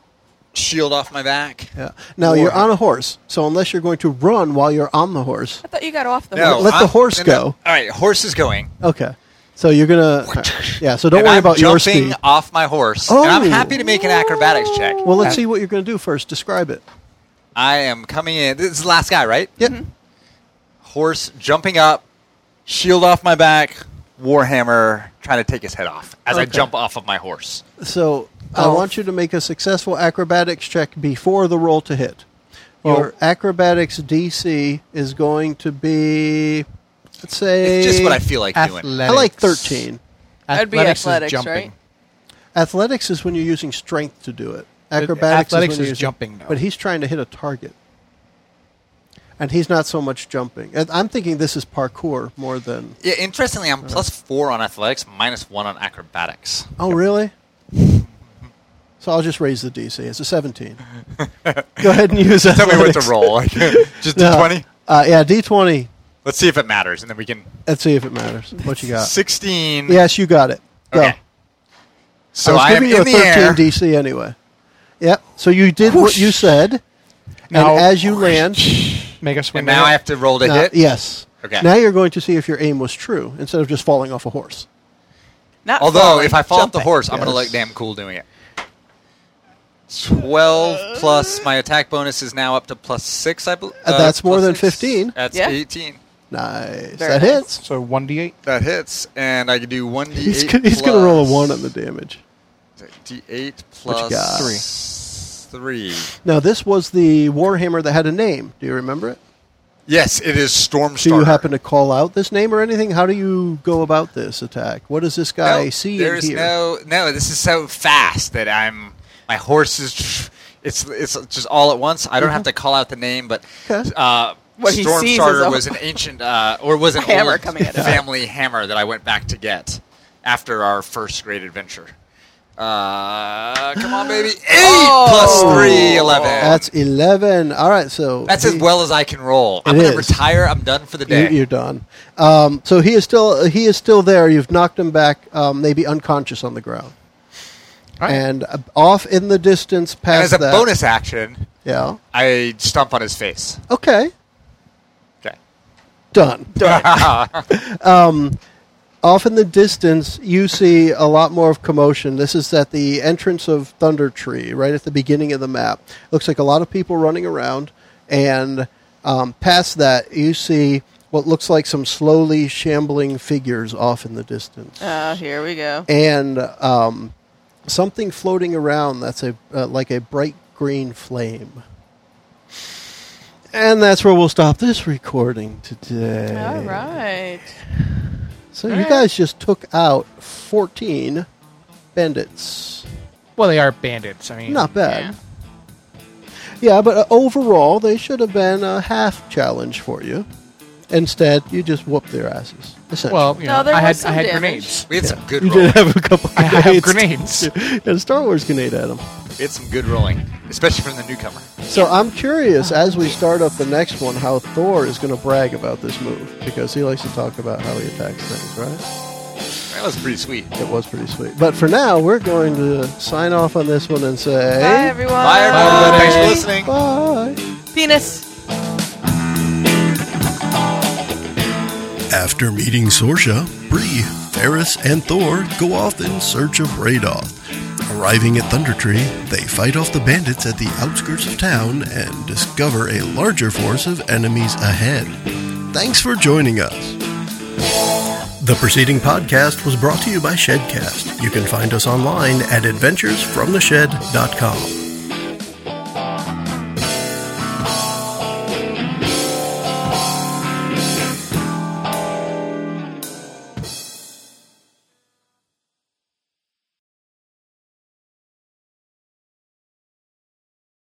[SPEAKER 4] shield off my back.
[SPEAKER 1] Yeah. Now, you're on a horse, so unless you're going to run while you're on the horse.
[SPEAKER 2] I thought you got off the.
[SPEAKER 4] No,
[SPEAKER 2] horse.
[SPEAKER 1] Let the
[SPEAKER 4] I'm-
[SPEAKER 1] horse
[SPEAKER 4] no, no.
[SPEAKER 1] go.
[SPEAKER 4] All right, horse is going.
[SPEAKER 1] Okay. So you're going to. Yeah, so don't
[SPEAKER 4] and
[SPEAKER 1] worry
[SPEAKER 4] I'm
[SPEAKER 1] about your
[SPEAKER 4] jumping
[SPEAKER 1] speed.
[SPEAKER 4] off my horse. and
[SPEAKER 1] Oh.
[SPEAKER 4] I'm happy to make an acrobatics check.
[SPEAKER 1] Well, let's see what you're going to do first. Describe it.
[SPEAKER 4] I am coming in. This is the last guy, right?
[SPEAKER 1] Yep.
[SPEAKER 4] Horse jumping up, shield off my back, warhammer trying to take his head off as I
[SPEAKER 1] Okay.
[SPEAKER 4] jump off of my horse.
[SPEAKER 1] So I
[SPEAKER 2] Oh.
[SPEAKER 1] want you to make a successful acrobatics check before the roll to hit.
[SPEAKER 3] Well-
[SPEAKER 1] Your acrobatics DC is going to be, let's say,
[SPEAKER 4] It's just what I feel like doing.
[SPEAKER 1] I like 13.
[SPEAKER 2] That'd be
[SPEAKER 3] Athletics is
[SPEAKER 2] athletics,
[SPEAKER 3] jumping.
[SPEAKER 2] right?
[SPEAKER 1] Athletics is when you're using strength to do it. Acrobatics is,
[SPEAKER 3] athletics
[SPEAKER 1] when
[SPEAKER 3] is
[SPEAKER 1] you're using-
[SPEAKER 3] jumping, though.
[SPEAKER 1] But he's trying to hit a target. And he's not so much jumping. And I'm thinking this is parkour more than.
[SPEAKER 4] Yeah, interestingly, I'm plus four on athletics, minus one on acrobatics.
[SPEAKER 1] Oh, really? So I'll just raise the DC. It's a 17. *laughs* Go ahead and use
[SPEAKER 4] *laughs* Tell me what
[SPEAKER 1] athletics. *laughs*
[SPEAKER 4] to roll. just
[SPEAKER 1] No.
[SPEAKER 4] twenty.
[SPEAKER 1] Uh, yeah, D20.
[SPEAKER 4] Let's see if it matters, and then we can.
[SPEAKER 1] Let's see if it matters. What you
[SPEAKER 4] *laughs*
[SPEAKER 1] got?
[SPEAKER 4] Sixteen.
[SPEAKER 1] Yes, you got it. Go.
[SPEAKER 4] Okay.
[SPEAKER 1] I
[SPEAKER 4] So
[SPEAKER 1] was
[SPEAKER 4] I, am
[SPEAKER 1] giving you a
[SPEAKER 4] in the air.
[SPEAKER 1] DC anyway. Yep. So you did what you said,
[SPEAKER 3] Now-
[SPEAKER 1] and as you land,
[SPEAKER 3] *laughs* Make a swing.
[SPEAKER 4] and now
[SPEAKER 3] at
[SPEAKER 4] I
[SPEAKER 3] it.
[SPEAKER 4] have to roll to
[SPEAKER 1] now-
[SPEAKER 4] hit.
[SPEAKER 1] yes.
[SPEAKER 4] Okay.
[SPEAKER 1] Now you're going to see if your aim was true instead of just falling off a horse.
[SPEAKER 2] Not
[SPEAKER 4] Although,
[SPEAKER 2] falling,
[SPEAKER 4] if I fall off the
[SPEAKER 2] jumping.
[SPEAKER 4] horse, I'm going
[SPEAKER 1] Yes.
[SPEAKER 4] to look damn cool doing it. 12 plus my attack bonus is now up to plus 6, I believe.
[SPEAKER 1] Uh, that's more than 15.
[SPEAKER 4] That's
[SPEAKER 2] Yeah.
[SPEAKER 4] 18.
[SPEAKER 1] Nice.
[SPEAKER 2] Very
[SPEAKER 1] that
[SPEAKER 2] nice.
[SPEAKER 1] hits.
[SPEAKER 3] So one d8.
[SPEAKER 4] That hits, and I can do 1d8.
[SPEAKER 1] He's, go- he's going to roll a one on the damage.
[SPEAKER 4] D8
[SPEAKER 1] What you got?
[SPEAKER 4] plus 3. 3.
[SPEAKER 1] Now this was the warhammer that had a name. Do you remember it?
[SPEAKER 4] Yes, it is Storm
[SPEAKER 1] Do you happen to call out this name or anything? How do you go about this attack? What does this guy
[SPEAKER 4] no,
[SPEAKER 1] see and
[SPEAKER 4] There's
[SPEAKER 1] hear?
[SPEAKER 4] no no. This is so fast that I'm my horse is. It's it's just all at once. I don't have to call out the name, but
[SPEAKER 1] Mm-hmm. Okay.
[SPEAKER 4] uh,
[SPEAKER 2] What he
[SPEAKER 4] storm
[SPEAKER 2] sees is
[SPEAKER 4] starter
[SPEAKER 2] a-
[SPEAKER 4] was an ancient uh,
[SPEAKER 1] *laughs*
[SPEAKER 4] or was an
[SPEAKER 2] Hammer
[SPEAKER 4] old
[SPEAKER 2] coming at him.
[SPEAKER 4] family hammer that I went back to get after our first great adventure. Uh, come
[SPEAKER 1] *gasps*
[SPEAKER 4] on, baby! Eight
[SPEAKER 2] Oh.
[SPEAKER 4] plus three, eleven.
[SPEAKER 1] Oh, That's eleven. All right, so
[SPEAKER 4] That's as
[SPEAKER 1] he-
[SPEAKER 4] well as I can roll. I'm
[SPEAKER 1] It
[SPEAKER 4] gonna
[SPEAKER 1] is.
[SPEAKER 4] retire. I'm done for the
[SPEAKER 1] You,
[SPEAKER 4] day.
[SPEAKER 1] you're done. Um, so he is still he is still there. You've knocked him back, um, maybe unconscious on the ground,
[SPEAKER 3] All right.
[SPEAKER 1] and uh, off in the distance past
[SPEAKER 4] and as a
[SPEAKER 1] that-
[SPEAKER 4] bonus action,
[SPEAKER 1] Yeah.
[SPEAKER 4] I stomp on his face.
[SPEAKER 1] Okay.
[SPEAKER 4] Okay.
[SPEAKER 1] Done. Um, Off in the distance, you see a lot more of commotion. This is at the entrance of Thunder Tree, right at the beginning of the map. Looks like a lot of people running around, and um, past that, you see what looks like some slowly shambling figures off in the distance,
[SPEAKER 2] Oh, here we go.
[SPEAKER 1] and um, something floating around that's a uh, like a bright green flame. And that's where we'll stop this recording today.
[SPEAKER 8] All right.
[SPEAKER 1] So you guys just took out 14 bandits.
[SPEAKER 3] Well, they are bandits. I mean,
[SPEAKER 1] Not bad. Yeah, but uh, overall, they should have been a half challenge for you. Instead, you just whooped their asses. essentially.
[SPEAKER 3] Well, you
[SPEAKER 2] No,
[SPEAKER 3] know,
[SPEAKER 2] there
[SPEAKER 3] I
[SPEAKER 2] was
[SPEAKER 3] had
[SPEAKER 2] some
[SPEAKER 3] I had
[SPEAKER 2] damage.
[SPEAKER 3] grenades.
[SPEAKER 4] We had some good.
[SPEAKER 1] you
[SPEAKER 4] rolling.
[SPEAKER 1] did have a couple
[SPEAKER 3] I
[SPEAKER 1] grenades.
[SPEAKER 3] have grenades.
[SPEAKER 1] *laughs* and a Star Wars grenade at them.
[SPEAKER 4] It's some good rolling, especially from the newcomer.
[SPEAKER 1] So I'm curious, as we start up the next one, how Thor is going to brag about this move. Because he likes to talk about how he attacks things, right?
[SPEAKER 4] That was pretty sweet.
[SPEAKER 1] It was pretty sweet. But for now, we're going to sign off on this one and say...
[SPEAKER 2] Bye, everyone.
[SPEAKER 4] Bye, everyone.
[SPEAKER 3] Bye.
[SPEAKER 4] Thanks for listening.
[SPEAKER 1] Bye.
[SPEAKER 2] Penis.
[SPEAKER 9] After meeting Sorsha, Bree, Ferris, and Thor go off in search of Radoth. Arriving at Thundertree, they fight off the bandits at the outskirts of town and discover a larger force of enemies ahead. Thanks for joining us. The preceding podcast was brought to you by Shedcast. You can find us online at adventuresfromtheshed.com.